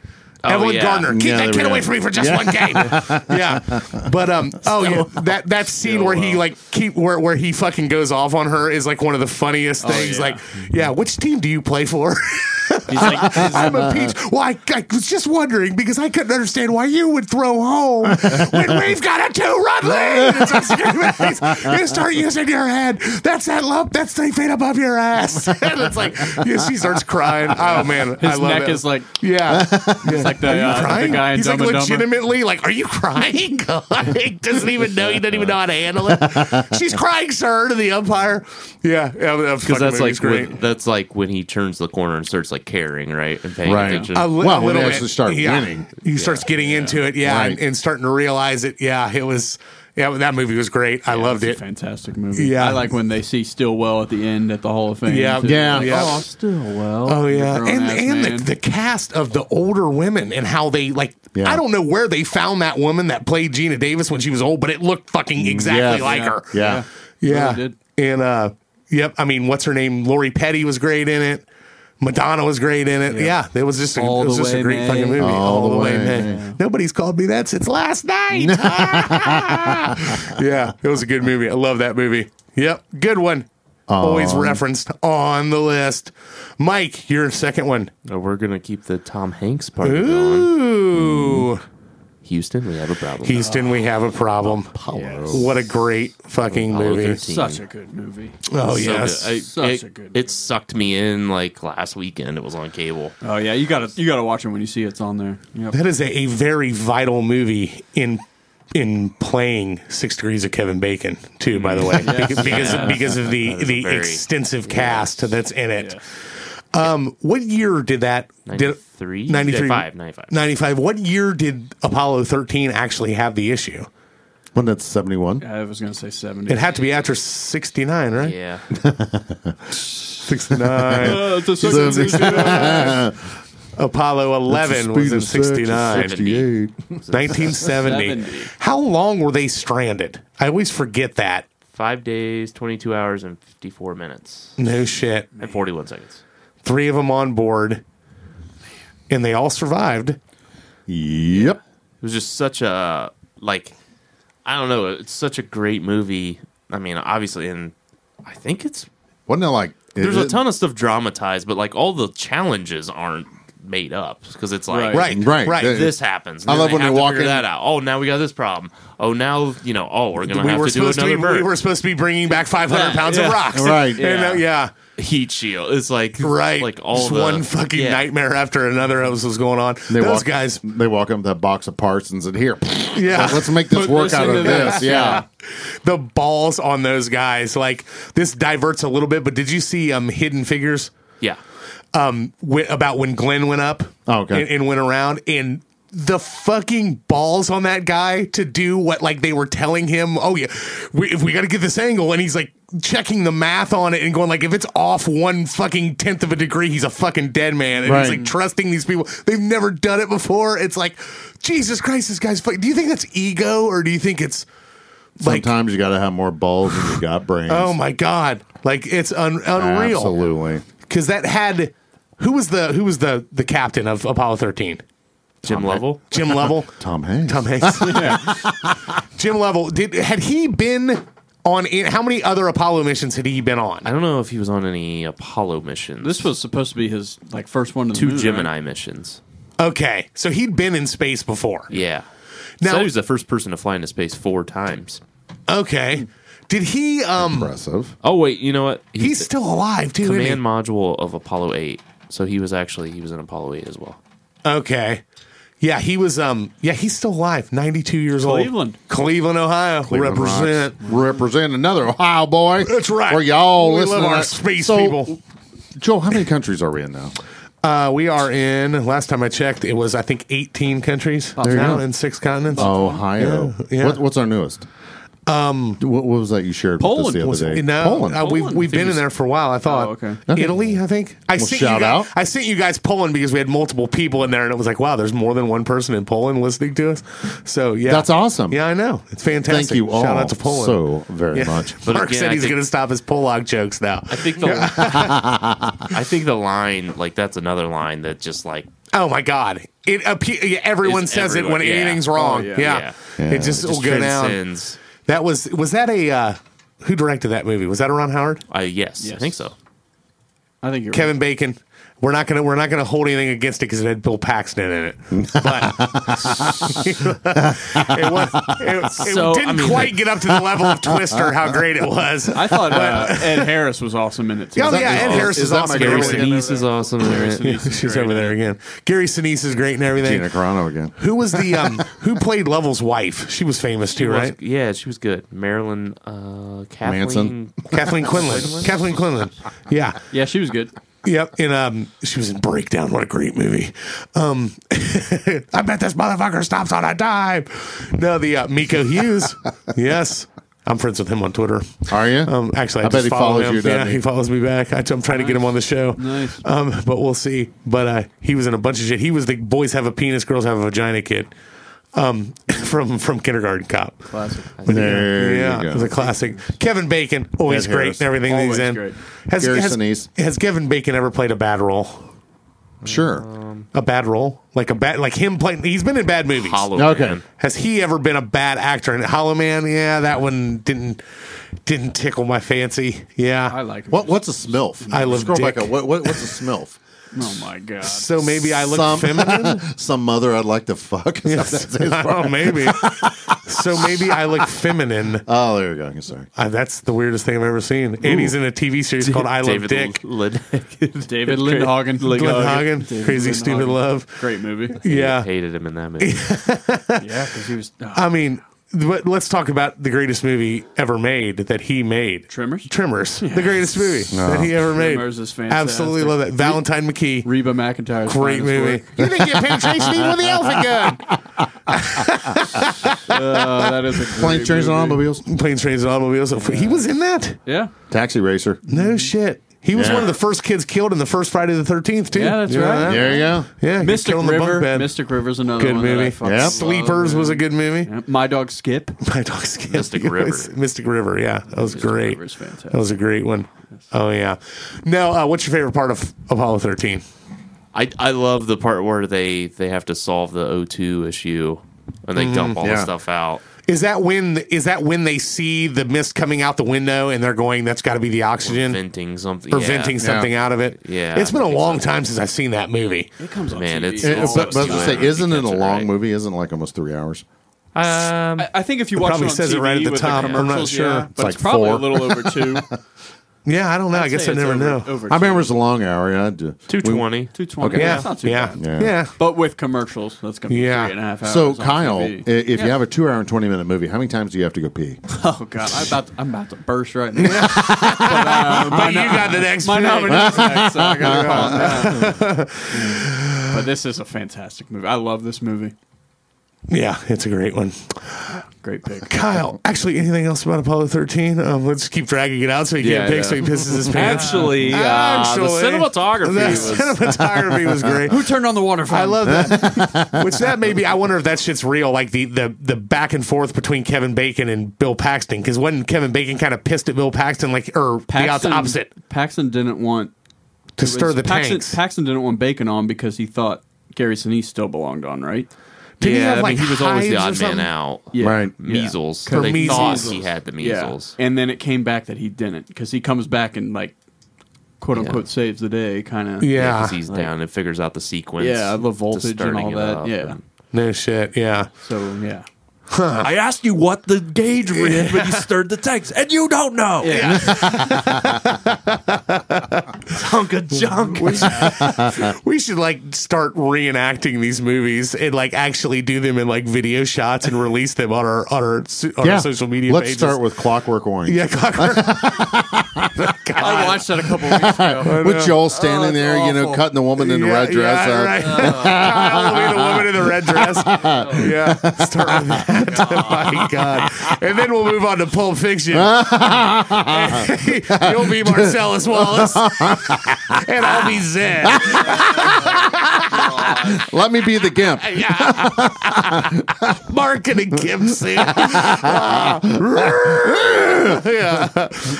S1: Evelyn
S5: yeah.
S1: Gardner, keep
S4: Yeah, there
S1: that
S4: we
S1: kid
S4: go.
S1: away from me for just one game. yeah, but um, oh yeah, that that scene where he like keep where where he fucking goes off on her is like one of the funniest things.
S3: yeah.
S1: Like, yeah, which team do you play for?
S3: He's like,
S1: I'm a peach. Well, I, I was just wondering because I couldn't understand why you would throw home when we've got a two-run lead. It's like, "Screw it." you start using your head. That's that lump. That's three feet above your ass. and it's like yeah, she starts crying. Oh man, I
S3: his
S1: love
S3: neck
S1: is
S3: is like
S1: yeah.
S3: it's like the, uh, the
S1: Crying?
S3: guy in
S1: He's
S3: Dumb
S1: like
S3: and Dumber.
S1: legitimately like, are you crying? God, he doesn't even know. He doesn't even know how to handle it. She's crying, sir, to the umpire. Yeah, yeah,
S5: because that's like
S1: great.
S5: when, that's like when he turns the corner and starts like caring, right, and paying
S4: Right.
S5: attention.
S1: A li-
S4: Well,
S1: a
S4: when
S1: little
S4: they
S1: bit.
S4: actually start
S1: Yeah.
S4: winning.
S1: he starts getting into it, yeah, and,
S4: Right.
S1: and starting to realize it. Yeah, it was. Yeah, that movie was great. I loved
S3: It's
S1: it.
S3: a fantastic movie.
S1: Yeah.
S3: I like when they see Stillwell at the end at the Hall of Fame.
S1: Yeah.
S3: too.
S1: Yeah.
S3: Like,
S1: Yeah.
S3: Oh, Stillwell.
S1: Oh yeah,
S3: You're a
S1: and
S3: grown-ass
S1: and
S3: man.
S1: the, the cast of the older women and how they like.
S4: Yeah.
S1: I don't know where they found that woman that played Gina Davis when she was old, but it looked fucking exactly
S4: Yes.
S1: like
S3: Yeah.
S1: her.
S4: Yeah.
S1: Yeah.
S3: Really did.
S1: And uh yep, I mean what's her name? Lori Petty was great in it. Madonna was great in it. Yeah, it was just a,
S3: All
S1: it was
S3: the
S1: just a
S3: way,
S1: great
S3: May.
S1: fucking movie. All, the way, May.
S4: May.
S1: Nobody's called me that since last night. yeah, it was a good movie. I love that movie. Yep, good one. Always referenced on the list. Mike, your second one.
S5: Uh, We're gonna keep the Tom Hanks part going.
S1: Ooh.
S5: Houston, we have a problem.
S1: Houston, we have a problem. What a great fucking
S5: Apollo
S1: movie.
S5: 13.
S3: Such a good movie.
S1: Oh,
S5: So
S1: yes.
S5: good. I-
S3: Such
S5: it,
S3: a good movie.
S5: It sucked me in like last weekend. It was on cable.
S3: Oh yeah, you gotta you gotta watch it when you see it's on there. Yep.
S1: That is a, a very vital movie in in playing Six Degrees of Kevin Bacon too. By the
S5: Mm.
S1: way, Beca- because because of the the
S5: very-
S1: extensive cast that's in it.
S3: Yes.
S1: Um, what year did that? Did
S5: 93?
S1: 93,
S5: 95, 95.
S1: 95. What year did Apollo thirteen actually have the issue?
S4: When that's seventy one.
S3: I was gonna say seventy.
S1: It had to be after sixty nine, right?
S5: Yeah,
S1: Sixty nine.
S3: Uh, it's a second movie.
S1: Apollo eleven was in sixty nine.
S4: 68.
S1: 1970.
S3: 70.
S1: How long were they stranded? I always forget that.
S5: five days, twenty-two hours, and fifty-four minutes
S1: No shit.
S5: and forty-one seconds.
S1: three of them on board, and they all survived.
S4: Yep.
S5: It was just such a like, I don't know. It's such a great movie. I mean, obviously, and I think it's
S4: Wasn't that like?
S5: there's a ton of stuff dramatized, but like all the challenges aren't made up because it's like
S3: Right.
S1: Right,
S4: Right.
S1: right.
S4: That-
S5: this happens.
S4: I
S5: Then
S4: love when
S5: have
S4: they
S5: to
S4: walk
S5: figure
S4: in-
S5: that out. Oh, now we got this problem. Oh, now you know. Oh, we're gonna
S1: we
S5: have
S1: were
S5: to do
S1: supposed to
S5: another
S1: be
S5: bird.
S1: we were supposed to be bringing back 500
S5: Yeah,
S1: pounds of
S5: yeah.
S1: rocks.
S4: Right.
S1: And, uh, yeah.
S5: Heat shield. It's like
S1: Right.
S5: like all
S1: Just
S5: the-
S1: one fucking
S5: yeah.
S1: nightmare after another else was going on.
S4: They
S1: Those
S4: walk,
S1: guys.
S4: They walk up with that box of parts and said, "Here,
S1: Yeah.
S4: like, let's make this
S3: Put
S4: work
S3: this
S4: out of
S3: into
S4: this."
S3: this.
S4: Yeah,
S1: the balls on those guys. Like this diverts a little bit, but did you see um Hidden Figures
S5: Yeah,
S1: wi- um, about when Glenn went up?
S4: Oh, okay.
S1: and, and went around and. The fucking balls on that guy to do what like they were telling him. Oh yeah, we, if we got to get this angle, and he's like checking the math on it and going like, if it's off one fucking tenth of a degree, he's a fucking dead man. And he's
S4: Right.
S1: like trusting these people. They've never done it before. It's like, Jesus Christ, this guy's. Fuck- do you think that's ego or do you think it's like
S4: sometimes you got to have more balls than you got brains.
S1: Oh my god! Like it's un- unreal
S4: Absolutely.
S1: because that had who was the who was the the captain of Apollo thirteen?
S5: Jim Lovell.
S1: Jim Lovell,
S4: Tom Hanks.
S1: Tom Hanks, Jim Lovell. Did had he been on? In, how many other Apollo missions had he been on?
S5: I don't know if he was on any Apollo missions.
S3: This was supposed to be his like first one to the
S5: two
S3: moon, right?
S5: Gemini missions.
S1: Okay, so he'd been in space before.
S5: Yeah.
S1: Now-
S5: Now he was the first person to fly into space four times.
S1: Okay, did he? Um,
S4: Impressive.
S5: Oh wait, you know what? He's,
S1: he's still alive too.
S5: command
S1: Isn't
S5: module of Apollo eight. So he was actually he was in Apollo eight as well.
S1: he? Okay. Yeah, he was. Um, yeah, he's still alive. Ninety-two years
S3: Cleveland.
S1: old. Cleveland, Ohio. Represent.
S4: Rocks. Represent another Ohio boy.
S1: That's right.
S4: For y'all
S1: we
S4: listening.
S1: love
S4: to
S1: our
S4: that.
S1: space
S4: So,
S1: people.
S4: Joel, how many countries are we in now?
S1: Uh, we are in. Last time I checked, it was I think 18 countries
S4: There you
S1: now
S4: go. Oh,
S1: in six continents.
S4: Ohio.
S1: Yeah, yeah.
S4: What, what's our newest? Um, what, what was that you shared
S3: Poland
S4: with us
S3: was
S4: the other day?
S1: No,
S4: Poland.
S1: uh, we've
S3: Poland.
S1: we've been in there for a while. I thought
S3: Oh, okay.
S4: Okay.
S1: Italy. I think I sent
S4: shout
S1: you guys,
S4: out.
S1: I sent you guys Poland because we had multiple people in there, and it was like, wow, there's more than one person in Poland listening to us. So yeah,
S4: That's awesome.
S1: Yeah, I know. It's fantastic.
S4: Thank you all
S1: Shout out to Poland
S4: so very
S1: Yeah.
S4: much.
S5: But
S1: Mark
S5: again,
S1: said
S5: I
S1: he's
S5: think-
S1: going to stop his Polak jokes now.
S5: I think the I think the line like that's another line that just like
S1: Oh my God! It appe- everyone
S5: It's
S1: says it
S5: everywhere,
S1: when
S5: yeah.
S1: anything's wrong.
S3: Oh, yeah.
S1: yeah.
S4: Yeah.
S1: it just,
S4: It
S1: will
S5: just
S1: go down.
S5: transcends.
S1: That was was that a uh, who directed that movie? Was that a Ron Howard?
S5: Uh, yes, I
S3: Yes.
S5: think so.
S3: I think you're
S1: Kevin Bacon. We're not gonna we're not gonna hold anything against it because it had Bill Paxton in it, but it, was, it, it
S5: So,
S1: didn't
S5: I mean-
S1: quite get up to the level of Twister. How great it was!
S3: Right. I thought uh, Ed Harris was awesome in it. Too.
S1: oh yeah, Ed
S4: is-
S1: Harris is,
S4: is that
S1: awesome.
S4: my
S1: in
S5: Gary
S4: Gary
S1: everything.
S4: Sinise
S5: Sinise is awesome. in it.
S1: She's over there again. Gary Sinise is great and everything.
S4: Gina Carano again.
S1: Who was the um, who played Lovell's wife? She was famous too,
S5: Was-
S1: right?
S5: Yeah, she was good. Marilyn uh, Kathleen.
S4: Manson.
S1: Kathleen Quinlan. Kathleen Quinlan. Yeah.
S3: yeah, she was good.
S1: Yep, and um, she was in Breakdown. What a great movie! Um, I bet this motherfucker stops on a dime. No, the uh, Miko Hughes. yes, I'm friends with him on Twitter.
S4: Are you?
S1: Um, actually, I,
S4: I bet
S1: just
S4: he
S1: follow
S4: follows
S1: him.
S4: you, doesn't
S1: yeah,
S4: he?
S1: he follows me back. I, am trying to get him on the show.
S3: Nice.
S1: Um, but we'll see. But uh, he was in a bunch of shit. He was the boys have a penis, girls have a vagina kid. Um, from from kindergarten cop.
S3: Classic.
S4: there
S1: yeah,
S4: you go.
S1: it was a classic. Kevin Bacon, always
S4: Ed
S1: great
S4: Harris,
S1: and everything that he's
S3: always
S1: in.
S3: great.
S1: Has,
S4: Gary
S1: has,
S4: Sinise.
S1: has Kevin Bacon ever played a bad role?
S4: sure.
S5: Um,
S1: A bad role, like a bad, like him playing. He's been in bad movies.
S5: Hollow
S4: Okay.
S5: Man.
S1: Has he ever been a bad actor? And Hollow Man, yeah, that one didn't didn't tickle my fancy. Yeah,
S3: I like. Him.
S4: What What's a smilf?
S1: I love
S4: Scroll back
S1: dick.
S4: up. What, what What's a smilf?
S3: Oh my god.
S1: so maybe I look
S4: Some-
S1: feminine.
S4: Some mother I'd like to fuck.
S1: Yes. oh, maybe. so maybe I look feminine.
S4: oh, there you go. I'm Sorry.
S1: Uh, that's the weirdest thing I've ever seen. And he's in a TV series called I Love
S5: David
S1: Dick.
S5: L- Lid-
S3: David Lindhagen.
S1: Glenn Hagen, Crazy Stupid Love.
S3: Great movie.
S1: Yeah,
S5: hated him in that movie.
S3: yeah, because he was.
S4: uh,
S3: ah,
S1: I mean, but let's talk about the greatest movie ever made that he made.
S3: Tremors?
S1: Tremors, the greatest movie that he ever made.
S3: Tremors is fantastic.
S1: Absolutely love that. Valentine McKee,
S3: Reba McIntyre.
S1: great movie. You didn't get penetration even with the elephant gun.
S3: Uh, that is a great
S4: Plane trains and
S3: movie.
S4: automobiles.
S1: Planes, trains, and automobiles. He was in that.
S3: Yeah,
S4: Taxi racer.
S3: Mm-hmm.
S1: No shit. He was
S4: Yeah.
S1: one of the first kids killed in the first Friday the Thirteenth too.
S3: Yeah, that's
S1: know
S3: right.
S1: that?
S4: There you go.
S1: Yeah, he
S3: Mystic
S1: killed in the bunk
S3: River.
S1: bed.
S3: Mystic River's another
S1: Good
S3: one That I
S1: movie.
S3: fucking
S4: Yep.
S3: love,
S1: Sleepers was a
S3: man.
S1: good movie.
S3: Yeah. My dog Skip.
S1: My dog's skin.
S5: Mystic River.
S1: Mystic River. Yeah, that was great.
S3: River's fantastic.
S1: That was a great one. Oh yeah. Now, uh, what's your favorite part of Apollo 13?
S5: I I love the part where they they have to solve the O2 issue and they dump all
S4: yeah.
S5: the stuff out.
S1: Is that when is that when they see the mist coming out the window and they're going, that's got to be the oxygen
S5: venting something.
S1: or venting something out of it?
S5: Yeah,
S1: It's been
S5: I
S1: a
S5: think
S1: long time since I've seen that movie.
S3: It comes on
S5: Man,
S3: TV.
S5: it's-
S4: It-
S5: it's-
S4: but, but I was gonna say,
S5: Yeah,
S4: isn't it a
S5: that's
S4: long
S5: right.
S4: movie? Isn't it like almost three hours?
S5: Yeah. Um,
S3: I, I think if you watch
S1: probably
S3: it on
S1: says
S3: TV
S1: it right at the
S3: with
S1: top. I'm not
S3: commercials,
S1: sure.
S3: yeah,
S1: It's
S3: but
S4: like
S3: it's probably
S4: four.
S3: a little over two.
S1: Yeah, I don't know. i
S3: I'd
S1: guess I
S3: say it's
S1: never
S3: over-
S1: know.
S3: Over
S4: I
S3: two.
S4: remember it was a long hour. I had to,
S5: two
S4: we-
S5: twenty.
S3: two twenty.
S1: yeah,
S3: that's not too
S1: yeah,
S3: bad.
S1: yeah,
S4: Yeah.
S3: But with commercials, that's gonna be
S1: Yeah.
S3: three and a half hours.
S4: So
S3: on
S4: Kyle, i-
S3: TV.
S4: if
S3: Yeah.
S4: you have a two hour and twenty minute movie, how many times do you have to go pee?
S3: oh god, I'm about to, I'm about to burst right now. but, uh,
S1: But you got the next
S3: my
S1: pick. Oh,
S3: nomination's next, so I gotta calm down. but this is a fantastic movie. I love this movie.
S1: Yeah, it's a great one.
S3: Great pick.
S1: Kyle, actually, anything else about Apollo 13? Um, let's keep dragging it out so he
S5: Yeah,
S1: can't pick
S5: yeah.
S1: so he pisses his pants.
S5: Actually, uh, the
S1: Actually,
S5: cinematography
S1: the
S5: was
S1: cinematography was great.
S3: Who turned on the water fountain?
S1: I love that. Which that maybe I wonder if that shit's real, like the the the back and forth between Kevin Bacon and Bill Paxton. Because wasn't Kevin Bacon kind of pissed at Bill Paxton, like or the opposite
S3: Paxton didn't want
S1: to stir the
S3: Paxton,
S1: tanks?
S3: Paxton didn't want bacon on because he thought Gary Sinise still belonged on, right?
S1: Did he
S5: yeah,
S1: have,
S5: I
S1: like,
S5: mean, he was always the
S1: hives or
S5: odd man
S1: something?
S5: out.
S3: Yeah.
S4: Right.
S1: Mm.
S3: Yeah.
S5: Measles.
S1: Or
S5: They
S1: measles.
S5: thought he had the
S3: Yeah.
S5: measles.
S3: And then it came back that he didn't because he comes back and like quote unquote saves the day kind of.
S1: yeah,
S5: 'cause he's down and figures out the sequence.
S3: Yeah, the
S5: to
S3: voltage and
S5: starting
S3: all
S5: it
S3: that.
S5: up
S3: Yeah.
S5: and-
S1: no shit, yeah.
S3: So yeah.
S6: I asked you what the gauge read when you stirred the tanks, and you don't know.
S3: Yeah.
S6: Hunk of junk.
S1: We should like start reenacting these movies and like actually do them in like video shots and release them on our on our, on our social media.
S4: Let's
S1: pages.
S4: start with Clockwork Orange.
S1: yeah, Cocker.
S3: I watched that a couple weeks ago.
S4: With Joel standing
S3: it's
S4: there, you know,
S3: awful.
S4: cutting the woman in the
S1: Oh, Yeah,
S4: red dress
S1: yeah,
S4: up.
S1: right. Kyle will be the woman in the red dress. yeah, start with that. My God, and then we'll move on to Pulp Fiction. You'll be Marcellus Wallace, and I'll be Zed.
S4: Let me be the gimp.
S1: Yeah. Mark and a Gimp suit. yeah.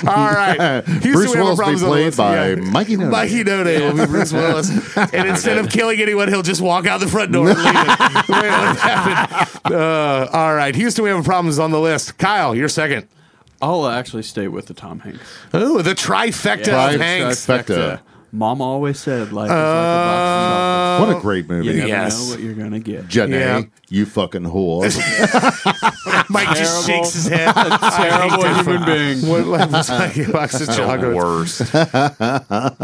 S1: All right. Houston,
S4: Uh, Bruce
S1: we have problems
S4: Willis be
S1: on the
S4: played
S1: list.
S4: by
S1: Yeah.
S4: Mikey Nolan.
S1: Mikey Node will be Bruce Willis. And instead of killing anyone, he'll just walk out the front door and leave it. Wait, what happened? Uh, all right. Houston, we have problems on the list. Kyle, you're second.
S3: I'll uh, actually stay with the Tom Hanks.
S1: Oh, the trifecta
S4: Tri-
S1: of Hanks.
S4: Trifecta.
S3: Mama uh, always said life is
S1: Uh,
S4: What a great movie.
S3: like a box of
S1: yes.
S3: chocolates. You never know what you're gonna get.
S4: Janae,
S1: Yeah.
S4: you fucking whore.
S1: Mike just
S3: Terrible.
S1: shakes his head.
S3: Terrible human being.
S1: what looks like a box of
S5: The
S1: chocolates.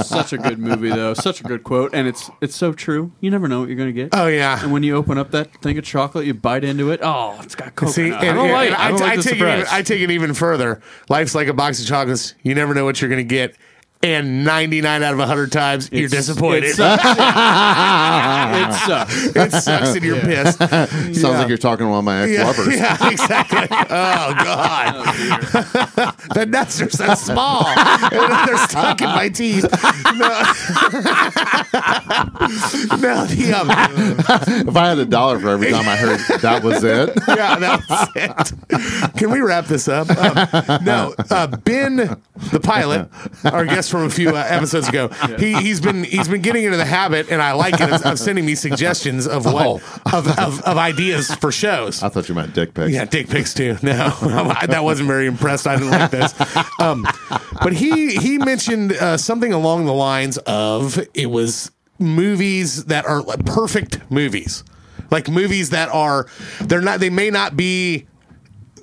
S5: worst.
S3: Such a good movie though. Such a good quote, and it's it's so true. You never know what you're gonna get.
S1: Oh, yeah.
S3: And when you open up that thing of chocolate, you bite into it. Oh, it's got coconut.
S1: See, and, and- and I,
S5: don't like- I don't like
S1: I
S5: the
S1: take it even,
S5: surprise.
S1: I take it even further. Life's like a box of chocolates. You never know what you're going to get. And 99 out of 100 times, you're disappointed.
S3: It
S1: It sucks,
S3: sucks. it sucks.
S1: and you're pissed.
S4: Sounds like you're talking to one of my ex
S1: Yeah,
S4: lovers.
S1: yeah, exactly. Oh, God. the nuts are so small. And they're stuck in my teeth. No, no the, um,
S4: If I had a dollar for every time I heard that was it,
S1: yeah, that's it. Can we wrap this up? Um, no, uh, Ben, the pilot, our guest from a few uh, episodes ago, he, he's been he's been getting into the habit, and I like it of, of sending me suggestions of what of, of, of ideas for shows.
S4: I thought you meant dick pics.
S1: Yeah, dick pics too. No, I- that wasn't very impressed. I didn't like this. Um, but he he mentioned uh, something along the lines of it was movies that are like perfect movies, like movies that are they're not they may not be.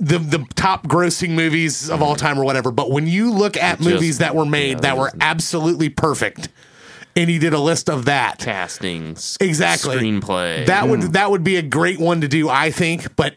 S1: The, the top grossing movies of all time or whatever but when you look at
S5: just-
S1: movies that were made
S5: yeah,
S1: that were
S5: just-
S1: absolutely perfect and he did a list of that
S5: Casting. s-
S1: Exactly.
S5: Screenplay.
S1: that
S3: Mm.
S1: would that would be a great one to do, I think. But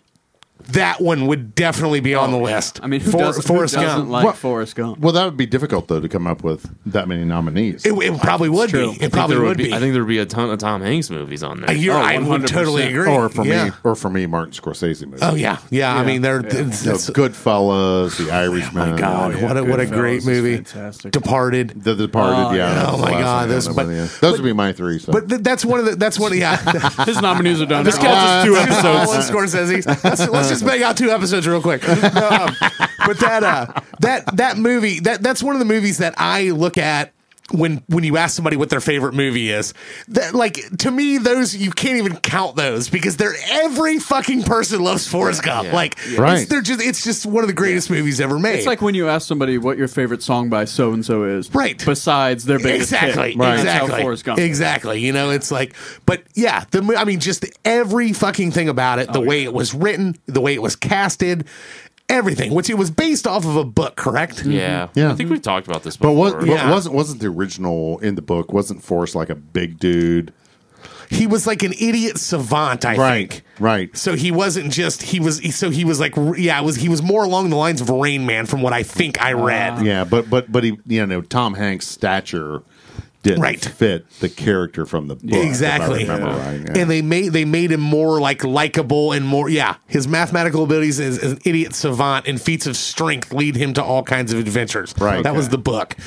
S1: that one would definitely be on the list.
S3: Oh, I mean, who
S1: For-
S3: doesn't, who
S1: Forrest
S3: doesn't
S1: Gump.
S3: like
S4: What?
S3: Forrest Gump?
S4: Well, that would be difficult though to come up with that many nominees.
S1: it, it probably would
S3: true. I
S1: be. It
S3: think
S5: I think
S1: probably
S5: there
S1: would be.
S5: I think there would be a ton of Tom Hanks movies on there.
S1: You're,
S3: Oh,
S1: I would
S3: 100%.
S1: totally agree.
S4: or for
S1: Yeah.
S4: me, or for me, Martin Scorsese movie.
S1: Oh yeah, yeah. I
S3: Yeah.
S1: mean, they're.
S3: Yeah. Oh,
S1: It's,
S4: The
S1: it's-
S4: Goodfellas, The Irishman,
S1: my God,
S3: yeah,
S1: what a, what a
S3: Goodfellas
S1: great
S3: is
S1: movie.
S3: fantastic.
S1: Departed.
S4: The Departed.
S3: Oh, yeah.
S4: yeah. that's
S1: Oh,
S4: the
S1: my
S4: last
S1: God,
S4: one.
S1: those-
S4: Those
S1: but-
S4: would be my three. So.
S1: But th- that's one of the. That's one of yeah.
S3: His nominees are done.
S1: This
S3: They're all
S1: guy's
S3: just two
S1: just
S3: episodes.
S1: all in Scorsese's. Let's, let's just bang out two episodes real quick. No, um, but that uh, that that movie that that's one of the movies that I look at when when you ask somebody what their favorite movie is that like to me those you can't even count those because they're every fucking person loves Forrest Gump
S5: Yeah.
S1: like it's,
S4: Right.
S1: they're just it's just one of the greatest movies ever made
S3: It's like when you ask somebody what your favorite song by so and so is,
S1: Right.
S3: Besides their biggest hit.
S1: exactly
S3: That's how
S1: exactly
S3: Forrest Gump is.
S1: exactly you know it's like but yeah the mo- I mean just every fucking thing about
S3: Oh,
S1: it the way it was written the way it was casted everything which it was based off of a book correct
S5: Yeah.
S4: Yeah.
S5: I think we've talked about this
S4: But
S5: before.
S4: what,
S1: Yeah.
S4: but wasn't wasn't the original in the book? Wasn't Forrest like a big dude?
S1: he was like an idiot savant I think
S4: right.
S1: So he wasn't just he was so he was like yeah it was he was more along the lines of Rain Man from what I think I read.
S3: Ah.
S4: Yeah, but but but he, you know, Tom Hanks' stature didn't
S1: Right.
S4: fit the character from the book. if I
S1: Exactly.
S4: remember right, yeah.
S1: And they made they made him more like likable and more yeah. His mathematical abilities as, as an idiot savant and feats of strength lead him to all kinds of adventures.
S4: Right.
S1: That was
S4: Okay.
S1: the book.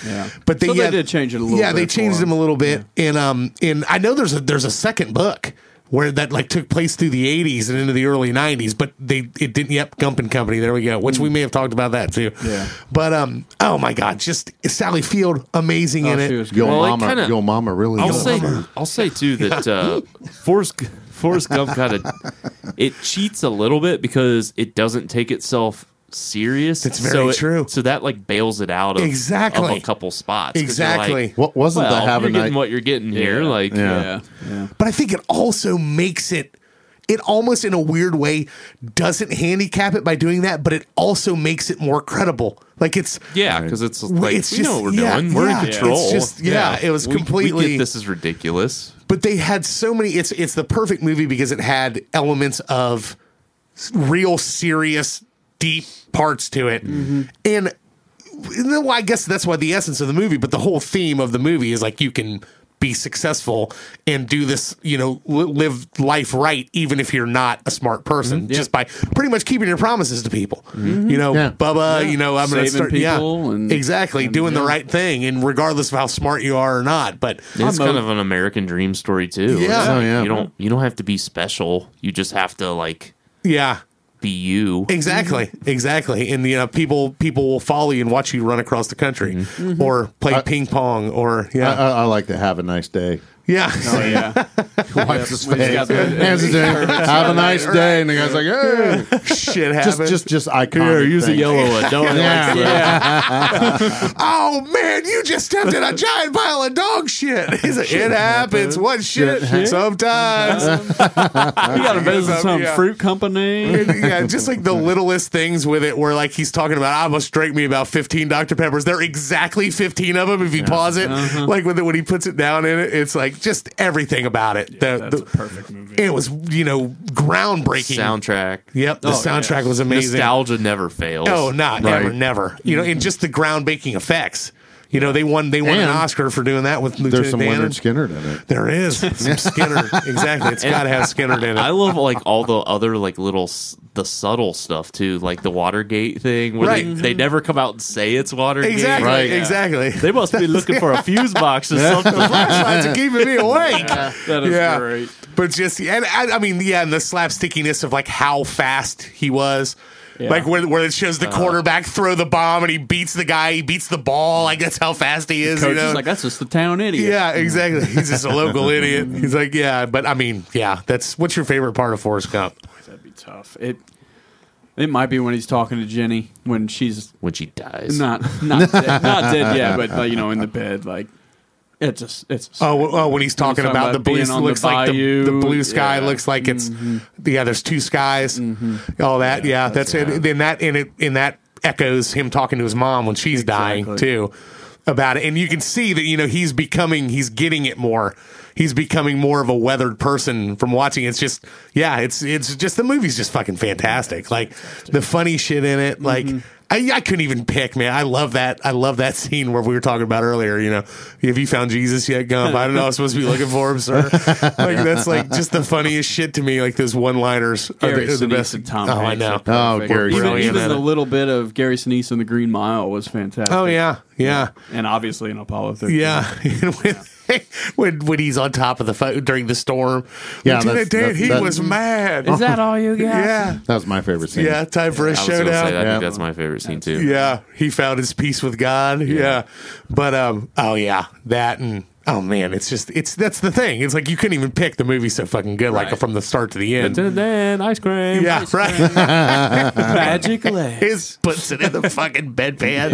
S1: But they,
S3: So they
S1: yeah,
S3: did change it a little
S1: Yeah, they
S3: bit for
S1: changed him
S3: him.
S1: a little bit. And um and I know there's a there's a second book where that like took place through the 80s and into the early 90s, but they it didn't yep Gump and Company. There we go. Which
S4: Mm.
S1: we may have talked about that too.
S3: Yeah.
S1: But um oh my god, just Sally Field amazing in
S3: Oh,
S1: it.
S3: she was
S4: Yo,
S5: Well, it
S4: mama,
S5: kinda-
S4: yo, mama, really.
S5: I'll
S4: is a
S5: say
S4: mama.
S5: I'll say too that uh, Forrest Forrest Gump kind of it cheats a little bit because it doesn't take itself serious.
S1: It's very
S5: so it-
S1: true.
S5: So that like bails it out of
S1: Exactly.
S5: of a couple spots. 'Cause you're like,
S1: Exactly.
S4: What wasn't
S5: well,
S4: the have
S5: you're
S4: a
S5: getting
S4: night?
S5: what you're getting here.
S3: Yeah.
S5: Like
S3: Yeah. yeah.
S1: but I think it also makes it it almost in a weird way doesn't handicap it by doing that, but it also makes it more credible. Like it's
S5: Yeah, because it's like
S1: it's
S5: we
S1: just-
S5: know what we're
S1: yeah,
S5: doing. We're
S1: yeah,
S5: in
S1: it's
S5: control.
S1: just- yeah, it was
S5: We- We,
S1: completely-
S5: get this is ridiculous.
S1: but they had so many it's it's the perfect movie because it had elements of s- real serious deep parts to it.
S3: Mm-hmm.
S1: And and then, well, I guess that's why the essence of the movie, but the whole theme of the movie is like you can be successful and do this, you know, li- live life right, even if you're not a smart person,
S3: Mm-hmm.
S1: just by pretty much keeping your promises to people. You know,
S4: Yeah.
S1: Bubba, you know, I'm going to
S3: Saving
S1: start, yeah,
S3: people and-
S1: exactly, doing the right thing, and regardless of how smart you are or not. But
S5: It's
S3: I'm
S5: kind
S3: o-
S5: of an American dream story too.
S1: Yeah.
S5: It's
S1: Oh,
S5: like,
S4: yeah.
S5: You don't you don't have to be special. You just have to like
S1: yeah,
S5: be you.
S1: Exactly, exactly, and you know people people will follow you and watch you run across the country, or play ping pong, or yeah,
S4: I, I, I like to have a nice day.
S1: yeah,
S3: Oh, yeah.
S4: Wipes his
S3: we just
S4: face,
S3: got the-
S4: hands it to him, Have a nice day, and the guy's like, "Hey,
S1: shit
S4: just,
S1: happens.
S4: just, just iconic." thing.
S5: one. No one
S4: Yeah.
S1: oh man, you just stepped in a giant pile of dog shit. He's like, it happens. What shit? Sometimes.
S3: We got to visit some
S1: Yeah.
S3: fruit company.
S1: And, yeah, just like the littlest things with it, where like he's talking about, I must drink me about fifteen Dr Peppers. There are exactly fifteen of them if you pause it.
S7: Uh-huh.
S1: Like with it, when he puts it down in it, it's like just everything about it. the,
S7: That's
S1: the-
S7: a perfect movie.
S1: it was you know groundbreaking.
S5: Soundtrack.
S1: Yep, the
S7: Oh,
S1: soundtrack was amazing.
S5: Nostalgia never fails.
S1: Oh, not never, never. You know, and just the groundbreaking effects. You know, they won they won an
S4: And
S1: Oscar for doing that with Lieutenant
S4: There's some
S1: Dan.
S4: Leonard Skinner in it.
S1: There is some Skinner. exactly, it's got to have Skinner in
S5: I
S1: it.
S5: love like all the other like little s- the subtle stuff too, like the Watergate thing where
S1: Right.
S5: they, they never come out and say it's Watergate.
S1: Exactly,
S4: Right.
S1: exactly.
S5: They must be looking for a fuse box or something.
S1: Flashlights are keeping me awake.
S3: That is
S1: Yeah.
S3: great.
S1: But just and I, I mean, yeah, and the slapstickiness of like how fast he was. Like where, where it shows the
S3: Uh-huh.
S1: quarterback throw the bomb and he beats the guy, he beats the ball. Like that's how fast he is.
S3: Coach
S1: you know?
S3: is like, that's just the town idiot. Mm-hmm.
S1: Yeah, exactly. He's just a local idiot. He's like, yeah, but I mean, yeah. That's what's your favorite part of Forrest Gump?
S3: That'd be tough. It it might be when he's talking to Jenny when she's
S5: when she dies.
S3: not not dead, not dead yet, but like, you know, in the bed, like it's just it's
S1: Oh, w- oh, when he's talking
S3: talking
S1: about,
S3: about
S1: the blue
S3: being on the
S1: looks like the,
S3: bayou.
S1: the blue sky
S3: Yeah.
S1: looks like it's yeah. There's two skies, all that. Yeah, that's, it. Then that and it and that echoes him talking to his mom when she's dying
S3: Exactly.
S1: too about it. And you can see that you know he's becoming he's getting it more. He's becoming more of a weathered person from watching. It's just yeah, it's it's just the movie's just fucking fantastic. Like the funny shit in it, like.
S3: Mm-hmm.
S1: I, I couldn't even pick, man. I love that. I love that scene where we were talking about earlier. You know, have you found Jesus yet, Gump? I don't know. I was supposed to be looking for him, sir. Like that's like just the funniest shit to me. Like those one-liners are
S3: Gary
S1: the, are the
S3: Sinise
S1: best.
S3: and Tom
S1: oh, I
S3: Hanks
S1: know.
S3: are
S4: Oh,
S3: perfect.
S4: Gary
S3: Even,
S1: Sinise.
S3: even the little bit of Gary Sinise in the Green Mile was fantastic.
S1: Oh yeah, yeah.
S3: and obviously in Apollo 13.
S1: Yeah. And when, when when he's on top of the phone during the storm.
S4: Yeah,
S1: Lieutenant
S4: that's-
S1: Dan,
S4: that's-
S1: he
S4: that-
S1: was mad.
S5: Is that all you got?
S1: yeah,
S4: That was my favorite scene.
S1: yeah. Time for a
S5: I was gonna say, I
S1: showdown.
S4: Yeah.
S5: think that's my favorite scene too.
S1: Yeah, he found his peace with God. Yeah. But um oh yeah, that and oh man, it's just it's that's the thing. It's like you couldn't even pick the movie so fucking good like
S5: Right.
S1: from the start to the end.
S5: And then ice cream.
S1: yeah,
S5: ice cream.
S1: right.
S3: Magic leg.
S1: His puts it in the fucking bedpan.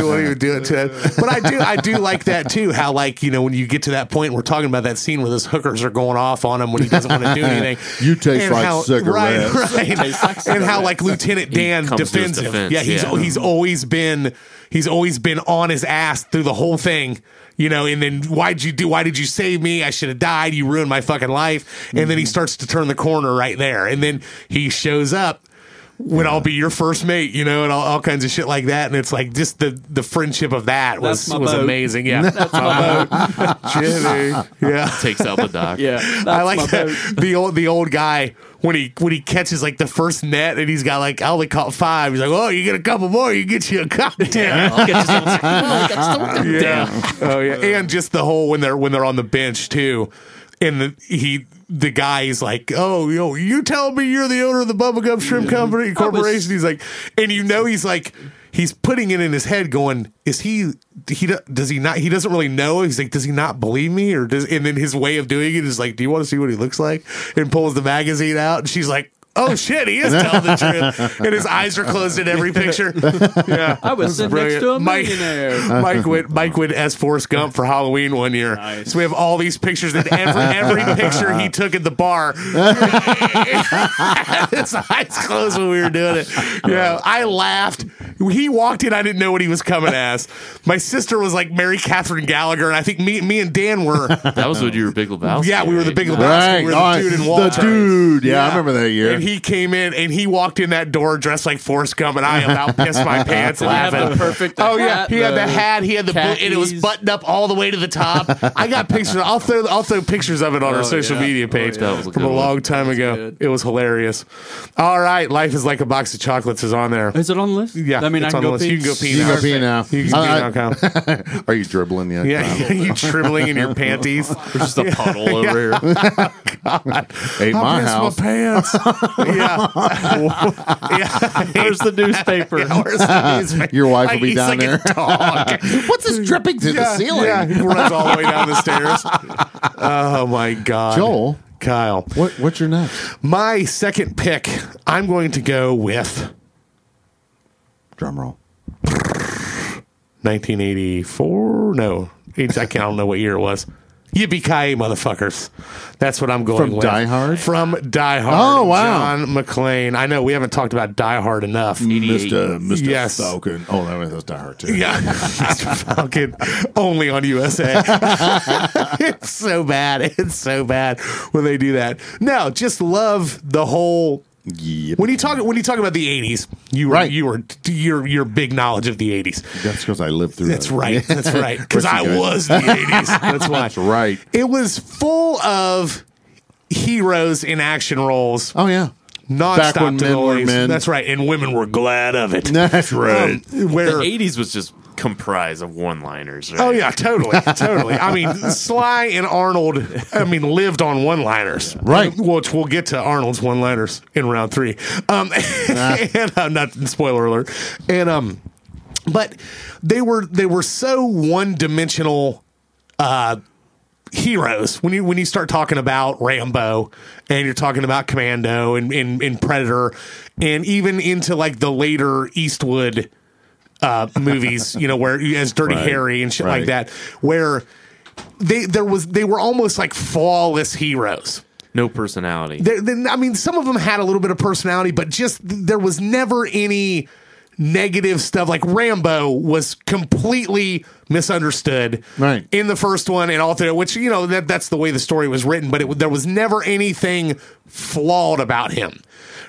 S1: you won't even do it to him. But I do, I do like that too. How like you know when you get to that point, we're talking about that scene where those hookers are going off on him when he doesn't want to do anything.
S4: You taste
S1: And
S4: like
S1: how-
S4: cigarettes.
S1: right, right? And how like Lieutenant Dan
S5: comes to his
S1: defends him.
S5: defense,
S1: Yeah, he's
S5: yeah.
S1: he's always been he's always been on his ass through the whole thing. You know, and then why'd you do? Why did you save me? I should have died. You ruined my fucking life. And
S5: Mm-hmm.
S1: then he starts to turn the corner right there. And then he shows up when I'll be your first mate, you know, and all, all kinds of shit like that. And it's like just the the friendship of that was
S3: That's my
S1: was
S3: boat.
S1: amazing. Yeah, that's my boat, Jimmy. Yeah.
S5: Takes out the doc.
S3: Yeah,
S1: I
S3: that's my
S1: like
S3: vote.
S1: that, the old the old guy when he when he catches like the first net and he's got like I only caught five. He's like, oh, you get a couple more, you get you a cocktail. yeah. Oh yeah. And just the whole when they're when they're on the bench too, and the he. The guy's like, oh, yo, you tell me you're the owner of the Bubblegum Shrimp Company Corporation. he's like, and you know, he's like, he's putting it in his head, going, is he? He do- does he not? He doesn't really know. He's like, does he not believe me? Or does? And then his way of doing it is like, do you want to see what he looks like? And pulls the magazine out, and she's like, oh shit, he is telling the truth. And his eyes are closed in every picture. Yeah,
S3: I was sitting next to a
S1: Brilliant. Mike-
S3: millionaire.
S1: Mike went Mike went as Forrest Gump for Halloween one year. So we have all these pictures and every every picture he took at the bar. His eyes closed when we were doing it. Yeah, I laughed. He walked in. I didn't know what he was coming as. My sister was like Mary Catherine Gallagher, and I think me me and Dan were.
S5: That was when you were Big Lebowski.
S1: Yeah, we were the Big
S5: right?
S1: Lebowski.
S4: Right.
S1: We were the
S4: all right.
S1: dude in
S4: The
S1: Walmart.
S4: dude. Yeah, I remember that year.
S1: And he came in and he walked in that door dressed like Forrest Gump, and I about pissed my pants
S3: I have
S1: laughing.
S3: the perfect. Uh,
S1: Oh yeah, he had the hat. He had the blue, and it was
S3: khakis.
S1: buttoned up all the way to the top. I got pictures. I'll throw I'll throw pictures of it on our
S3: Oh,
S1: social
S3: yeah.
S1: media page
S5: That was a
S1: from
S5: good
S1: a
S5: one.
S1: long time ago.
S3: good.
S1: It was hilarious. All right, life is like a box of chocolates is on there.
S3: Is it on the list?
S1: Yeah,
S3: I mean, I
S1: it's on
S3: can
S1: the
S3: go
S1: list.
S3: pee.
S1: You can go pee
S4: you
S1: now.
S4: can pee now.
S1: You can
S4: I- I-
S1: do it now, Kyle.
S4: Are you dribbling yet? Kyle?
S1: Yeah, you dribbling in your panties.
S5: There's just a puddle over here.
S4: Ate my
S1: I pissed
S4: house.
S1: my pants. yeah. yeah.
S3: Where's the newspaper?
S1: Where's the newspaper?
S4: Your wife will
S1: Like,
S4: be
S1: he's
S4: down
S1: like a dog.
S4: What's this dripping to the ceiling?
S1: Yeah, he runs all the way down the stairs. Oh my god,
S4: Joel.
S1: Kyle,
S4: What, what's your next?
S1: my second pick. I'm going to go with
S4: Drum roll.
S1: 1984. No, it's- I can't I don't know what year it was. Yippee ki motherfuckers! That's what I'm going
S4: From
S1: with.
S4: Die Hard?
S1: From Die Hard.
S4: Oh, wow.
S1: John McClane. I know we haven't talked about Die Hard enough.
S4: Mr. Mr.
S1: Yes.
S4: Falcon. Oh, that was that was Die Hard too.
S1: Yeah, Mr. Falcon only on USA. it's so bad. It's so bad when they do that. No, just love the whole.
S4: Yep.
S1: When you talk when you talk about the eighties, you were,
S4: Right.
S1: you were your your big knowledge of the eighties.
S4: That's because I lived through.
S1: That's
S4: that.
S1: right. That's right. Because I
S4: good.
S1: was the eighties. That's why.
S4: That's right.
S1: It was full of heroes in action roles,
S4: Oh yeah.
S1: nonstop
S4: Back when men were
S1: delays.
S4: men.
S1: That's right. And women were glad of it.
S4: That's right.
S1: Um, where
S5: The 80s was just comprised of one-liners. Right?
S1: Oh yeah, totally, totally. I mean, Sly and Arnold. I mean, lived on one-liners,
S4: Right.
S1: Which we'll get to Arnold's one-liners in round three. Um, and uh, not spoiler alert. And um, but they were they were so one-dimensional uh, heroes when you when you start talking about Rambo and you're talking about Commando and and, and Predator and even into like the later Eastwood uh, movies, you know, where as Dirty
S4: Right.
S1: Harry and shit like
S4: Right.
S1: that, where they there was they were almost like flawless heroes.
S5: No personality.
S1: There- then- I mean, some of them had a little bit of personality, but just there was never any negative stuff. Like Rambo was completely misunderstood
S4: Right.
S1: in the first one and all through, which you know that that's the way the story was written. But it, there was never anything flawed about him.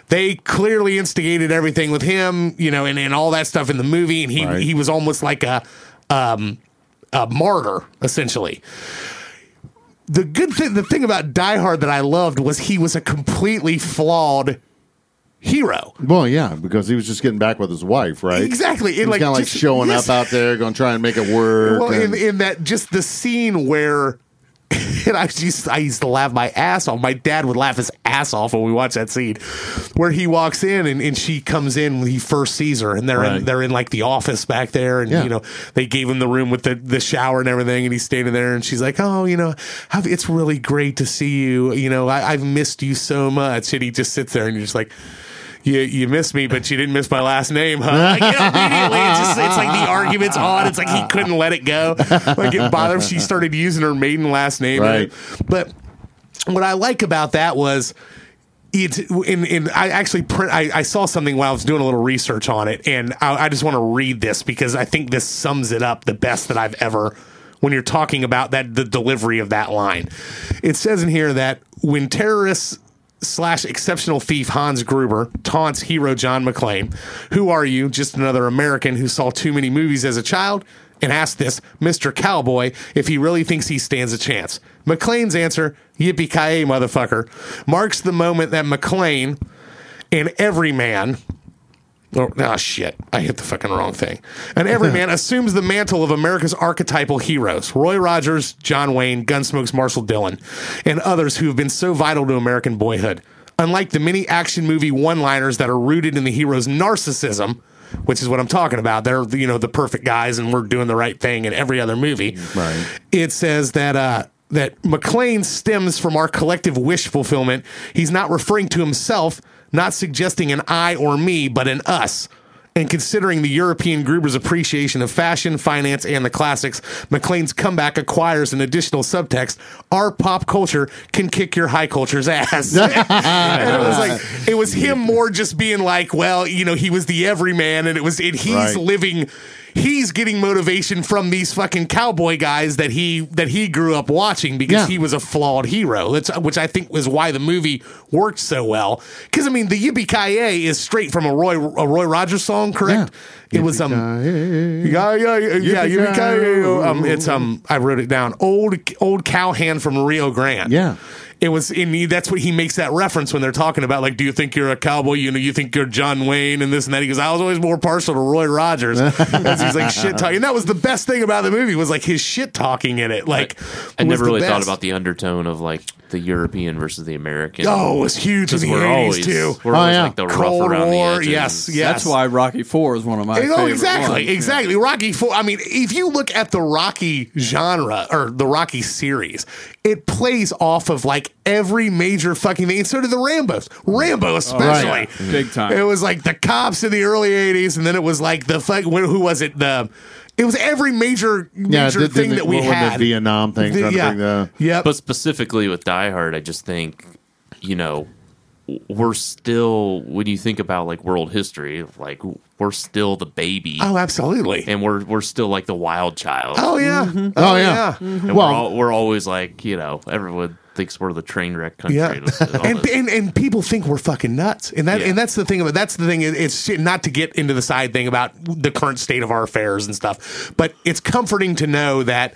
S1: They clearly instigated everything with him, you know, and, and all that stuff in the movie, and he
S4: Right.
S1: he was almost like a um, a martyr essentially the good thing, the thing about Die Hard that I loved was he was a completely flawed hero.
S4: Well, yeah, because he was just getting back with his wife, right?
S1: Exactly. It,
S4: It,
S1: like,
S4: like, kind of like
S1: just-
S4: showing
S1: yes.
S4: up out there, going to try and make it work.
S1: Well, in,
S4: and-
S1: in that just the scene where and I used I used to laugh my ass off. My dad would laugh his ass off when we watched that scene where he walks in and, and she comes in when he first sees her and they're in,
S4: Right.
S1: they're in like the office back there and
S4: Yeah.
S1: you know they gave him the room with the, the shower and everything and he's standing there and she's like oh you know have, it's really great to see you you know I, I've missed you so much and he just sits there and you're just like. You, you missed me, but you didn't miss my last name, huh? Like, you know, immediately, it's, just, it's like the argument's on. It's like he couldn't let it go. Like it bothered him. She started using her maiden last name.
S4: Right.
S1: But what I like about that was it. In in I actually print. I, I saw something while I was doing a little research on it, and I, I just want to read this because I think this sums it up the best that I've ever. When you're talking about that, the delivery of that line, it says in here that when terrorists slash exceptional thief Hans Gruber taunts hero John McClane, "Who are you? Just another American who saw too many movies as a child." and asked this Mr. Cowboy if he really thinks he stands a chance. McLean's answer, yippee ki motherfucker, marks the moment that McLean and every man. Oh, ah, shit. I hit the fucking wrong thing. And every man assumes the mantle of America's archetypal heroes Roy Rogers, John Wayne, Gunsmoke's Marshall Dillon, and others who have been so vital to American boyhood. Unlike the many action movie one liners that are rooted in the hero's narcissism, which is what I'm talking about, they're, you know, the perfect guys and we're doing the right thing in every other movie.
S4: Right.
S1: It says that, uh, that McLean stems from our collective wish fulfillment. He's not referring to himself, not suggesting an I or me, but an us. And considering the European Gruber's appreciation of fashion, finance, and the classics, McLean's comeback acquires an additional subtext. Our pop culture can kick your high culture's ass. and it was like it was him more just being like, well, you know, he was the everyman, and it was and he's
S4: Right.
S1: living he's getting motivation from these fucking cowboy guys that he that he grew up watching because
S4: Yeah.
S1: he was a flawed hero that's which i think was why the movie worked so well because i mean the yippee ki is straight from a roy a roy rogers song correct it was um
S4: Uh,
S1: yeah yeah yeah, yeah yippee ki um it's um i wrote it down old old cowhand from rio grande
S4: Yeah.
S1: it was in that's what he makes that reference when they're talking about like, do you think you're a cowboy? You know, you think you're John Wayne and this and that. He goes, I was always more partial to Roy Rogers. 'Cause he's like shit talking, and that was the best thing about the movie was like his shit talking in it. Like,
S5: I
S1: was the
S5: never really thought
S1: best.
S5: about the undertone of like the European versus the American.
S1: Oh, it was huge in
S5: because
S1: the
S5: we're always
S1: eighties too.
S5: we're
S4: Oh,
S5: always
S4: yeah.
S5: like the rough
S1: Cold
S5: around the
S1: War,
S5: edges.
S1: yes, yes.
S3: That's why Rocky Four is one of my. favorite
S1: Oh, exactly,
S3: ones.
S1: exactly. Rocky Four. I mean, if you look at the Rocky genre or the Rocky series, it plays off of like every major fucking thing. And so did the Rambo's, Rambo especially.
S3: Oh, Big time.
S1: It was like the cops in the early '80s, and then it was like the fuck. when- Who was it? The it was every major major
S4: did- didn't
S1: thing
S4: it-
S1: that we
S4: what was
S1: had.
S4: The Vietnam thing.
S1: The-
S4: trying to
S1: yeah,
S4: bring the-
S1: yep.
S5: But specifically with Die Hard, I just think, you know, we're still when you think about like world history, like we're still the baby,
S1: oh, absolutely.
S5: and we're we're still like the wild child.
S1: oh yeah.
S4: Oh, yeah.
S5: and
S4: Well-
S5: we're, all, we're always like you know everyone thinks we're the train wreck country.
S1: Yeah,
S5: with- with all
S1: and,
S5: this.
S1: and and people think we're fucking nuts, and that
S5: Yeah.
S1: and that's the thing about that's the thing. it- It's shit, not to get into the side thing about the current state of our affairs and stuff, but it's comforting to know that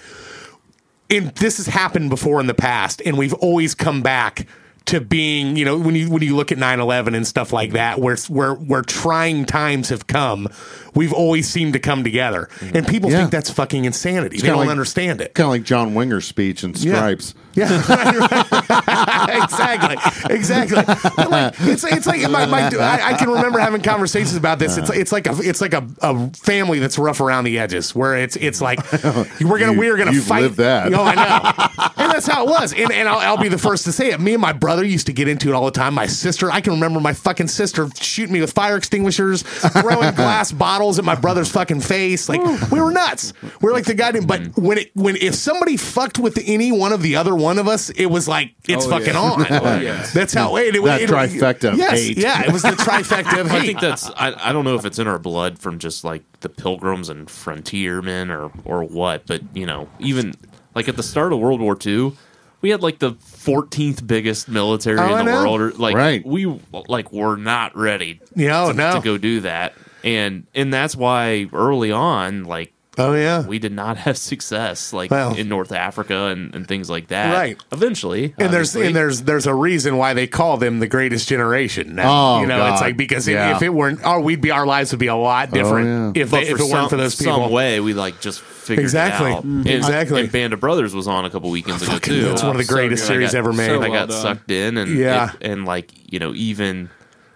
S1: in this has happened before in the past, and we've always come back to being you know when you when you look at 9-11 and stuff like that where where where trying times have come we've always seemed to come together and people
S4: Yeah.
S1: think that's fucking insanity they
S4: kinda
S1: don't
S4: like-
S1: understand it
S4: Kind of like John Winger's speech in Stripes.
S1: yeah, exactly, exactly. But like, it's it's like my, my, I, I can remember having conversations about this. It's it's like a it's like a, a family that's rough around the edges, where it's it's like we're gonna
S4: Oh, You-
S1: we're gonna
S4: you've
S1: fight. Oh,
S4: lived that.
S1: No, I know, and that's how it was. And and I'll, I'll be the first to say it. Me and my brother used to get into it all the time. My sister, I can remember my fucking sister shooting me with fire extinguishers, throwing glass bottles at my brother's fucking face. Like we were nuts. We are like the guy. Didn't, but when it when if somebody fucked with any one of the other one of us, it was like it's
S3: Oh,
S1: fucking
S3: yeah.
S1: on.
S3: yeah.
S1: That's how it, it
S4: That
S1: it-
S4: trifecta of
S1: yes,
S4: hate.
S1: Yeah, it was the trifecta of
S5: I
S1: hate.
S5: think that's I, I don't know if it's in our blood from just like the pilgrims and frontiermen or or what, but you know, even like at the start of World War II, we had like the 14th biggest military
S1: Oh, I
S5: in the
S1: know.
S5: world. Or, like
S4: Right.
S5: we like were not ready
S1: Yeah, oh,
S5: to,
S1: no.
S5: to go do that, and and that's why early on, like
S1: Oh yeah.
S5: we did not have success like
S1: Well.
S5: in North Africa and, and things like that.
S1: Right.
S5: Eventually.
S1: and there's
S5: obviously.
S1: and there's there's a reason why they call them the greatest generation. Now,
S4: Oh,
S1: you know, it's
S4: God.
S1: like because if-
S4: Yeah.
S1: if it weren't, oh, we'd be our lives would be a lot different
S4: yeah.
S1: if, they,
S5: But
S1: if it weren't
S5: some,
S1: for those
S5: some
S1: people.
S5: way we like just figured
S1: Exactly.
S5: it out.
S1: Mhm.
S5: And- uh,
S1: Exactly.
S5: And Band of Brothers was on a couple weekends ago
S1: Fucking-
S5: too.
S1: that's one of the
S5: So
S1: greatest
S5: good. I
S1: series
S5: got-
S1: ever made.
S5: and I
S3: well
S5: got
S3: done.
S5: sucked in and
S1: Yeah.
S5: it- and like you know even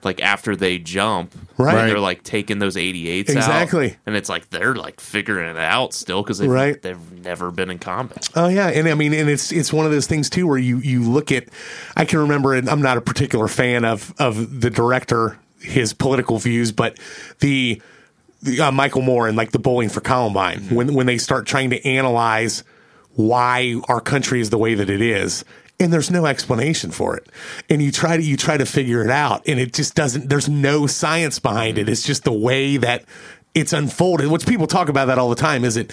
S5: like after they jump,
S1: Right.
S5: They're like taking those eighty eights
S1: Exactly.
S5: and it's like they're like figuring it out still because they've,
S1: Right.
S5: they've never been in combat.
S1: Oh yeah, and I mean, and it's it's one of those things too where you you look at. I can remember, and I'm not a particular fan of of the director, his political views, but the, the uh, Michael Moore and like the Bowling for Columbine when when they start trying to analyze why our country is the way that it is. And there's no explanation for it, and you try to you try to figure it out, and it just doesn't. There's no science behind it. It's just the way that it's unfolded. Which people talk about that all the time. Is it,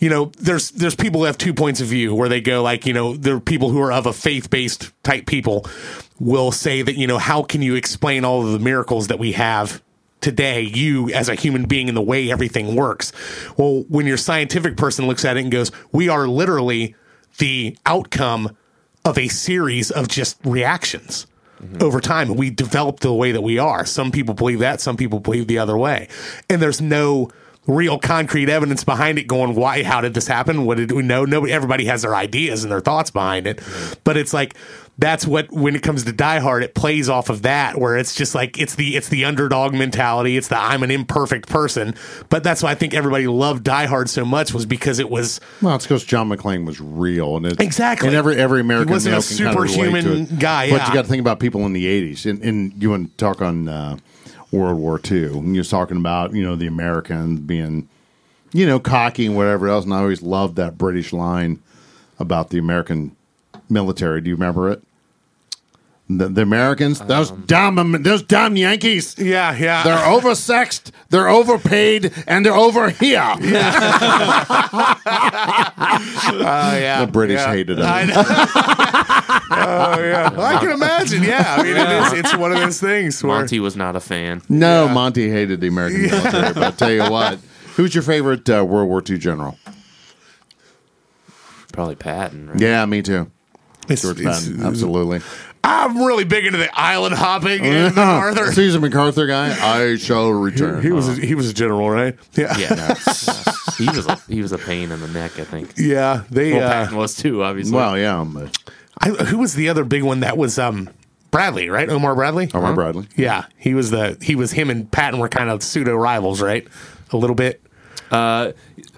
S1: you know, there's there's people who have two points of view where they go like, you know, there are people who are of a faith based type people will say that you know how can you explain all of the miracles that we have today you as a human being and the way everything works well when your scientific person looks at it and goes we are literally the outcome of a series of just reactions over time. We develop the way that we are. Some people believe that, some people believe the other way. And there's no real concrete evidence behind it going, why, how did this happen? What did we know? Nobody, everybody has their ideas and their thoughts behind it. But it's like, that's what when it comes to Die Hard, it plays off of that, where it's just like it's the it's the underdog mentality. It's the I'm an imperfect person, but that's why I think everybody loved Die Hard so much was because it was
S4: Well, it's because John McClane was real, and it's,
S1: Exactly.
S4: And every every American
S1: He wasn't a
S4: male can kinda relate
S1: superhuman
S4: to it.
S1: guy,
S4: But
S1: yeah.
S4: you got to think about people in the eighties, and, and you want to talk on uh, World War II. And you're talking about you know the Americans being, you know, cocky and whatever else. And I always loved that British line about the American military. Do you remember it? The, the Americans, those dumb, those dumb Yankees.
S1: yeah yeah
S4: They're oversexed, they're overpaid, and they're over here.
S1: Oh, yeah.
S4: The British
S1: yeah.
S4: hated
S1: I
S4: us.
S1: know. oh yeah, Well, I can imagine. Yeah, I mean, it is. It's one of those things where
S5: Monty was not a fan.
S4: No, Monty hated the American military, but I tell you what. Who's your favorite uh, World War II general?
S5: Probably Patton. Right?
S4: Yeah, me too. uh,
S1: it's,
S4: George
S1: it's-
S4: Patton, absolutely.
S1: I'm really big into the island hopping and the Arthur.
S4: Caesar MacArthur guy, I shall return.
S1: Uh-huh. He was a, he was a general, right? Yeah, yeah.
S5: Yeah. he was a, he was a pain in the neck. I think.
S1: they.
S5: Well,
S1: uh,
S5: Patton was too. Obviously.
S4: well, yeah, uh, but
S1: I, who was the other big one? That was um Bradley, right? Omar Bradley.
S4: Omar Bradley.
S1: Yeah, he was the he was him and Patton were kind of pseudo rivals, right? A little bit.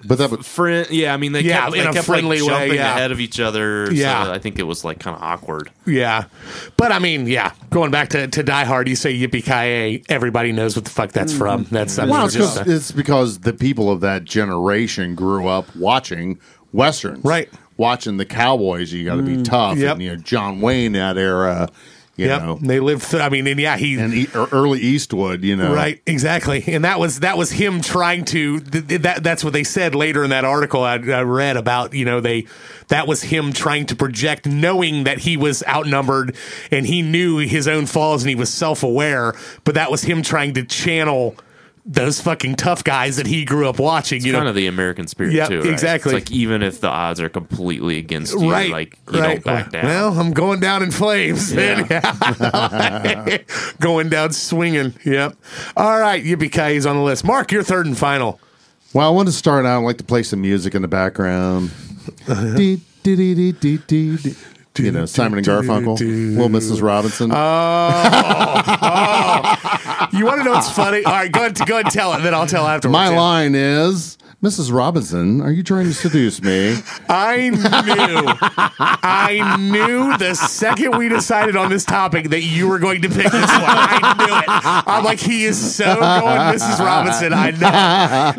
S4: But that was,
S5: friend. Yeah, I mean they
S1: Yeah,
S5: kept,
S1: in
S5: they
S1: a
S5: kept
S1: friendly
S5: like, jumping
S1: way, yeah.
S5: ahead of each other.
S1: Yeah.
S5: so I think it was like kind of awkward.
S1: Yeah, but I mean, yeah. Going back to, to Die Hard, you say Yippee Ki Yay, everybody knows what the fuck that's from. That's I mean,
S4: well, it's,
S1: Mm. just uh,
S4: 'cause-
S1: a-
S4: it's because the people of that generation grew up watching westerns,
S1: Right. Mm.
S4: Watching the cowboys, you got to be tough,
S1: Yep.
S4: and you know John Wayne that era, you
S1: Yep.
S4: know,
S1: They lived through. I mean, and yeah, he.
S4: and e- or early Eastwood, you know,
S1: Right, exactly, and that was that was him trying to. Th- th- that that's what they said later in that article I, I read about. You know, they that was him trying to project, knowing that he was outnumbered, and he knew his own flaws, and he was self aware. But that was him trying to channel those fucking tough guys that he grew up watching. you know,
S5: kind of the American spirit
S1: Yep,
S5: too. Right?
S1: exactly.
S5: It's like even if the odds are completely against you,
S1: right?
S5: like you
S1: right.
S5: don't back down.
S1: Well, I'm going down in flames.
S5: Yeah.
S1: Yeah. going down swinging. Yep. All right, yippee ki on the list. Mark, your third and final.
S4: Well, I want to start out. I like to play some music in the background.
S1: Uh-huh.
S4: Dee, dee, dee, dee, dee, dee, dee. You know, Simon and Garfunkel, Little Mrs. Robinson.
S1: Oh, You want to know what's funny? All right, go ahead, go ahead and tell it, then I'll tell afterwards.
S4: My
S1: yeah.
S4: line is, Mrs. Robinson, are you trying to seduce me?
S1: I knew, I knew the second we decided on this topic that you were going to pick this one. I knew it. I'm like, he is so going, Mrs. Robinson. I know.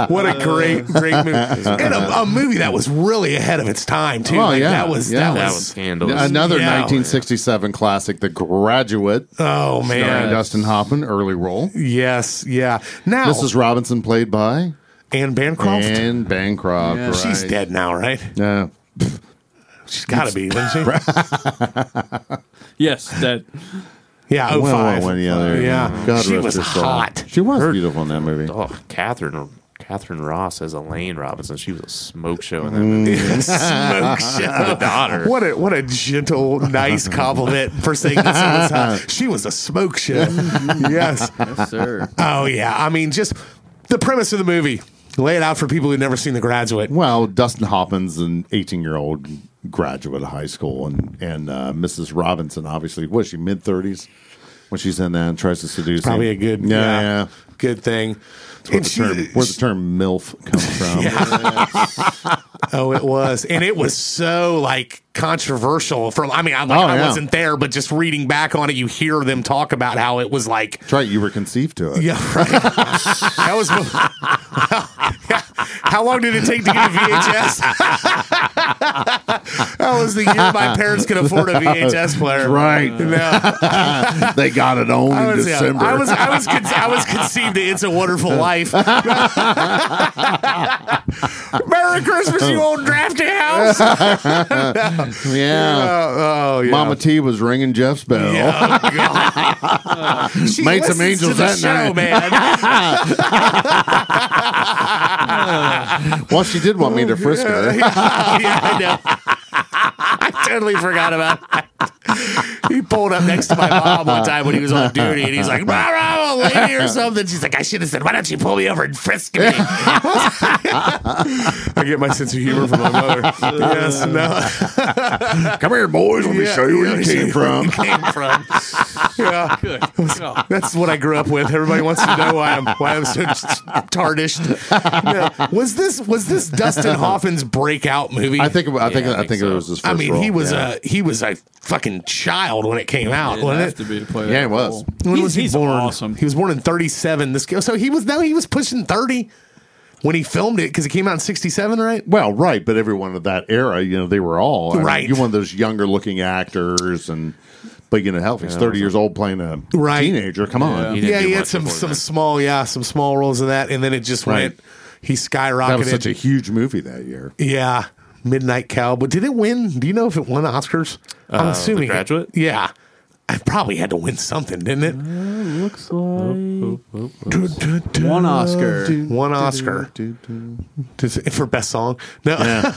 S1: Yep. What a great, great movie, and a, a movie that was really ahead of its time too.
S4: Oh,
S1: Like,
S4: yeah,
S1: that was
S4: yeah.
S1: that
S5: that
S1: was.
S5: was scandalous.
S4: Another
S1: Yeah.
S4: 1967 classic, The Graduate,
S1: Oh
S4: starring
S1: man.
S4: Dustin Hoffman, early role.
S1: Yes. Yeah. Now
S4: Mrs. Robinson, played by
S1: Anne Bancroft.
S4: Anne Bancroft.
S3: Yeah.
S4: right.
S1: She's dead now, right?
S4: Yeah.
S1: She's got to be, isn't she?
S3: Yes, that
S1: Yeah, oh
S4: Well,
S1: five.
S4: well, yeah, there you
S1: Yeah.
S4: go. God
S1: She
S4: rest
S1: was
S4: her soul.
S1: hot.
S4: She was beautiful in that movie.
S5: oh, Catherine. Catherine Ross as Elaine Robinson. She was a smoke show
S1: Mm.
S5: in that movie. smoke show. The daughter.
S1: What a what a gentle, nice compliment for saying that someone's hot. She was a smoke show. yes.
S7: Yes, sir.
S1: Oh yeah. I mean, just the premise of the movie. Lay it out for people who've never seen The Graduate.
S4: Well, Dustin Hoffman's an 18 year old graduate of high school, and and uh, Mrs. Robinson obviously was she mid 30s when she's in that and tries to seduce.
S1: Probably a
S4: him.
S1: good,
S4: yeah.
S1: yeah,
S4: yeah.
S1: good thing.
S4: Where,
S1: And
S4: the
S1: she-
S4: term, where the term MILF comes from.
S1: oh, it was, and it was so like controversial. From I mean, I, like,
S4: Oh,
S1: I
S4: yeah.
S1: wasn't there, but just reading back on it, you hear them talk about how it was like
S4: That's right. You were conceived to it.
S1: Yeah, right. that was. how long did it take to get a VHS? that was the year my parents could afford a VHS player.
S4: Right.
S1: No,
S4: they got it on
S1: I
S4: in
S1: was, yeah,
S4: December.
S1: I was, I was, con- I was conceived to "It's a Wonderful Life." Merry Christmas, you old drafty house.
S4: yeah.
S1: oh, yeah.
S4: Mama T was ringing Jeff's bell.
S1: Yeah, oh, God. She
S4: Made some
S1: listens
S4: angels
S1: to the
S4: that
S1: show,
S4: night.
S1: man.
S4: Well, she did want me to frisk her.
S1: yeah, I know. I totally forgot about that. He pulled up next to my mom one time when he was on duty, and he's like, "Rah, rah, old lady or something." She's like, "I should have said, why don't you pull me over and frisk me?" I get my sense of humor from my mother. yes, no.
S4: Come here, boys. Let me
S1: Yeah,
S4: show you where
S1: yeah,
S4: you
S1: show
S4: came
S1: you
S4: from.
S1: Came from. Yeah. That's what I grew up with. Everybody wants to know why I'm why I'm so tarnished. No. Was this was this Dustin Hoffman's breakout movie?
S4: I think. I think.
S5: Yeah, I
S4: I think,
S5: think so.
S4: it was his first.
S1: I mean, he
S4: role.
S1: was uh,
S4: Yeah.
S1: a he was a fucking child when it came out,
S7: Didn't have
S1: wasn't
S7: to
S1: it?
S7: be to play.
S4: Yeah,
S7: that
S4: he was.
S7: role.
S1: When
S3: He's-
S1: was he
S3: he's
S1: born?
S3: awesome.
S1: He was born in thirty seven. This guy, so he was no, he was pushing thirty when he filmed it because it came out in sixty seven, right?
S4: Well, right, but everyone of that era, you know, they were all I mean,
S1: Right.
S4: You're one of those younger looking actors, and but you know, hell, if he's thirty years old playing a
S1: Right.
S4: teenager. Come on,
S5: He didn't
S1: Yeah,
S5: do
S1: he had
S5: much
S1: some
S5: before
S1: some
S5: that.
S1: small yeah some small roles in that, and then it just
S4: Right.
S1: went. He
S4: that was
S1: skyrocketed.
S4: such a huge movie that year.
S1: yeah, Midnight Cow. But did it win? Do you know if it won Oscars? I'm assuming. it-
S5: Graduate?
S1: yeah. I probably had to win something, didn't it? Oh, looks like
S3: One Oscar.
S1: One Oscar. To say- for best song. No.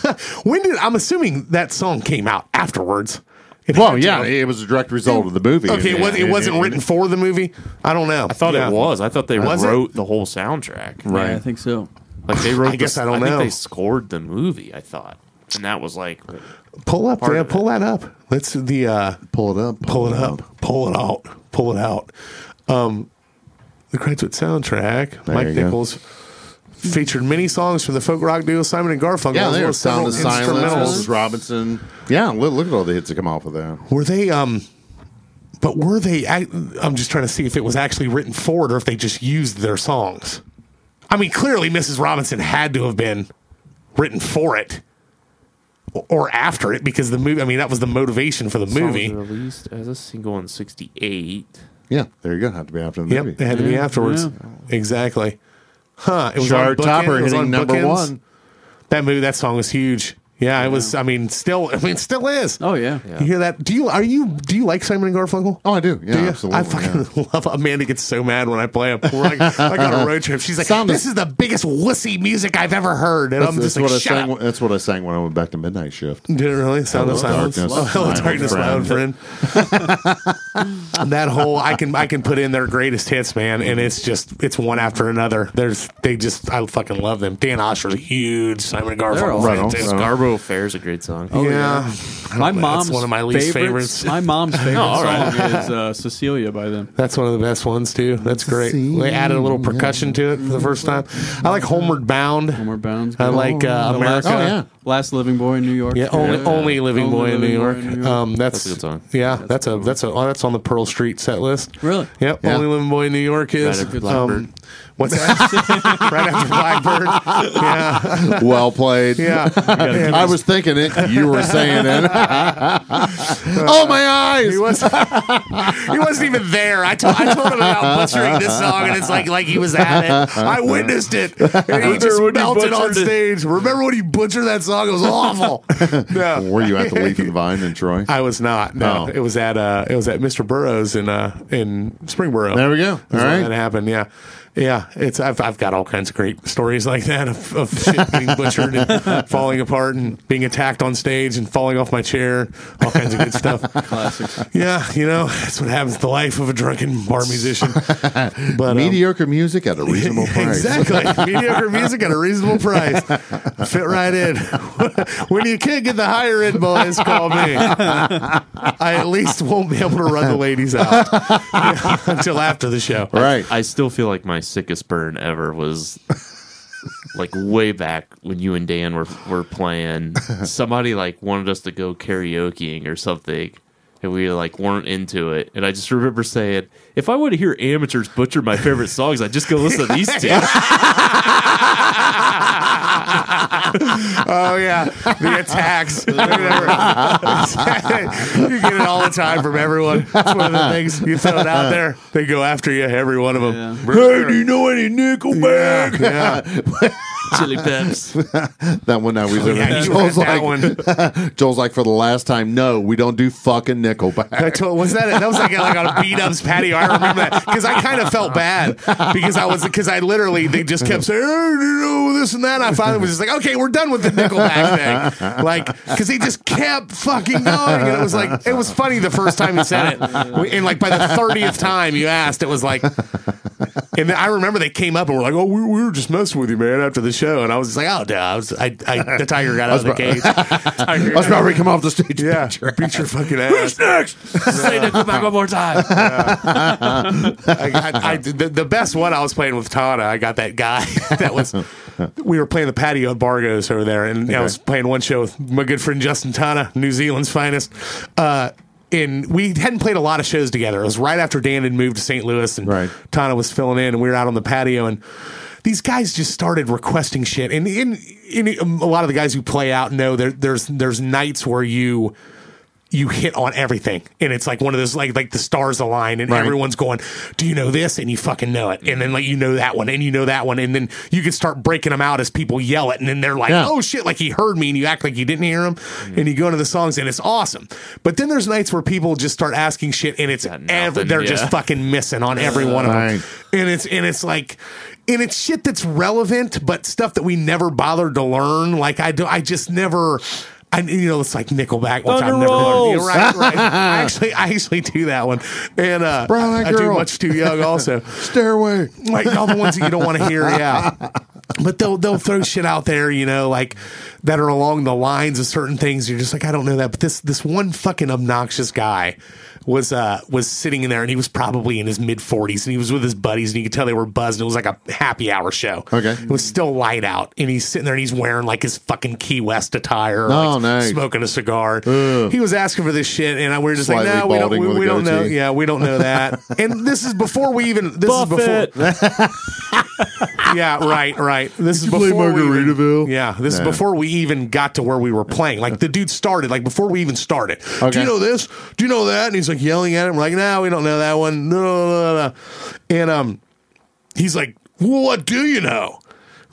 S1: when did I'm assuming that song came out afterwards? It
S4: Well,
S1: had to
S4: yeah,
S1: have-
S4: it was a direct result of the movie.
S1: Okay, it, was, it wasn't written for the movie. I don't know.
S5: I thought it was. I thought they
S1: Was it?
S5: wrote the whole soundtrack.
S3: Right. I think so.
S5: Like they wrote.
S1: I guess
S5: the,
S1: I don't
S5: think
S1: know.
S5: they scored the movie. I thought, and that was like
S1: Pull up,
S5: Part
S1: yeah,
S5: of it.
S1: pull that up. Let's the uh,
S4: Pull it up.
S1: pull it up, pull it out, pull it out. Um, the graduate soundtrack.
S4: There
S1: Mike
S4: you go.
S1: Nichols featured many songs from the folk rock duo Simon and Garfunkel.
S4: Yeah,
S1: as
S4: they
S1: well
S4: were
S1: as
S4: Sound of
S1: several instrumentals.
S4: Silence, Robinson. Yeah, look, look at all the hits that come off of that.
S1: Were they? Um, but were they? I, I'm just trying to see if it was actually written for it or if they just used their songs. I mean, clearly Mrs. Robinson had to have been written for it or- or after it because the movie. I mean, that was the motivation for the
S5: song
S1: movie.
S5: was released as a single in '68.
S4: Yeah, there you go. Have to be after the
S1: Yep,
S4: movie.
S1: it had to be
S3: Yeah,
S1: afterwards. Exactly. Huh? It was
S4: Shard
S1: on Bookend-
S4: Topper
S1: it was
S4: hitting
S1: on
S4: number
S1: Bookends.
S4: one.
S1: That movie, that song was huge. Yeah, it was. I mean, still, I mean, still is.
S3: Oh yeah.
S1: You hear that? Do you are you do you like Simon and Garfunkel?
S4: Oh, I do. Yeah,
S1: Do you?
S4: absolutely.
S1: I
S4: yeah.
S1: fucking love. Amanda gets so mad when I play them. We're like, like on a road trip. She's like,
S4: Sound
S1: "This
S4: of-
S1: is the biggest wussy music I've ever heard," and I'm just
S4: that's
S1: like,
S4: what
S1: "Shut
S4: I sang.
S1: up!"
S4: That's what I sang when I went back to midnight shift.
S1: Did it really? Sound of
S4: Hello,
S1: silence.
S4: darkness,
S1: Oh, hello,
S4: my old
S1: darkness, my old friend. And that whole I can I can put in their greatest hits, man, and it's just it's one after another. There's they just I fucking love them. Dan Osher's a huge Simon and
S3: They're
S1: Garfunkel
S3: all-
S1: fan
S4: Right on,
S1: too.
S4: right on.
S5: Scarborough Fair is a great song.
S4: Oh,
S1: yeah.
S3: My
S1: That's
S3: mom's
S1: one of my least favorites. Oh,
S3: My mom's favorite
S5: all right.
S3: song is uh, Cecilia by them.
S1: That's one of the best ones too. That's great. They added a little percussion to it for the first time. I like Homeward Bound.
S3: Homeward Bound's
S1: I
S3: good.
S1: like uh,
S3: The
S1: America.
S4: Oh, yeah.
S3: Last Living Boy in New York.
S1: Yeah, only, only living
S3: Only
S1: boy in
S3: Living
S1: New
S3: Boy
S1: York.
S3: in New York.
S1: Um, that's,
S5: That's a good song.
S1: Yeah, that's a that's a oh, that's on the Pearl Street set list.
S3: Really?
S1: Yep.
S4: Yeah.
S1: Only living boy in New York is.
S5: after
S1: Um, what's that? right after Blackbird. Yeah,
S4: well played.
S1: yeah.
S4: I was thinking it. You were saying it.
S1: oh my eyes!
S2: He was
S1: He wasn't even there. I told I told him about butchering this song, and it's like like he was at it. I witnessed it. And he just melted on stage. Remember when he butchered that song? It was awful. No,
S4: Were you at the Leaf and Vine in Troy?
S1: I was not. No,
S4: Oh.
S1: it was at uh, it was at Mr. Burroughs in uh in Springboro.
S4: There we go.
S1: Is
S4: All
S1: when
S4: right.
S1: that happened. Yeah, yeah. It's I've I've got all kinds of great stories like that of, of shit being butchered and falling apart and being attacked on stage and falling off my chair. All kinds of good stuff.
S3: Classics.
S1: Yeah, you know that's what happens. to The life of a drunken bar musician. But um,
S4: Mediocre music at a reasonable price.
S1: Exactly. Mediocre music at a reasonable price. Fit right in. when you can't get the higher end boys, call me. I at least won't be able to run the ladies out until after the show.
S4: Right.
S5: I still feel like my sickest burn ever was like way back when you and Dan were were playing. Somebody like wanted us to go karaokeing or something. And we like weren't into it, and I just remember saying, "If I want to hear amateurs butcher my favorite songs, I just go listen to these two.
S1: Oh yeah, the attacks. Whatever. you get it all the time from everyone. It's one of the things you throw it out there. They go after you. Every one of them.
S4: Hey, do you know any Nickelback?
S1: Yeah.
S5: Chili Peps."
S4: That one that we did.
S1: Oh, Yeah, you
S4: Joel's,
S1: had that
S4: like,
S1: one.
S4: Joel's like, for the last time, no, we don't do fucking Nickelback.
S1: I told was that that was like, like on a beat ups patio. I remember that because I kind of felt bad because I was because I literally they just kept saying oh, you know, this and that. I finally was just like, okay, we're done with the Nickelback thing, like because he just kept fucking going, and it was like it was funny the first time he said it, and like by the thirtieth time you asked, it was like. And then I remember they came up and were like, "Oh, we, we were just messing with you, man." After the show, and I was just like, "Oh, duh, I was, I, I, the tiger got out of the cage." Tiger
S4: Let's probably come off the stage.
S1: yeah, beat your fucking ass.
S5: Say Nickelback one more time.
S1: I got, I, the, the best one I was playing with Tana. I got that guy that was. We were playing the patio at Bargo's over there, and I was playing one show with my good friend Justin Tana, New Zealand's finest. Uh, and we hadn't played a lot of shows together. It was right after Dan had moved to St. Louis, and
S4: Right.
S1: Tana was filling in, and we were out on the patio, and these guys just started requesting shit. And in, in a lot of the guys who play out know there, there's there's nights where you you hit on everything, and it's like one of those like like the stars align, and everyone's going, "Do you know this?" And you fucking know it, and then like you know that one, and you know that one, and then you can start breaking them out as people yell it, and then they're like,
S4: Yeah.
S1: "Oh shit!" Like he heard me, and you act like you didn't hear him, and you go into the songs, and it's awesome. But then there's nights where people just start asking shit, and it's
S5: nothing,
S1: every, they're just
S5: yeah.
S1: fucking missing on every one of them
S4: Right.
S1: and it's and it's like and it's shit that's relevant but stuff that we never bothered to learn like i do i just never I, you know, it's like Nickelback, which I've never learned. You're right, right. I actually, I actually do that one, and uh,
S4: Brown Eyed
S1: I do
S4: Girl.
S1: much too young. Also,
S4: Stairway.
S1: like all the ones that you don't want to hear. Yeah. But they'll they'll throw shit out there, you know, like that are along the lines of certain things. You're just like, I don't know that. But this this one fucking obnoxious guy was uh was sitting in there and he was probably in his mid forties and he was with his buddies and you could tell they were buzzed. It was like a happy hour show.
S4: Okay.
S1: It was still light out and he's sitting there and he's wearing like his fucking Key West attire.
S4: Oh,
S1: like,
S4: nice.
S1: Smoking a cigar. He was asking for this shit and I- we were just like,
S4: Slightly
S1: no, we don't,
S4: balding
S1: we,
S4: with a
S1: we don't know.
S4: goatee.
S1: Yeah, we don't know that. and this is before we even. This is before.
S5: Buffett.
S1: Yeah, right, right. This is
S4: you play
S1: before we even-
S4: Margaritaville?
S1: yeah, this is before we even got to where we were playing. Like the dude started, like before we even started. Do
S4: Okay.
S1: you know this? Do you know that? And he's like yelling at him, like, "No, we don't know that one." No, no, no, no, no. And um, he's like, "Well, what do you know?"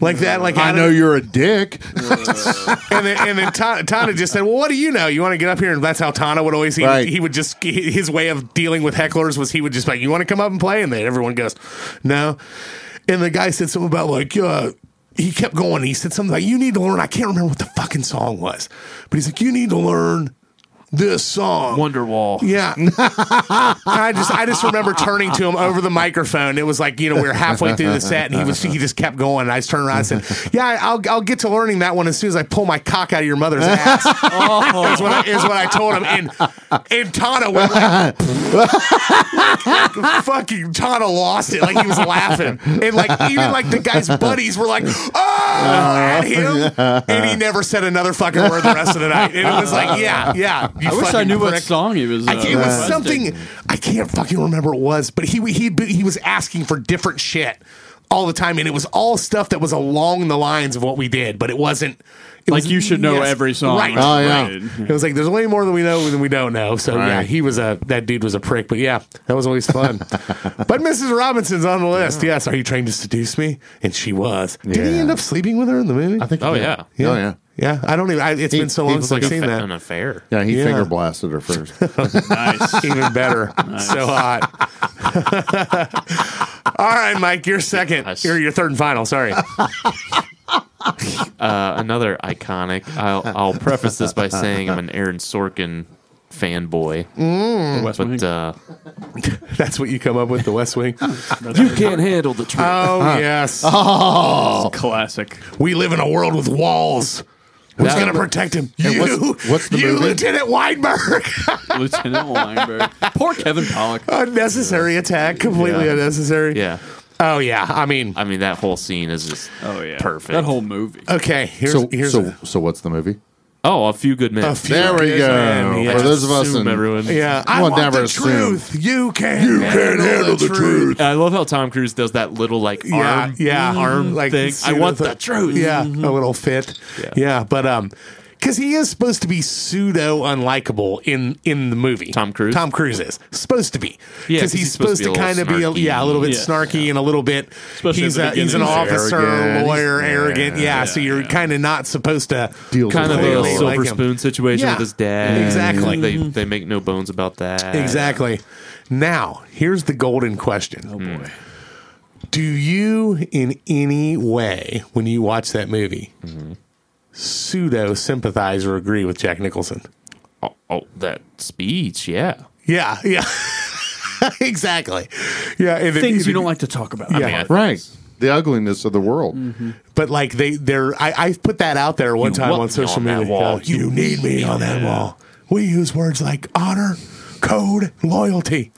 S1: Like that, like
S4: I
S1: out of-
S4: know you're a dick.
S1: and then, and then Ta- Tana just said, "Well, what do you know? You want to get up here?" And that's how Tana would always he,
S4: Right.
S1: he would just his way of dealing with hecklers was he would just like, "You want to come up and play?" And then everyone goes, "No." And the guy said something about like, uh, he kept going. He said something like, "You need to learn." I can't remember what the fucking song was, but he's like, "You need to learn this song."
S5: Wonderwall.
S1: Yeah. And I just I just remember turning to him over the microphone. It was like, you know, we were halfway through the set and he was he just kept going. And I just turned around and said, Yeah, I- I'll I'll get to learning that one as soon as I pull my cock out of your mother's ass.
S3: Oh.
S1: is, what I, is what I told him. And and Tana went like, fucking Tana lost it. Like he was laughing. And like even like the guy's buddies were like, Oh at him. And he never said another fucking word the rest of the night. And it was like, yeah, yeah. you
S3: I wish I
S1: fucking
S3: knew what
S1: prick.
S3: song he was. Uh,
S1: I can't- it was
S3: requesting.
S1: something I can't fucking remember what it was, but he he he was asking for different shit all the time, and it was all stuff that was along the lines of what we did, but it wasn't. it
S3: Like
S1: was-
S3: you should know every song.
S1: right?
S4: Oh, yeah.
S1: right. It was like there's way more than we know than we don't know. So yeah,
S4: Right.
S1: he was a that dude was a prick, but yeah, that was always fun. but Mrs. Robinson's on the list. Yes, are you trying to seduce me? And she was. Did he
S4: Yeah.
S1: end up sleeping with her in the movie? I
S4: think.
S5: Oh yeah,
S1: Yeah.
S4: Oh, yeah.
S1: Yeah, I don't even. I, it's
S4: He-
S1: been so
S4: he
S1: long
S4: was
S1: since I've
S5: Like a
S1: seen
S5: fa-
S1: that.
S5: an affair.
S4: Yeah, he
S1: Yeah.
S4: finger blasted her first.
S3: Nice.
S1: Even better. So hot. All right, Mike, you're second.
S5: Yes.
S1: You're your third and final. Sorry.
S5: Uh, another iconic. I'll, I'll preface this by saying I'm an Aaron Sorkin fanboy,
S3: West Wing.
S5: but uh,
S1: That's what you come up with, the West Wing.
S4: Uh-huh.
S6: You can't handle the truth.
S1: Oh, yes.
S4: Oh.
S3: Classic.
S1: We live in a world with walls. Who's
S5: That-
S1: going to protect him? You,
S4: what's- what's the
S1: you
S4: movie?
S1: Lieutenant Weinberg.
S3: Lieutenant Weinberg. Poor Kevin Pollak.
S1: unnecessary attack. Completely
S5: Yeah.
S1: unnecessary.
S5: yeah,
S1: Oh, yeah. I mean,
S5: I mean that whole scene is just
S3: Oh yeah.
S5: Perfect.
S3: That whole movie.
S1: okay. Here's,
S4: so,
S1: here's
S4: so, so what's the movie?
S5: oh, a few good men.
S1: a few
S4: There we
S1: days
S4: go.
S1: in, yeah.
S4: Oh, For those of us in,
S5: everyone.
S1: Yeah, I
S4: One
S1: want
S4: never
S1: the
S4: assume.
S1: truth. You can. You
S4: can't handle the truth.
S5: I love how Tom Cruise does that little like
S1: yeah,
S5: arm,
S1: yeah,
S5: arm
S1: like
S5: thing. I
S1: pseudo
S5: want
S1: thing.
S5: the truth.
S1: Yeah, a little fit. Yeah, but um, because he is supposed to be pseudo unlikable in in the movie.
S5: Tom Cruise?
S1: Tom Cruise is supposed to be.
S5: Yeah,
S1: because he's, supposed, to
S5: a
S1: kind of
S5: little
S1: be a,
S5: snarky.
S1: yeah a little bit
S3: Yeah.
S1: snarky and a little bit.
S3: Especially
S1: he's
S3: at the
S1: a, he's an
S3: beginning. He's
S1: officer,
S4: arrogant.
S1: lawyer,
S4: He's-
S1: arrogant. Yeah,
S4: yeah,
S1: so you're kind of not supposed to.
S4: Deals
S5: kind of
S4: with
S5: a
S1: Completely
S4: it.
S5: silver
S1: like him.
S5: spoon situation
S1: Yeah.
S5: with his dad.
S1: Exactly. Mm-hmm.
S5: They they make no bones about that.
S1: Exactly. Now, here's the golden question. Oh boy. Do you in any way when you watch that movie pseudo sympathize or agree with Jack Nicholson?
S5: Oh, oh, that speech. Yeah.
S1: Yeah, yeah. exactly. Yeah, and it-
S3: Things you
S1: it-
S3: don't like to talk about.
S1: Yeah.
S5: Man,
S4: Right. The ugliness of the world.
S1: but like they they're I I've put that out there one time
S5: want
S1: on
S5: me
S1: social
S5: on that
S1: media.
S5: wall.
S1: Uh, You, need me on that wall. We use words like honor, code, loyalty.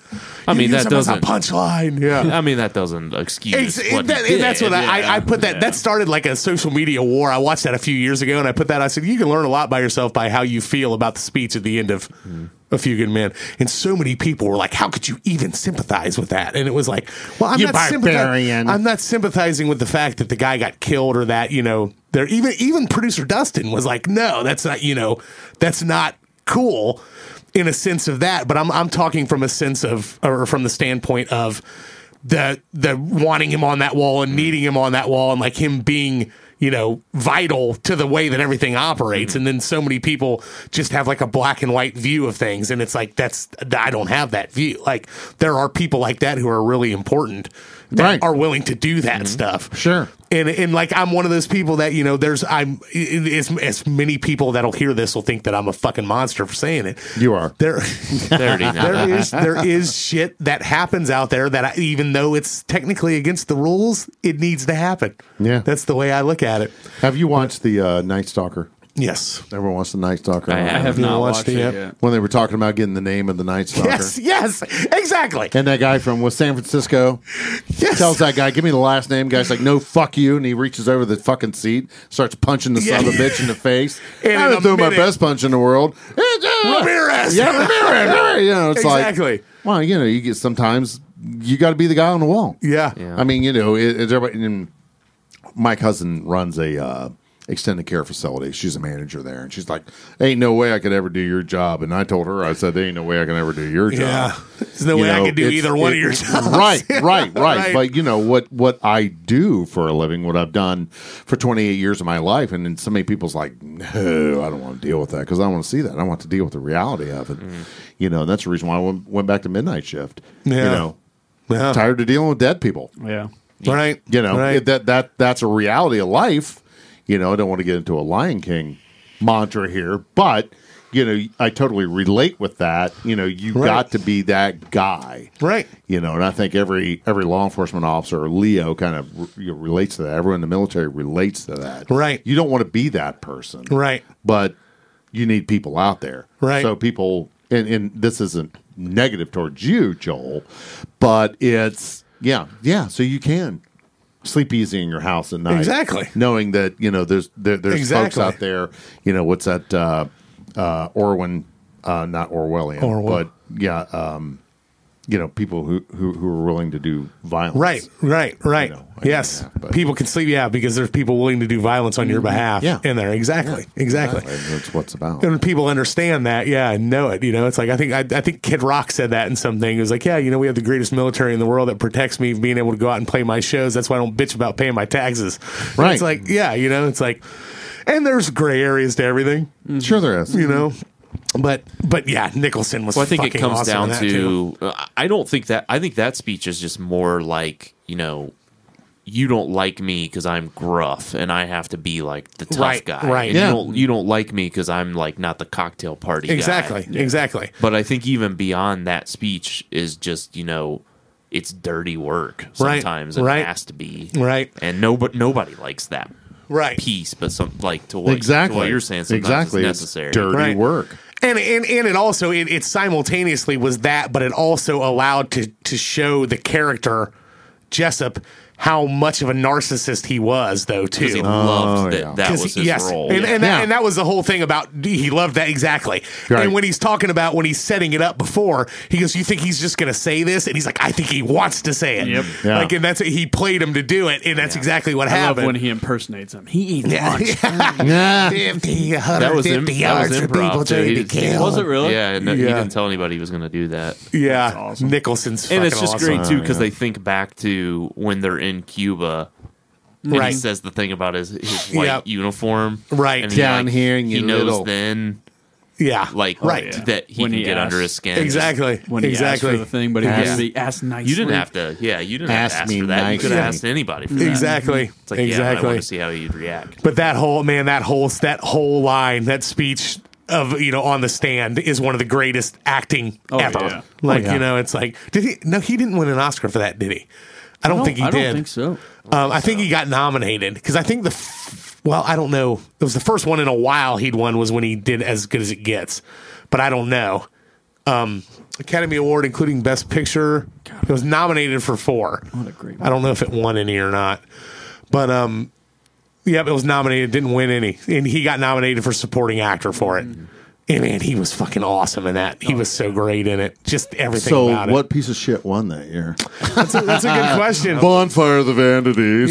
S5: I
S1: You
S5: mean,
S1: use
S5: that
S1: them as a
S5: doesn't-
S1: punchline. Yeah.
S5: I mean, that doesn't excuse.
S1: Ex-
S5: what
S1: that-
S5: he
S1: that's what
S5: did.
S1: I, I, I put that.
S3: Yeah.
S1: That started like a social media war. I watched that a few years ago, and I put that. I said you can learn a lot by yourself by how you feel about the speech at the end of A Few Good Men. And so many people were like, "How could you even sympathize with that?" And it was like, "Well, I'm
S4: You
S1: not sympathizing.
S4: barbarian.
S1: I'm not sympathizing with the fact that the guy got killed or that you know." There even even producer Dustin was like, "No, that's not you know, that's not cool." In a sense of that, but I'm I'm talking from a sense of or from the standpoint of the the wanting him on that wall and needing him on that wall and like him being you know vital to the way that everything operates and then so many people just have like a black and white view of things and it's like that's I don't have that view like there are people like that who are really important that
S4: Right.
S1: are willing to do that stuff
S4: Mm-hmm. Sure.
S1: and and like I'm one of those people that you know there's I'm as as many people that'll hear this will think that I'm a fucking monster for saying it
S4: You are.
S1: there
S5: There it is.
S1: there is there is shit that happens out there that I, even though it's technically against the rules, it needs to happen.
S4: Yeah.
S1: that's the way I look at it.
S4: Have you watched the uh, Night Stalker?
S1: Yes,
S4: Everyone watched the Night Stalker.
S5: I
S3: I have
S1: You
S3: not
S1: watched
S3: watched
S1: it
S3: it
S1: yet?
S3: yet.
S4: When they were talking about getting the name of the Night Stalker.
S1: yes, yes, exactly.
S4: And that guy from was San Francisco
S1: Yes.
S4: tells that guy, "Give me the last name." Guy's like, "No, fuck you!" And he reaches over the fucking seat, starts punching the son of a bitch in the face.
S1: And in
S4: I
S1: a
S4: done threw my
S1: minute-
S4: best punch in the world.
S1: Ramirez.
S4: Yeah, Ramirez. Ramirez. You know, it's
S1: Exactly.
S4: like well, you know, you get sometimes you got to be the guy on the wall.
S1: Yeah.
S5: Yeah.
S4: I mean, you know, it, it's everybody. And my cousin runs a uh, extended care facility. She's a manager there, and she's like, "Ain't no way I could ever do your job." And I told her, I said, "There ain't no way I can ever do your job."
S1: Yeah. There's no
S4: You
S1: way I
S4: know,
S1: could do
S4: it's-
S1: either one
S4: it-
S1: of your jobs.
S4: Right, right, right,
S1: Right.
S4: But you know what? What I do for a living, what I've done for 28 years of my life, and then so many people's like, no, I don't want to deal with that because I don't want to see that. I want to deal with the reality of it.
S1: Mm.
S4: You know, and that's the reason why I went, went back to midnight shift. You
S1: Yeah.
S4: know,
S1: Yeah.
S4: tired of dealing with dead people.
S3: Yeah.
S1: Right.
S4: You know
S1: Right.
S4: it- that that that's a reality of life. You know, I don't want to get into a Lion King mantra here, but you know, I totally relate with that. You know, you
S1: Right.
S4: got to be that guy,
S1: Right.
S4: You know, and I think every every law enforcement officer, or Leo, kind of re- you know, relates to that. Everyone in the military relates to that,
S1: Right.
S4: You don't want to be that person,
S1: Right.
S4: But you need people out there,
S1: Right.
S4: So people, and, and this isn't negative towards you, Joel, but it's yeah, yeah. So you can sleep easy in your house at night,
S1: Exactly.
S4: knowing that you know there's there, there's folks
S1: Exactly.
S4: out there. You know what's that uh, uh, Orwin, uh, not Orwellian,
S1: Orwell.
S4: but yeah, um, you know people who who, who are willing to do violence.
S1: Right, right, right.
S4: know, I
S1: yes,
S4: mean, yeah, but-
S1: people can sleep. Yeah, because there's people willing to do violence on your
S5: Mm-hmm.
S1: behalf.
S4: Yeah.
S1: in there, exactly, exactly.
S4: And that's what it's about.
S1: And people understand that, yeah, and know it. You know, it's like I think I, I think Kid Rock said that in something. It was like, yeah, you know, we have the greatest military in the world that protects me from being able to go out and play my shows. That's why I don't bitch about paying my taxes. And
S4: Right.
S1: it's like, yeah, you know, it's like, and there's gray areas to everything,
S4: Sure, there is.
S1: you know. But but yeah, Nicholson was.
S5: Mm-hmm. Well, I think it
S1: fucking
S5: comes
S1: awesome in
S5: down
S1: that, too.
S5: to I- I don't think that I think that speech is just more like you know you don't like me because I'm gruff and I have to be like the tough
S1: Right,
S5: guy.
S1: right.
S5: And
S1: Yeah.
S5: You don't you don't like me because I'm like not the cocktail party. guy.
S1: exactly, exactly.
S5: But I think even beyond that speech is just you know it's dirty work
S1: Right,
S5: sometimes
S1: right.
S5: it has to be
S1: Right.
S5: and nobody nobody likes that
S1: Right.
S5: piece but some like to what,
S4: exactly.
S5: to what you're saying sometimes
S4: exactly.
S5: is
S4: It's
S5: necessary
S4: dirty
S1: Right.
S4: work.
S1: and and and it also it, it simultaneously was that, but it also allowed to to show the character Jessup how much of a narcissist he was, though too.
S5: because he loved that
S4: yeah.
S5: Oh, that
S1: 'Cause
S5: was
S1: he-
S5: his
S1: yes,
S5: role
S1: and and,
S4: Yeah.
S1: That, and that was the whole thing about he loved that exactly.
S4: Right.
S1: And when he's talking about when he's setting it up before, he goes, "You think he's just going to say this?" And he's like, "I think he wants to say it." Yep.
S4: Yeah.
S1: Like, and that's he played him to do it, and that's exactly what
S3: I love
S1: happened.
S3: when he impersonates him. He eats lunch.
S4: Yeah.
S1: 50, 150
S5: That was im- that
S1: yards
S5: was
S1: for
S5: improv,
S1: people
S5: too.
S1: trying
S5: He
S1: to
S5: just-
S1: kill.
S3: Was it really?
S5: Yeah, no, he
S1: Yeah.
S5: didn't tell anybody he was going to do that.
S1: Yeah, Nicholson's
S5: And it's
S1: fucking
S5: just
S1: awesome.
S5: great too because they think back to when they're in Cuba. And
S1: Right.
S5: he says the thing about his, his white
S1: Yep.
S5: uniform,
S1: Right.
S5: And he,
S4: Down here, you
S5: he knows
S4: little-
S5: then,
S1: Yeah,
S5: like
S1: right,
S5: that he
S3: When
S5: can
S3: he
S5: get
S3: asked-
S5: under his skin.
S1: exactly,
S3: When he
S1: exactly,
S3: asked for the thing, but he
S4: Yeah.
S3: has to be asked nicely.
S5: you didn't have to. Yeah, you didn't
S4: Ask
S5: have to ask
S4: me
S5: for that. You could have
S1: nicely.
S5: asked anybody for that.
S1: exactly,
S5: It's like, yeah, I
S1: exactly.
S5: want to see how you'd react.
S1: but that whole man, that whole that whole line, that speech of you know on the stand is one of the greatest acting ever.
S3: yeah.
S1: Like
S4: Oh, yeah.
S1: you know, it's like did he? No, he didn't win an Oscar for that, did he? I don't
S3: No,
S1: think he
S3: I
S1: did.
S3: don't think so.
S1: Um, I think he got nominated because I think the f- well, I don't know. It was the first one in a while he'd won was when he did as good as it gets, but I don't know. Um, Academy Award, including Best Picture, it was nominated for four.
S3: What a great
S1: I don't know if it won any or not, but um, yep, it was nominated, didn't win any, and he got nominated for supporting actor for it.
S3: Mm-hmm.
S1: And man, he was fucking awesome in that. He
S3: Oh,
S1: was so great in it. Just everything
S4: So,
S1: about
S4: what
S1: it.
S4: piece of shit won that year?
S1: That's a, that's a good question.
S4: Bonfire of the Vanities.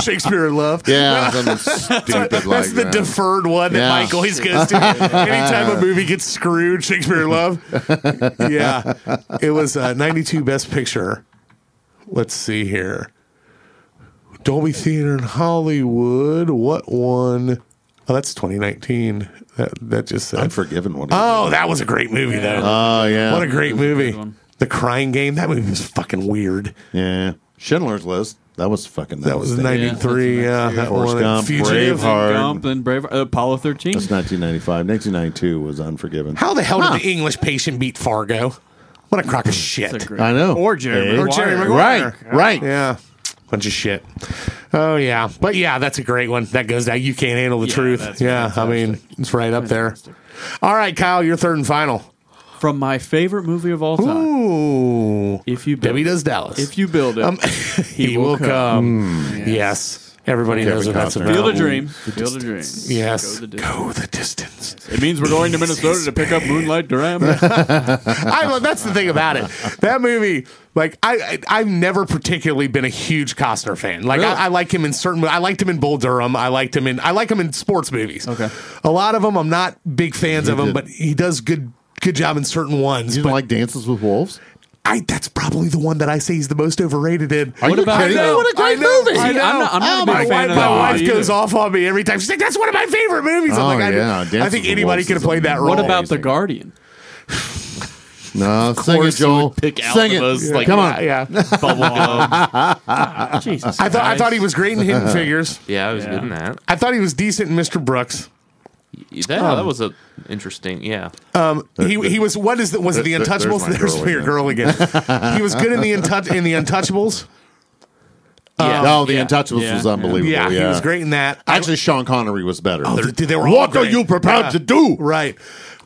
S1: Shakespeare in Love.
S4: something stupid
S1: That's
S4: like
S1: the
S4: that.
S1: deferred one that
S4: Yeah.
S1: Mike always goes to. Anytime a movie gets screwed, Shakespeare in Love. yeah. It was uh, 92 Best Picture. Let's see here. Dolby Theater in Hollywood. What one? Oh, that's 2019. That, that just said.
S4: Unforgiven one.
S1: Oh, that was a great movie, though.
S4: Oh, yeah.
S1: what a great movie.
S3: one.
S1: The Crying Game. That movie was fucking weird.
S4: yeah. Schindler's List. That was fucking.
S1: That was uh,
S4: outstanding.
S1: 93. Yeah, that
S4: Forrest
S1: one.
S4: Gump,
S1: Fugitive.
S4: Braveheart. Hard.
S3: Gump and Brave uh, Apollo 13.
S4: That's 1995. 1992 was Unforgiven.
S1: How the hell did the English patient beat Fargo? What a crock of shit.
S3: great-
S4: I know.
S3: Or Jerry
S4: Eh?
S1: Or Jerry Maguire.
S4: Right. Right.
S1: Yeah. Bunch of shit. Oh yeah. But yeah, that's a great one. That goes down. You can't handle the truth.
S3: that's
S1: Yeah. I mean, it's right up there. All right, Kyle, your third and final.
S3: From my favorite movie of all time.
S1: Ooh.
S3: If you build
S1: Debbie
S3: it,
S1: does Dallas.
S3: if you build it,
S1: um, he, will come. yes. Everybody knows what that's about.
S4: Costner.
S3: Field of Dreams. Field of Dreams.
S1: Yes.
S3: Go the distance.
S1: Go the distance.
S3: It means we're going to Minnesota to pick up Moonlight Duran.
S1: I love that's the thing about it. That movie, like I, I I've never particularly been a huge Costner fan. Like
S3: Really?
S1: I, I like him in certain. I liked him in Bull Durham. I liked him in. I like him in sports movies.
S3: Okay.
S1: a lot of them I'm not big fans of him,
S4: did-
S1: but he does good good job in certain ones.
S4: You
S1: But
S4: didn't like Dances with Wolves?
S1: I that's probably the one that I say he's the most overrated in.
S4: Are you
S3: about-
S4: kidding
S3: I
S4: me?
S3: know.
S4: What a great
S1: I know,
S4: movie!
S1: I
S3: See,
S1: know. Oh,
S3: I'm not- I'm not a
S1: my
S3: big
S1: wife,
S3: fan of
S1: my
S3: that
S1: wife
S3: either.
S1: goes off on me every time. She's like, "That's one of my favorite movies." I'm
S4: Oh,
S1: like, I,
S4: yeah.
S1: I
S4: Dances
S1: think
S4: with
S1: anybody
S4: Wolves
S1: could have
S4: is
S1: played that
S4: amazing.
S1: role.
S3: What about The
S4: Amazing.
S3: Guardian?
S4: No, sing it,
S5: course you
S4: Joel.
S5: would pick out
S4: sing
S5: of
S4: it.
S5: those, like,
S4: Come on.
S1: Yeah, yeah.
S5: Bubblegum.
S3: Jesus.
S1: Uh, I thought I thought he was great in Hidden Figures.
S5: yeah, I was
S3: Yeah.
S5: good in that.
S1: I thought he was decent in Mr. Brooks.
S5: That,
S1: Um,
S5: that was a interesting. Yeah,
S1: He, he was what is the, was it the
S4: There- there-
S1: Untouchables? There's,
S4: there's my
S1: your girl again. he was good in the untouch in the Untouchables.
S5: yeah.
S4: No, Oh, The
S5: yeah.
S4: Untouchables
S3: Yeah.
S4: was unbelievable.
S1: Yeah,
S4: Yeah,
S1: he was great in that. I-
S4: Actually, Sean Connery was better.
S1: they- they were all
S4: what are
S1: great.
S4: you prepared
S1: Yeah.
S4: to do?
S1: right.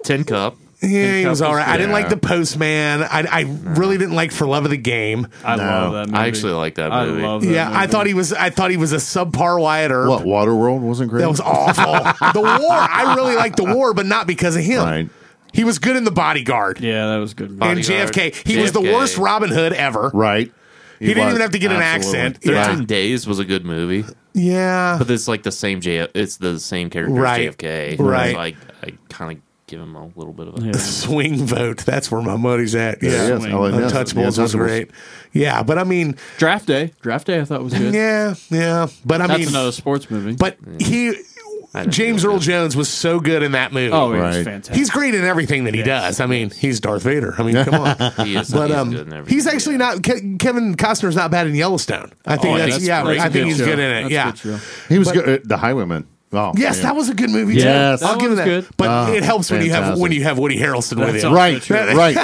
S5: Ten Cup.
S1: Yeah, he was all right. I didn't
S4: Yeah.
S1: like the Postman. I, I really didn't like For Love of the Game.
S3: I love that movie.
S5: I actually like that
S3: I
S5: movie.
S3: love that
S1: Yeah, I
S3: movie.
S1: thought he was. I thought he was a subpar Wyatt Earp.
S4: What Waterworld wasn't great?
S1: That was awful. the War. I really liked the War, but not because of him.
S4: right.
S1: He was good in The Bodyguard.
S3: Yeah, that was good.
S1: And
S5: Bodyguard.
S1: JFK. He was the
S5: JFK.
S1: worst Robin Hood ever.
S4: Right.
S1: He, didn't even have to get an accent.
S5: Thirteen
S1: Yeah.
S5: Days was a good movie,
S1: Yeah.
S5: but it's like the same J. It's the same character
S1: Right.
S5: as JFK.
S1: Right.
S5: So I, I kind of give him a little bit of a.
S1: Swing vote. That's where my money's at. Yeah.
S4: Yes, I like that.
S1: Untouchables
S4: Yeah,
S1: was
S4: Untouchables.
S1: great. Yeah, but I mean,
S3: Draft Day. Draft Day I thought was good.
S1: yeah, yeah. But I
S3: That's
S1: mean,
S3: another sports movie.
S1: but he,
S5: didn't
S1: James
S5: feel
S1: Earl
S5: good.
S1: Jones was so good in that movie.
S3: oh, it was
S4: Right.
S3: fantastic.
S1: he's great in everything that he does. I mean, he's Darth Vader. I mean, come on.
S5: He is,
S1: But
S5: he's
S1: um,
S5: good in everything.
S1: he's actually not. Ke- Kevin Costner's not bad in Yellowstone. I think
S5: Oh, I
S1: that's,
S5: think
S1: yeah.
S5: that's
S1: I
S5: great.
S1: think
S5: Good
S1: he's
S5: show.
S1: good in it.
S3: That's
S1: yeah.
S3: good show.
S4: He was good. uh, The Highwayman. Oh,
S1: Yes,
S4: man.
S1: that was a good movie.
S4: Yes.
S1: too. I'll
S4: That
S1: give him that.
S3: one's good.
S1: But
S4: Oh,
S1: it helps when you have
S4: fantastic.
S1: when you have Woody Harrelson with
S3: That's
S1: you.
S3: all.
S4: right, right,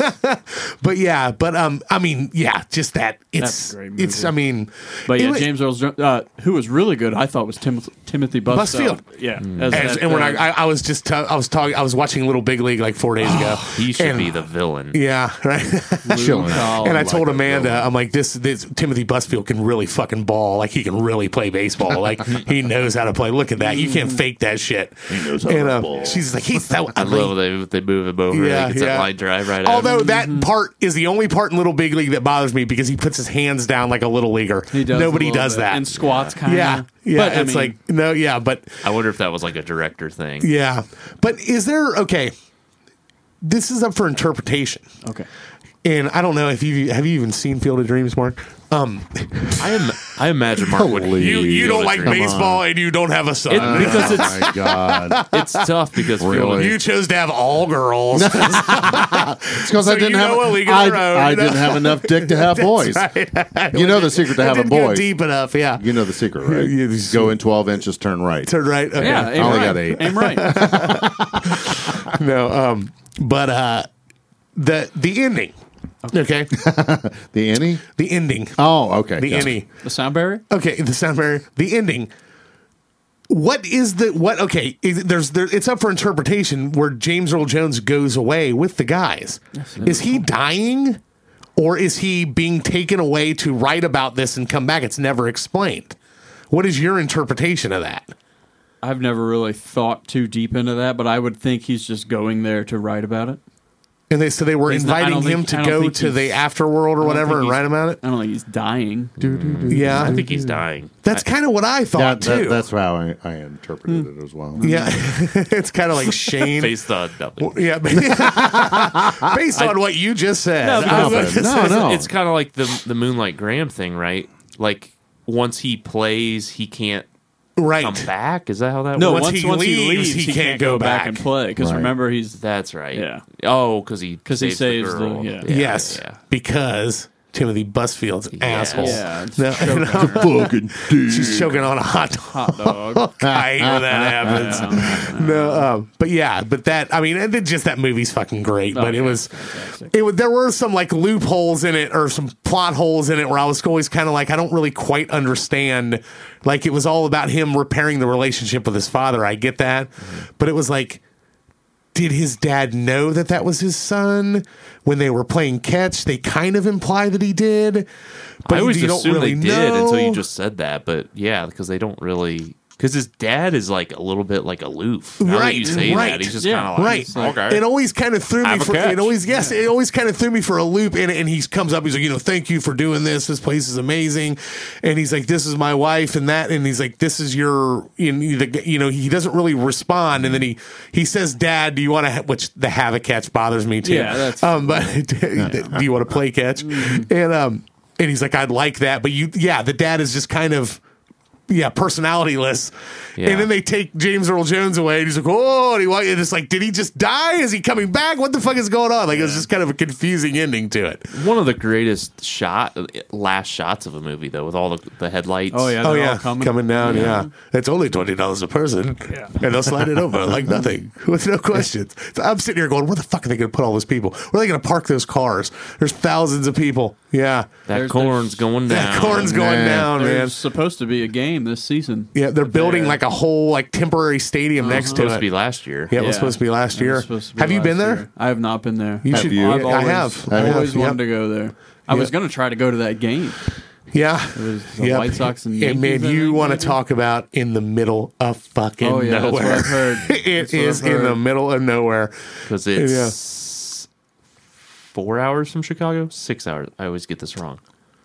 S4: right.
S1: But yeah, but um, I mean, yeah, just that. It's
S3: That's a great movie.
S1: it's. I mean,
S3: But
S1: it
S3: yeah,
S1: was-
S3: James Earl Jones, uh, who was really good, I thought was Tim- Timothy Busfield.
S1: Busfield.
S3: Yeah, uh,
S1: as- and when I, I I was just t- I was talking I was watching Little Big League like four days ago.
S5: He should
S1: And-
S5: be the villain.
S1: Yeah, right.
S4: Chilling out.
S3: Oh
S1: and I
S4: like
S1: told
S4: that
S1: Amanda, I'm like, this, this Timothy Busfield can really fucking ball. Like he can really play baseball. Like he knows how to play. Look at that. You can't
S3: Mm.
S1: fake that shit. He
S4: knows how to ball.
S1: uh, She's like, he's so
S5: I
S1: ugly.
S5: love that they move him over.
S1: Yeah,
S5: Yeah, he gets
S1: yeah.
S5: that line drive right. at
S1: Although
S5: him.
S3: Mm-hmm.
S1: that part is the only part in Little Big League that bothers me because he puts his hands down like a little leaguer.
S3: he does a
S1: Nobody
S3: little
S1: does
S3: bit.
S1: that.
S3: and squats kind of.
S1: yeah, yeah.
S3: but, I
S1: it's
S3: mean,
S1: like no, yeah, but
S5: I wonder if that was like a director thing.
S1: yeah, but is there okay? This is up for interpretation,
S3: okay,
S1: and I don't know if you have you even seen Field of Dreams, Mark. Um,
S5: I am. I imagine Mark would.
S4: Holy-
S1: You, you
S5: Field
S1: don't
S5: of
S1: like
S5: Dreams.
S1: baseball and you don't have a son.
S5: It- because
S4: Oh my god!
S5: it's tough because Field of-
S4: Really?
S1: you chose to have all girls.
S4: It's because I
S1: So
S4: didn't
S1: you
S4: have
S1: know a league of
S4: I,
S1: their own.
S4: I didn't have enough dick to have boys. You know the secret to
S1: That
S4: having
S1: didn't go
S4: boys.
S1: deep enough. Yeah.
S4: You know the secret, right?
S1: You- you-
S4: Go in twelve inches, turn right.
S1: Turn right. Okay.
S3: yeah, aim
S4: I only
S3: right.
S4: got eight.
S3: Aim right.
S1: No. Um. But uh, the the ending. Okay.
S4: The any?
S1: the ending.
S4: Oh, okay.
S1: The
S4: Got it.
S1: ending.
S3: the sound barrier.
S1: Okay. The sound barrier. The ending. What is the what? Okay, is, there's there. It's up for interpretation where James Earl Jones goes away with the guys. Is he dying, or is he being taken away to write about this and come back? It's never explained. What is your interpretation of that?
S3: I've never really thought too deep into that, but I would think he's just going there to write about it.
S1: And they so they were
S3: He's not- I
S1: inviting
S3: don't
S1: him
S3: think- I
S1: to
S3: don't
S1: go
S3: think
S1: to the
S3: he's-
S1: afterworld or whatever and write about it.
S3: I don't think he's dying.
S1: Yeah,
S5: I think he's dying.
S1: that's kind of what I
S4: That,
S1: thought
S4: that-
S1: too. Hmm.
S4: that's how I, I interpreted it as well.
S1: yeah, it's kind of like Shane.
S5: Based on nothing.
S1: yeah, based on what you just said.
S5: No,
S1: I was
S4: no,
S1: like, this
S4: no,
S1: is-
S4: no.
S5: It's kind of like the the Moonlight Graham thing, right? Like once he plays, he can't come
S1: right.
S5: back. Is that how that
S3: No,
S5: works?
S1: Once
S3: once,
S1: he
S3: once he
S1: leaves,
S3: leaves,
S1: he
S3: he,
S1: can't
S3: can't
S1: go
S3: go, back,
S1: back.
S3: and play because
S4: Right.
S3: remember he's
S5: That's right.
S3: Yeah.
S5: Oh, because he
S3: 'Cause he saves the-
S5: girl.
S3: yeah.
S1: yes,
S5: yeah.
S1: because Timothy Busfield's asshole.
S3: yeah, it's
S1: No,
S3: choking
S1: no,
S3: on
S4: Fucking dude.
S1: she's choking on a hot
S3: a
S1: dog.
S3: hot dog.
S1: I hate when that happens.
S3: Yeah.
S1: No, um, but yeah, but that I mean, and then just that movie's fucking great. but it
S3: yeah,
S1: was, it was there were some like loopholes in it or some plot holes in it where I was always kind of like I don't really quite understand. Like it was all about him repairing the relationship with his father. I get that,
S5: Mm-hmm.
S1: but it was like. Did his dad know that that was his son when they were playing catch? They kind of imply that he did, but
S5: I always
S1: you don't
S5: assumed
S1: really
S5: they did
S1: know.
S5: until you just said that. But yeah, because they don't really. Because his dad is like a little bit like aloof. Now that you
S1: Right,
S5: say
S1: right,
S5: that, he's just
S3: yeah,
S5: kind of like,
S1: Right.
S5: Okay.
S1: It always kind of threw me
S5: Have a
S1: for
S5: catch.
S1: it always yes, it always kind of threw me for a loop and and he comes up he's like, you know, thank you for doing this. This place is amazing. And he's like, this is my wife and that and he's like, this is your you know, the- you know, he doesn't really respond and then he he says, "Dad, do you want to ha-? which the have a catch bothers me too."
S3: Yeah, that's- Mm-hmm.
S1: um but do you want to play catch? And um and he's like, "I'd like that." But you yeah, the dad is just kind of yeah, personalityless.
S5: Yeah.
S1: And then they take James Earl Jones away, and he's like, "Oh," and, he, wa- and it's like, "Did he just die? Is he coming back? What the fuck is going on?" Like it was just kind of a confusing ending to it.
S5: One of the greatest shot, last shots of a movie though, with all the, the headlights.
S3: Oh yeah,
S1: oh
S3: they're all
S1: yeah, coming.
S3: coming.
S1: down. Yeah. it's only twenty dollars a person, and they'll slide it over like nothing with no questions. So I'm sitting here going, "Where the fuck are they going to put all those people? Where are they going to park those cars? There's thousands of people. Yeah,
S5: that
S3: There's-
S5: corn's going down.
S1: that corn's going
S4: man.
S1: down,
S3: There's
S1: man."
S3: supposed to be a game this season.
S1: Yeah, they're building like a whole like temporary stadium next to
S5: supposed
S1: it.
S5: to be last year.
S1: yeah, it was
S3: Yeah.
S1: supposed to be last
S3: Uh-huh. It was
S1: year.
S3: supposed to be
S1: Have you
S3: last
S1: been there?
S3: year. I have not been there.
S1: You
S4: Have
S1: should.
S4: you?
S1: I've
S4: I
S1: always,
S3: have.
S1: I
S3: I've
S1: have.
S3: always
S1: Yep.
S3: wanted to go there. I was
S1: Yep.
S3: going to try to go to that game.
S1: Yeah.
S3: the White Sox and
S1: it made
S3: Yankees, I
S1: you
S3: think,
S1: want to
S3: maybe?
S1: talk about in the middle of fucking
S3: Oh, yeah, that's what
S1: nowhere.
S3: I've heard.
S1: it
S3: That's what
S1: is
S3: I've
S1: in the
S3: heard.
S1: middle of nowhere.
S5: because it's four hours from Chicago, six hours. I always get this wrong.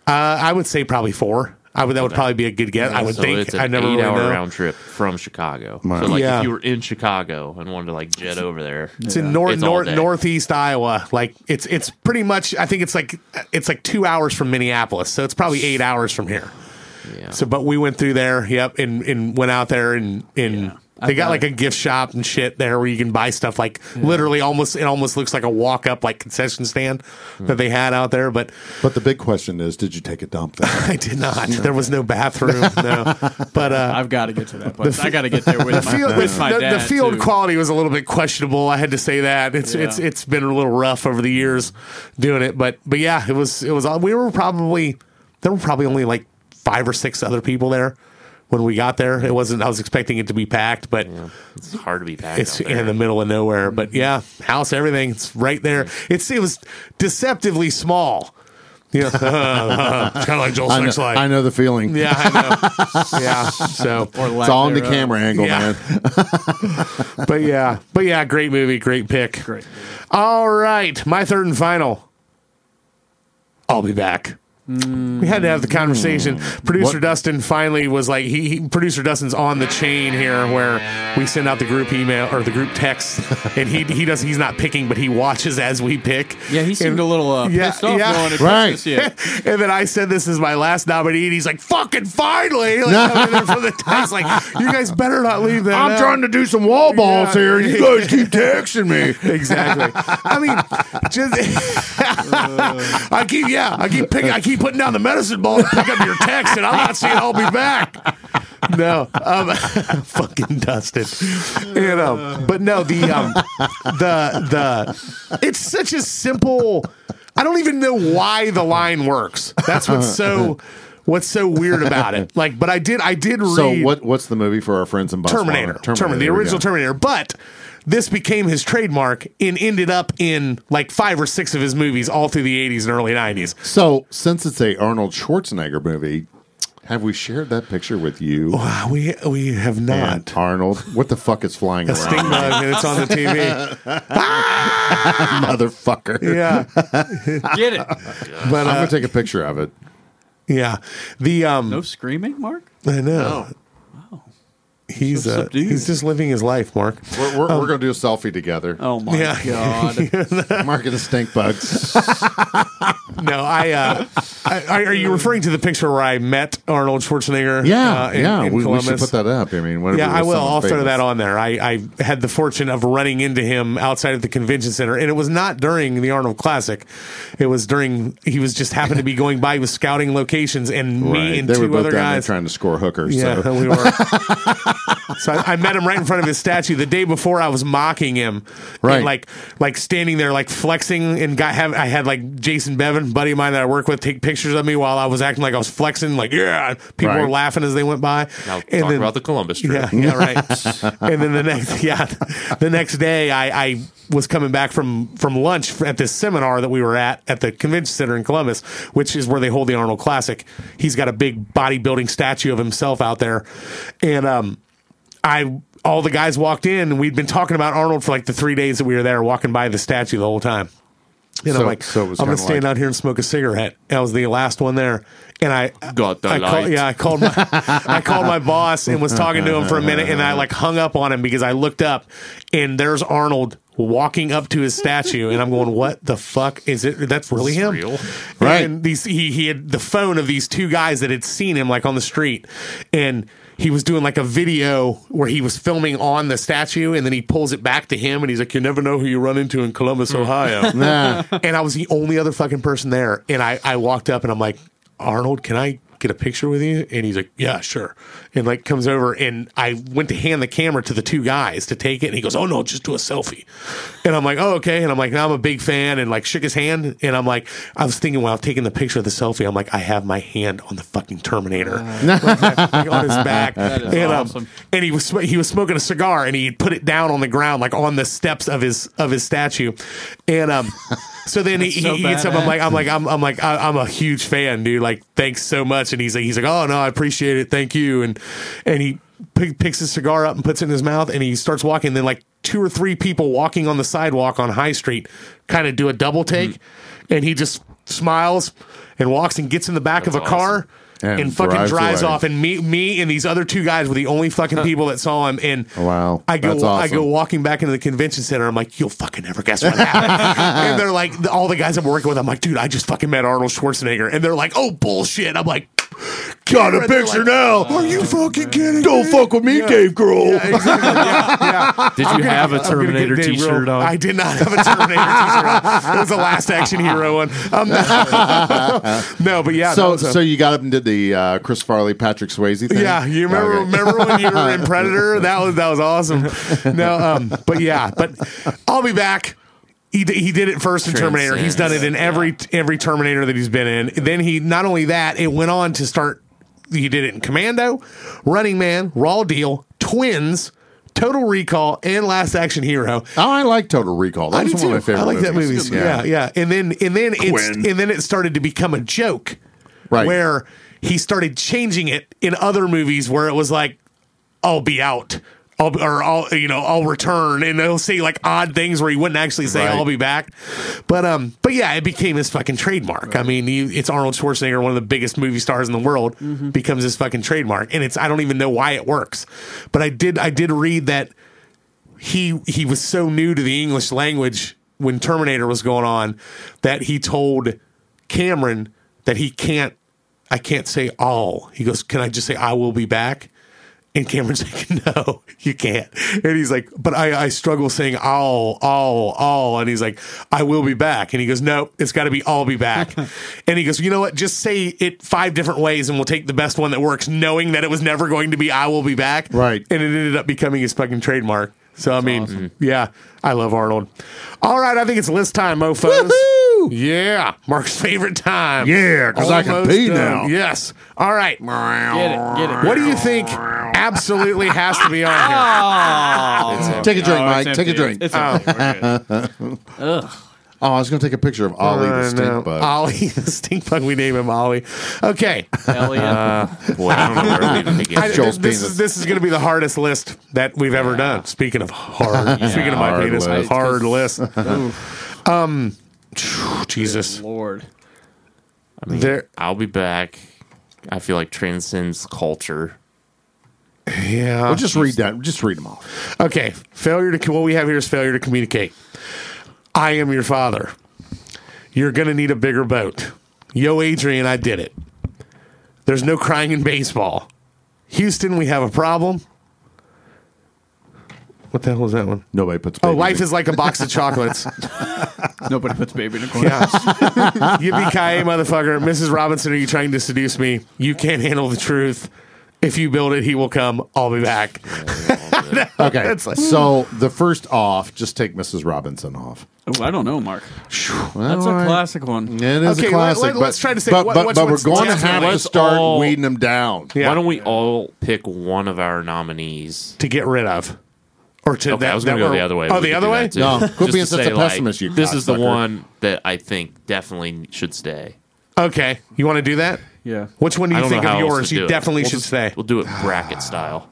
S1: Uh, I would say probably four. I would that would probably be a good guess. I would
S5: so
S1: think.
S5: it's an
S1: I never really
S5: eight-hour
S1: know.
S5: round trip from Chicago. So like
S1: Yeah.
S5: if you were in Chicago and wanted to like jet over there,
S1: It's in north,
S5: It's all
S1: north
S5: day.
S1: northeast Iowa. Like it's it's pretty much. I think it's like it's like two hours from Minneapolis, so it's probably eight hours from here.
S5: yeah.
S1: So, but we went through there. Yep, and and went out there and and
S3: I
S1: they got
S3: thought-
S1: like a gift shop and shit there where you can buy stuff. Like literally, almost it almost looks like a walk up like concession stand that they had out there. But
S4: But the big question is, did you take a dump there?
S1: I did not. There was no bathroom. No, but uh,
S3: I've got to get to that place. I got to get there with my,
S1: field,
S3: with my
S1: the,
S3: dad.
S1: the field
S3: too.
S1: quality was a little bit questionable. I had to say that it's
S3: Yeah.
S1: it's it's been a little rough over the years doing it, but but yeah, it was it was. uh, We were probably there were probably only like five or six other people there when we got there. It wasn't. I was expecting it to be packed, but
S5: it's hard to be back.
S1: it's
S5: out there.
S1: in the middle of nowhere.
S3: Mm-hmm.
S1: But yeah, house, everything. It's right there. It's it was deceptively small. Yeah, kind of like Joel
S4: I know,
S1: Six Light.
S4: I know the feeling.
S1: Yeah, I know. yeah, so
S3: Or
S4: It's
S3: lack
S4: all in the
S3: thereof.
S4: camera angle,
S1: Yeah.
S4: man.
S1: but yeah, but yeah, great movie, great pick.
S3: Great.
S1: All right, my third and final. I'll be back. We had to have the conversation. Producer
S4: What-
S1: Dustin finally was like, he, he- producer Dustin's on the chain here, where we send out the group email or the group text, and he he does he's not picking, but he watches as we pick.
S3: Yeah, he seemed
S1: And-
S3: a little uh,
S1: Yeah,
S3: pissed off
S1: yeah.
S3: going to
S4: Right.
S3: Christmas yet.
S1: and then I said this is my last nominee, and he's like, "Fucking finally!" Like, coming in from the top, like, "You guys better not leave that."
S4: I'm
S1: out."
S4: trying to do some wall balls
S1: Yeah.
S4: here, and you guys keep texting me.
S1: Exactly. I mean, just I keep yeah, I keep picking, I keep putting down the medicine ball to pick up your text, and I'm not saying I'll be back. No, um, fucking dusted, you know. But no, the um, the the it's such a simple. I don't even know why the line works. That's what's so what's so weird about it. Like, but I did I did read
S4: So what? What's the movie for our friends in Botswana?
S1: Terminator. Terminator. the
S4: there we
S1: original
S4: go.
S1: Terminator. But this became his trademark and ended up in like five or six of his movies all through the 80s and early 90s.
S4: So since it's a Arnold Schwarzenegger movie, have we shared that picture with you?
S1: Wow, we we have
S4: and
S1: Oh, not.
S4: Arnold, what the fuck is flying
S1: The sting
S4: around,
S1: bug and it's on the TV.
S4: motherfucker?
S1: Yeah.
S3: Get it?
S1: But
S4: I'm
S1: uh,
S4: gonna take a picture of it.
S1: yeah. The um
S3: No screaming, Mark.
S1: I know. He's
S3: So
S1: uh,
S3: subdued.
S1: he's just living his life, Mark.
S4: We're, we're,
S1: Um,
S4: we're gonna do a selfie together.
S3: Oh my
S1: Yeah.
S3: god!
S4: Mark of the stink bugs.
S1: No, I, uh, I, I. Are you referring to the picture where I met Arnold Schwarzenegger?
S4: Yeah,
S1: uh, in-
S4: yeah.
S1: in
S4: we, we should
S1: Columbus?
S4: put that up. I mean, whatever
S1: Yeah,
S4: it
S1: I
S4: was,
S1: will.
S4: someone
S1: I'll throw
S4: famous.
S1: that on there. I, I had the fortune of running into him outside of the convention center, and it was not during the Arnold Classic. It was during he was just happened to be going by. He was scouting locations, and
S4: Right.
S1: me and
S4: they were
S1: two
S4: both
S1: other
S4: down there
S1: guys.
S4: trying to score hookers.
S1: Yeah,
S4: so.
S1: we were. so I, I met him right in front of his statue the day before. I was mocking him,
S4: Right.
S1: And like, like standing there, like flexing, and got have I had like Jason Bevan, buddy of mine that I work with, take pictures of me while I was acting like I was flexing, like yeah. People
S4: Right.
S1: were laughing as they went by.
S5: Now talk
S1: And then-
S5: about the Columbus trip.
S1: yeah, yeah, right. and then the next, yeah, the next day, I, I was coming back from from lunch at this seminar that we were at at the convention center in Columbus, which is where they hold the Arnold Classic. He's got a big bodybuilding statue of himself out there, and um, I all the guys walked in, and we'd been talking about Arnold for like the three days that we were there, walking by the statue the whole time. And
S4: So-
S1: I'm like,
S4: so it
S1: I'm
S4: was
S1: gonna
S4: kinda
S1: stand
S4: like-
S1: out here and smoke a cigarette. And I was the last one there, and I
S5: Got the
S1: I call,
S5: light.
S1: yeah, I called my I called my boss and was talking to him for a minute, and I like hung up on him because I looked up and there's Arnold walking up to his statue, and I'm going, "What the fuck is it? That's really him,
S5: real?
S4: Right.
S1: And these he he had the phone of these two guys that had seen him like on the street, and. He was doing like a video where he was filming on the statue, and then he pulls it back to him, and he's like, "You never know who you run into in Columbus,
S5: Hmm.
S1: Ohio."
S4: Nah.
S1: and I was the only other fucking person there. And I, I walked up and I'm like, Arnold, can I get a picture with you? And he's like, Yeah, sure. And like comes over and I went to hand the camera to the two guys to take it. And he goes, Oh no, just do a selfie. And I'm like, Oh, okay. And I'm like, "No, I'm a big fan. And like shook his hand. And I'm like, I was thinking while taking the picture of the selfie, I'm like, I have my hand on the fucking Terminator. like, on his back.
S3: Uh. is
S1: and, um,
S3: awesome.
S1: and he was sm- he was smoking a cigar and he put it down on the ground like on the steps of his of his statue and um So then he,
S3: so
S1: he eats up. I'm
S3: badass.
S1: like, I'm like, I'm, I'm like, I, I'm a huge fan, dude. Like, thanks so much. And he's like, he's like, oh no, I appreciate it, thank you. And and he pick, picks his cigar up and puts it in his mouth, and he starts walking. Then like two or three people walking on the sidewalk on High Street kind of do a double take, and he just smiles and walks and gets in the back of a
S5: That's
S1: car. And,
S4: And
S1: fucking drives,
S4: drives away.
S1: off, and me, me, and these other two guys were the only fucking people that saw him. And
S4: Wow.
S1: I go,
S4: That's
S1: I go
S4: awesome.
S1: walking back into the convention center. I'm like, you'll fucking never guess what happened. and they're like, all the guys I'm working with, I'm like, dude, I just fucking met Arnold Schwarzenegger. And they're like, oh, bullshit. I'm like, got a picture now. Are you fucking kidding Don't fuck with me, Dave Grohl. Yeah, exactly.
S5: Did you have a
S1: I'm gonna get
S5: Terminator
S1: Dave
S5: T-shirt
S1: Grohl.
S5: on?
S1: I did not have a Terminator t-shirt on. It was the last action hero one. Um, no. no, but yeah. that
S4: So,
S1: was a-
S4: so you got up and did the uh, Chris Farley, Patrick Swayze thing.
S1: Yeah, you remember
S4: Okay.
S1: remember when you were in Predator? That was that was awesome. No, um, but yeah, but I'll be back. He, d- he did it first in Terminator. He's done it in every every Terminator that he's been in. Then he not only that, it went on to start. He did it in Commando, Running Man, Raw Deal, Twins, Total Recall, and Last Action Hero.
S4: Oh, I like Total Recall. That
S1: I do
S4: was one
S1: too.
S4: of my favorite.
S1: I like that movie.
S4: movies.
S1: Yeah. yeah, And then and then it's
S6: Quinn.
S1: and then it started to become a joke,
S4: Right.
S1: Where he started changing it in other movies, where it was like, "I'll be out." I'll, or I'll you know I'll return and they'll say like odd things where he wouldn't actually say
S4: Right.
S1: I'll be back, but um but yeah it became his fucking trademark. I mean you, it's Arnold Schwarzenegger one of the biggest movie stars in the world
S4: Mm-hmm.
S1: becomes his fucking trademark and it's I don't even know why it works, but I did I did read that he he was so new to the English language when Terminator was going on that he told Cameron that he can't I can't say all. He goes, "Can I just say I will be back?" And Cameron's like, "No, you can't." And he's like, "But I I struggle saying all all all." And he's like, "I will be back." And he goes, "No, it's got to be I'll be back." and he goes, "You know what? Just say it five different ways and we'll take the best one that works, knowing that it was never going to be I will be back."
S4: Right.
S1: And it ended up becoming his fucking trademark. So I mean, yeah, I love Arnold. All right, I think it's list time, mofo's.
S4: Woohoo!
S1: Yeah, Mark's favorite time.
S4: Yeah, 'cause I can
S1: Almost
S4: pee
S1: done.
S4: now.
S1: Yes. All right.
S3: Get it, get it. Oh,
S1: What do you think absolutely has to be on here?
S4: Ah, Take a drink,
S3: Oh, it's
S4: Mike. Take a
S3: empty.
S4: drink.
S3: It's empty. We're good.
S4: Oh, I was going to take a picture of Ollie the
S1: I know.
S4: stink bug.
S1: Ollie, the stink bug. We name him Ollie. Okay,
S3: Hell yeah.
S5: Boy, I don't know where we even begin.
S1: I-
S4: Joel's
S1: this
S4: penis.
S1: is this is going to be the hardest list that we've ever done. Speaking of hard, speaking of my
S4: Hard
S1: penis,
S4: list.
S1: hard list. um, Jesus,
S3: Lord.
S1: there.
S5: I'll be back. I feel like transcends culture.
S1: Yeah,
S4: Well, just read that. Just read them all.
S1: Okay, failure to what we have here is failure to communicate. I am your father. You're gonna need a bigger boat. Yo, Adrian, I did it. There's no crying in baseball. Houston, we have a problem. What the hell is that one?
S4: Nobody puts.
S1: Oh,
S4: baby
S1: life
S4: in-
S1: is like a box of chocolates.
S3: Nobody puts baby in a corner.
S1: Yeah. Yippee ki motherfucker. Mrs. Robinson, are you trying to seduce me? You can't handle the truth. If you build it, he will come. I'll be back.
S4: okay. so the first off, just take Mrs. Robinson off.
S3: Oh, I don't know, Mark.
S4: That's
S3: It's a classic one.
S4: It is
S1: Okay,
S4: a
S1: let-
S4: classic.
S1: let-
S4: but,
S1: let's try to say
S4: But,
S1: what-
S4: but,
S1: what's-
S4: but we're
S1: what's-
S4: going to
S1: what's-
S4: have to
S5: what's
S4: start
S5: all-
S4: weeding them down.
S1: Yeah.
S5: Why don't we all pick one of our nominees?
S1: to get rid of, or to
S5: Okay,
S1: that.
S5: I was going
S1: that
S5: to go
S1: were-
S5: the other way.
S1: Oh,
S5: We
S1: the
S5: could
S1: other
S5: do
S1: way.
S5: that, too.
S4: No, quit
S5: Just
S4: being
S5: to
S4: such a
S5: say,
S4: pessimist, you
S5: This is the
S4: cocksucker.
S5: one that I think definitely should stay.
S1: Okay, you want to do that?
S3: Yeah.
S1: Which one do
S5: I
S1: you
S5: don't
S1: think
S5: know
S1: of
S5: how else
S1: yours?
S5: to do
S1: You
S5: it.
S1: definitely
S5: We'll
S1: should
S5: just-
S1: say
S5: We'll do it bracket style.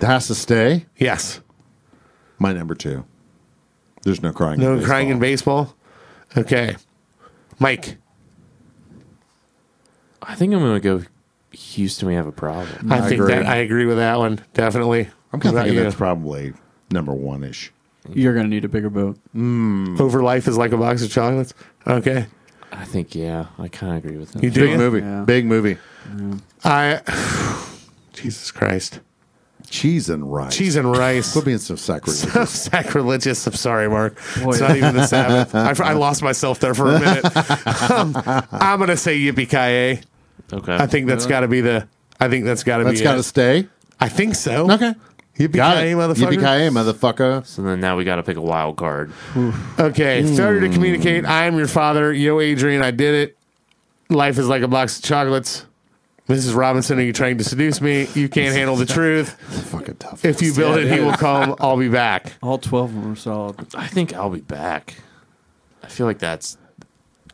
S4: It has to stay.
S1: yes.
S4: My number two. There's no crying.
S1: No
S4: in
S1: crying in
S4: baseball.
S1: baseball. Okay, Mike.
S5: I think I'm going to go. Houston, we have a problem.
S1: I, think
S4: agree.
S1: that I agree with that one definitely.
S4: I'm
S1: What
S4: kind of
S1: about
S4: thinking
S1: you?
S4: that's probably number one ish.
S3: You're going to need a bigger boat.
S1: over life is like a box of chocolates. Okay,
S5: I think yeah, I kind of agree with that.
S1: you do.
S4: Big
S1: ya?
S4: movie.
S3: Yeah.
S4: Big movie.
S1: I. Jesus Christ,
S4: Cheese and rice.
S1: cheese and rice.
S4: Quit being so sacrilegious.
S1: so sacrilegious. I'm sorry, Mark.
S3: Boy,
S1: it's
S3: yeah.
S1: not even the Sabbath. I, I lost myself there for a minute. Um, I'm gonna say yippee ki
S5: Okay,
S1: I think that's got to be the. I think that's got to be.
S4: That's got to
S1: it.
S4: stay.
S1: I think so.
S4: Okay.
S1: Yippee
S4: Got
S1: ki
S4: it.
S1: motherfucker.
S4: Yippee-ki-yay, motherfucker.
S5: so then now we got to pick a wild card.
S1: Okay. Failure to communicate. I am your father. Yo, Adrian. I did it. Life is like a box of chocolates. Mrs. Robinson, are you trying to seduce me? You can't handle the truth.
S4: Fucking tough.
S1: If you build it, he will come. I'll be back.
S3: All 12 of them are solid.
S5: I think I'll be back. I feel like that's.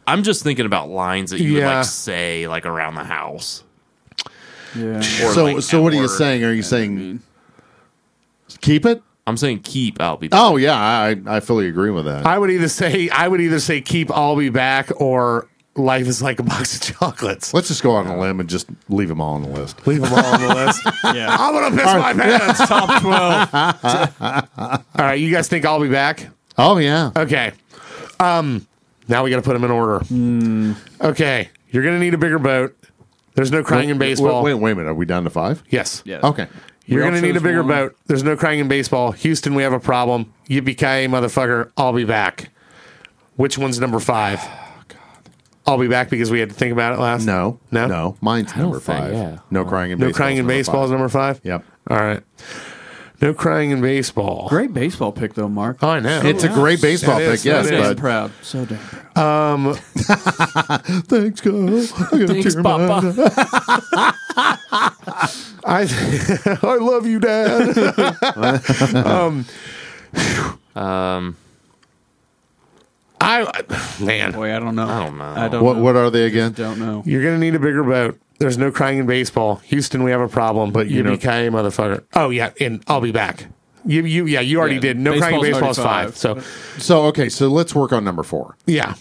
S5: I'm just thinking about lines that you would
S1: Yeah.
S5: like say like around the house.
S3: Yeah.
S5: Or,
S4: so
S5: like,
S4: so
S5: at
S4: what are you
S5: work.
S4: saying? Are you
S3: I
S4: saying
S3: mean,
S4: keep it?
S5: I'm saying keep. I'll be.
S4: Oh yeah, I I fully agree with that.
S1: I would either say I would either say keep I'll be back or life is like a box of chocolates.
S4: Let's just go out on a limb and just leave them all on the list.
S1: Leave them all on the list.
S3: yeah.
S1: I'm gonna piss my pants.
S3: Top 12.
S1: All right, you guys think I'll be back?
S4: Oh yeah.
S1: Okay. Um, now we got to put them in order.
S4: Hmm.
S1: Okay, you're gonna need a bigger boat. There's no crying in baseball.
S4: Wait, wait, wait a minute. Are we down to five?
S1: Yes.
S3: Yeah.
S4: Okay.
S1: You're
S3: We all
S1: gonna need a
S3: chose
S1: bigger
S3: one.
S1: boat. There's no crying in baseball. Houston, we have a problem. Yippee ki motherfucker! I'll be back. Which one's number five? I'll be back because we had to think about it last.
S4: No.
S1: no,
S4: No. Mine's number
S5: think-
S4: five.
S5: yeah.
S4: No crying in
S1: no
S4: baseball.
S1: crying in baseball is number five.
S4: Yep.
S1: All right. No crying in baseball.
S3: Great baseball pick, though, Mark.
S1: Oh, I know.
S4: It's a great baseball
S1: That
S4: pick,
S1: is-
S4: yes,
S1: that
S3: damn
S1: is.
S4: but
S3: proud. So damn proud.
S4: thanks, God. Thanks, Papa.
S1: I, I love you, Dad. um,
S5: Um,
S1: I man,
S3: Boy, I don't know.
S5: I don't know.
S3: I don't
S4: What
S3: know.
S4: what are they again?
S3: don't know.
S1: you're gonna need a bigger boat. There's no crying in baseball. Houston, we have a problem. But you
S4: you
S1: know,
S4: know-
S1: ki motherfucker. Oh yeah, and I'll be back. You, you, yeah, you already
S3: Yeah,
S1: did. No crying in baseball
S3: baseball's
S1: is five.
S3: already
S1: So
S4: So okay, so let's work on number four.
S1: yeah,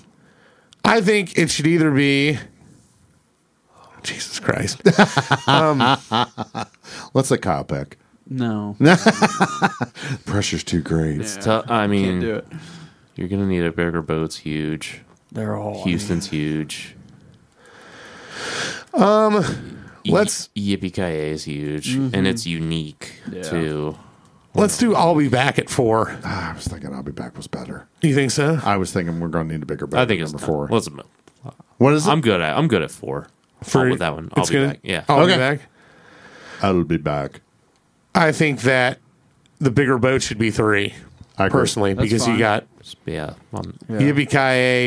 S1: I think it should either be. Jesus Christ.
S4: Let's let Kyle pick.
S3: No.
S4: Pressure's too great.
S5: It's tou- I
S3: Can't do
S5: mean,
S3: it.
S5: you're gonna need a bigger boat's huge.
S3: They're all
S5: Houston's huge. Um,
S1: let's-
S5: Yippee ki is huge, and it's unique
S3: Yeah.
S5: too.
S1: Let's do. I'll be back at four.
S4: Ah, I was thinking I'll be back was better.
S1: You think so?
S4: I was thinking we're going to need a bigger.
S5: I think it's
S4: number 4
S5: not- Let's,
S4: what is it?
S5: I'm good at. I'm good at four.
S1: For-
S5: I'll with that one. I'll
S1: it's
S5: be
S1: good?
S5: back. Yeah.
S1: I'll be
S4: Okay.
S1: back.
S4: I'll be back.
S1: I think that the bigger boat should be three,
S4: I agree.
S1: personally,
S3: That's
S1: because you
S3: fine.
S1: got
S5: Yeah. um,
S3: Yeah.
S1: Yippee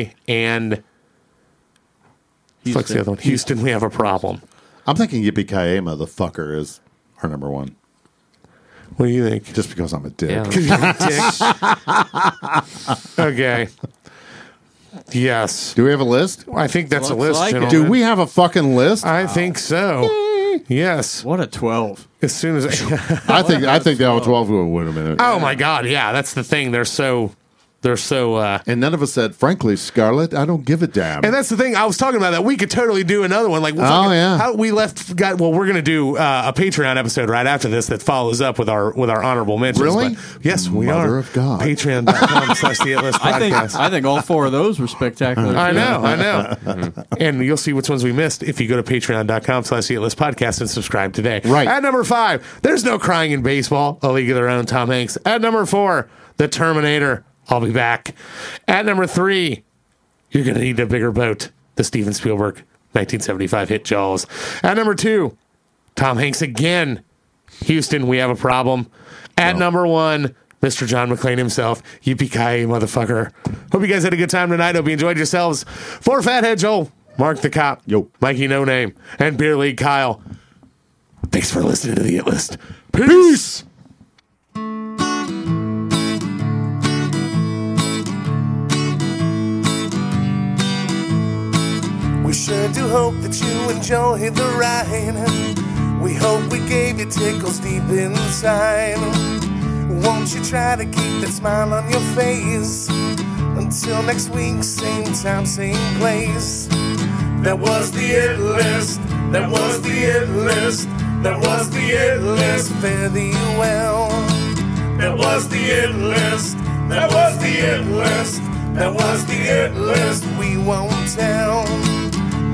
S1: Ki and fuck's the
S3: Houston.
S1: other one? Houston, we have a problem.
S4: I'm thinking Yippee Ki motherfucker is our number one,
S1: What do you think?
S4: just because I'm a dick.
S5: yeah.
S1: okay. Yes,
S4: Do we have a list?
S1: I think that's a
S3: Looks
S1: list.
S3: like it.
S1: gentlemen.
S4: Do we have a fucking list? I,
S1: I think so. Yes.
S3: What a 12.
S1: As soon as.
S4: think I think the all twelve will win a minute.
S1: oh my God! Yeah, that's the thing. They're so. They're so. uh
S4: And none of us said, frankly, Scarlett, I don't give a damn.
S1: And that's the thing I was talking about. That we could totally do another one. Like, oh
S4: yeah.
S1: how we left. Got well. We're gonna do uh, a Patreon episode right after this that follows up with our with our honorable mentions.
S4: Really?
S1: But yes, we
S4: Mother
S1: are.
S4: of God.
S1: Patreon.com slash the It List
S3: I think
S1: podcast.
S3: I think all four of those were spectacular.
S1: I
S3: too.
S1: know, I know. and you'll see which ones we missed if you go to patreon.com slash the list podcast and subscribe today.
S4: Right.
S1: At number five, there's no crying in baseball, a league of their own, Tom Hanks. At number four, the Terminator. I'll be back. At number three, you're gonna need a bigger boat. The Steven Spielberg 1975 hit Jaws. At number two, Tom Hanks again. Houston, we have a problem. At number one, Mr. John McClane himself. Yippee ki motherfucker. Hope you guys had a good time tonight. Hope you enjoyed yourselves. For Fathead Joel, Mark the Cop,
S4: Yo.
S1: Mikey No Name, and Beer League Kyle. Thanks for listening to the It List. Peace.
S2: We sure do hope that you enjoy the ride. We hope we gave you tickles deep inside. Won't you try to keep that smile on your face? Until next week, same time, same place. That was the it list. That was the it list. That was the it list. Fare thee well. That was the it list. That was the it list. That was the it list. We won't tell.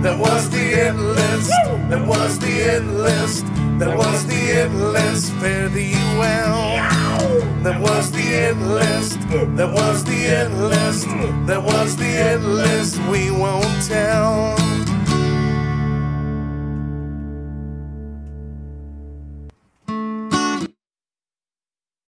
S2: That was the it list. That was the it list. That was the it list. Fare thee well. That was the it list. That was the it list. That was the it list. We won't tell.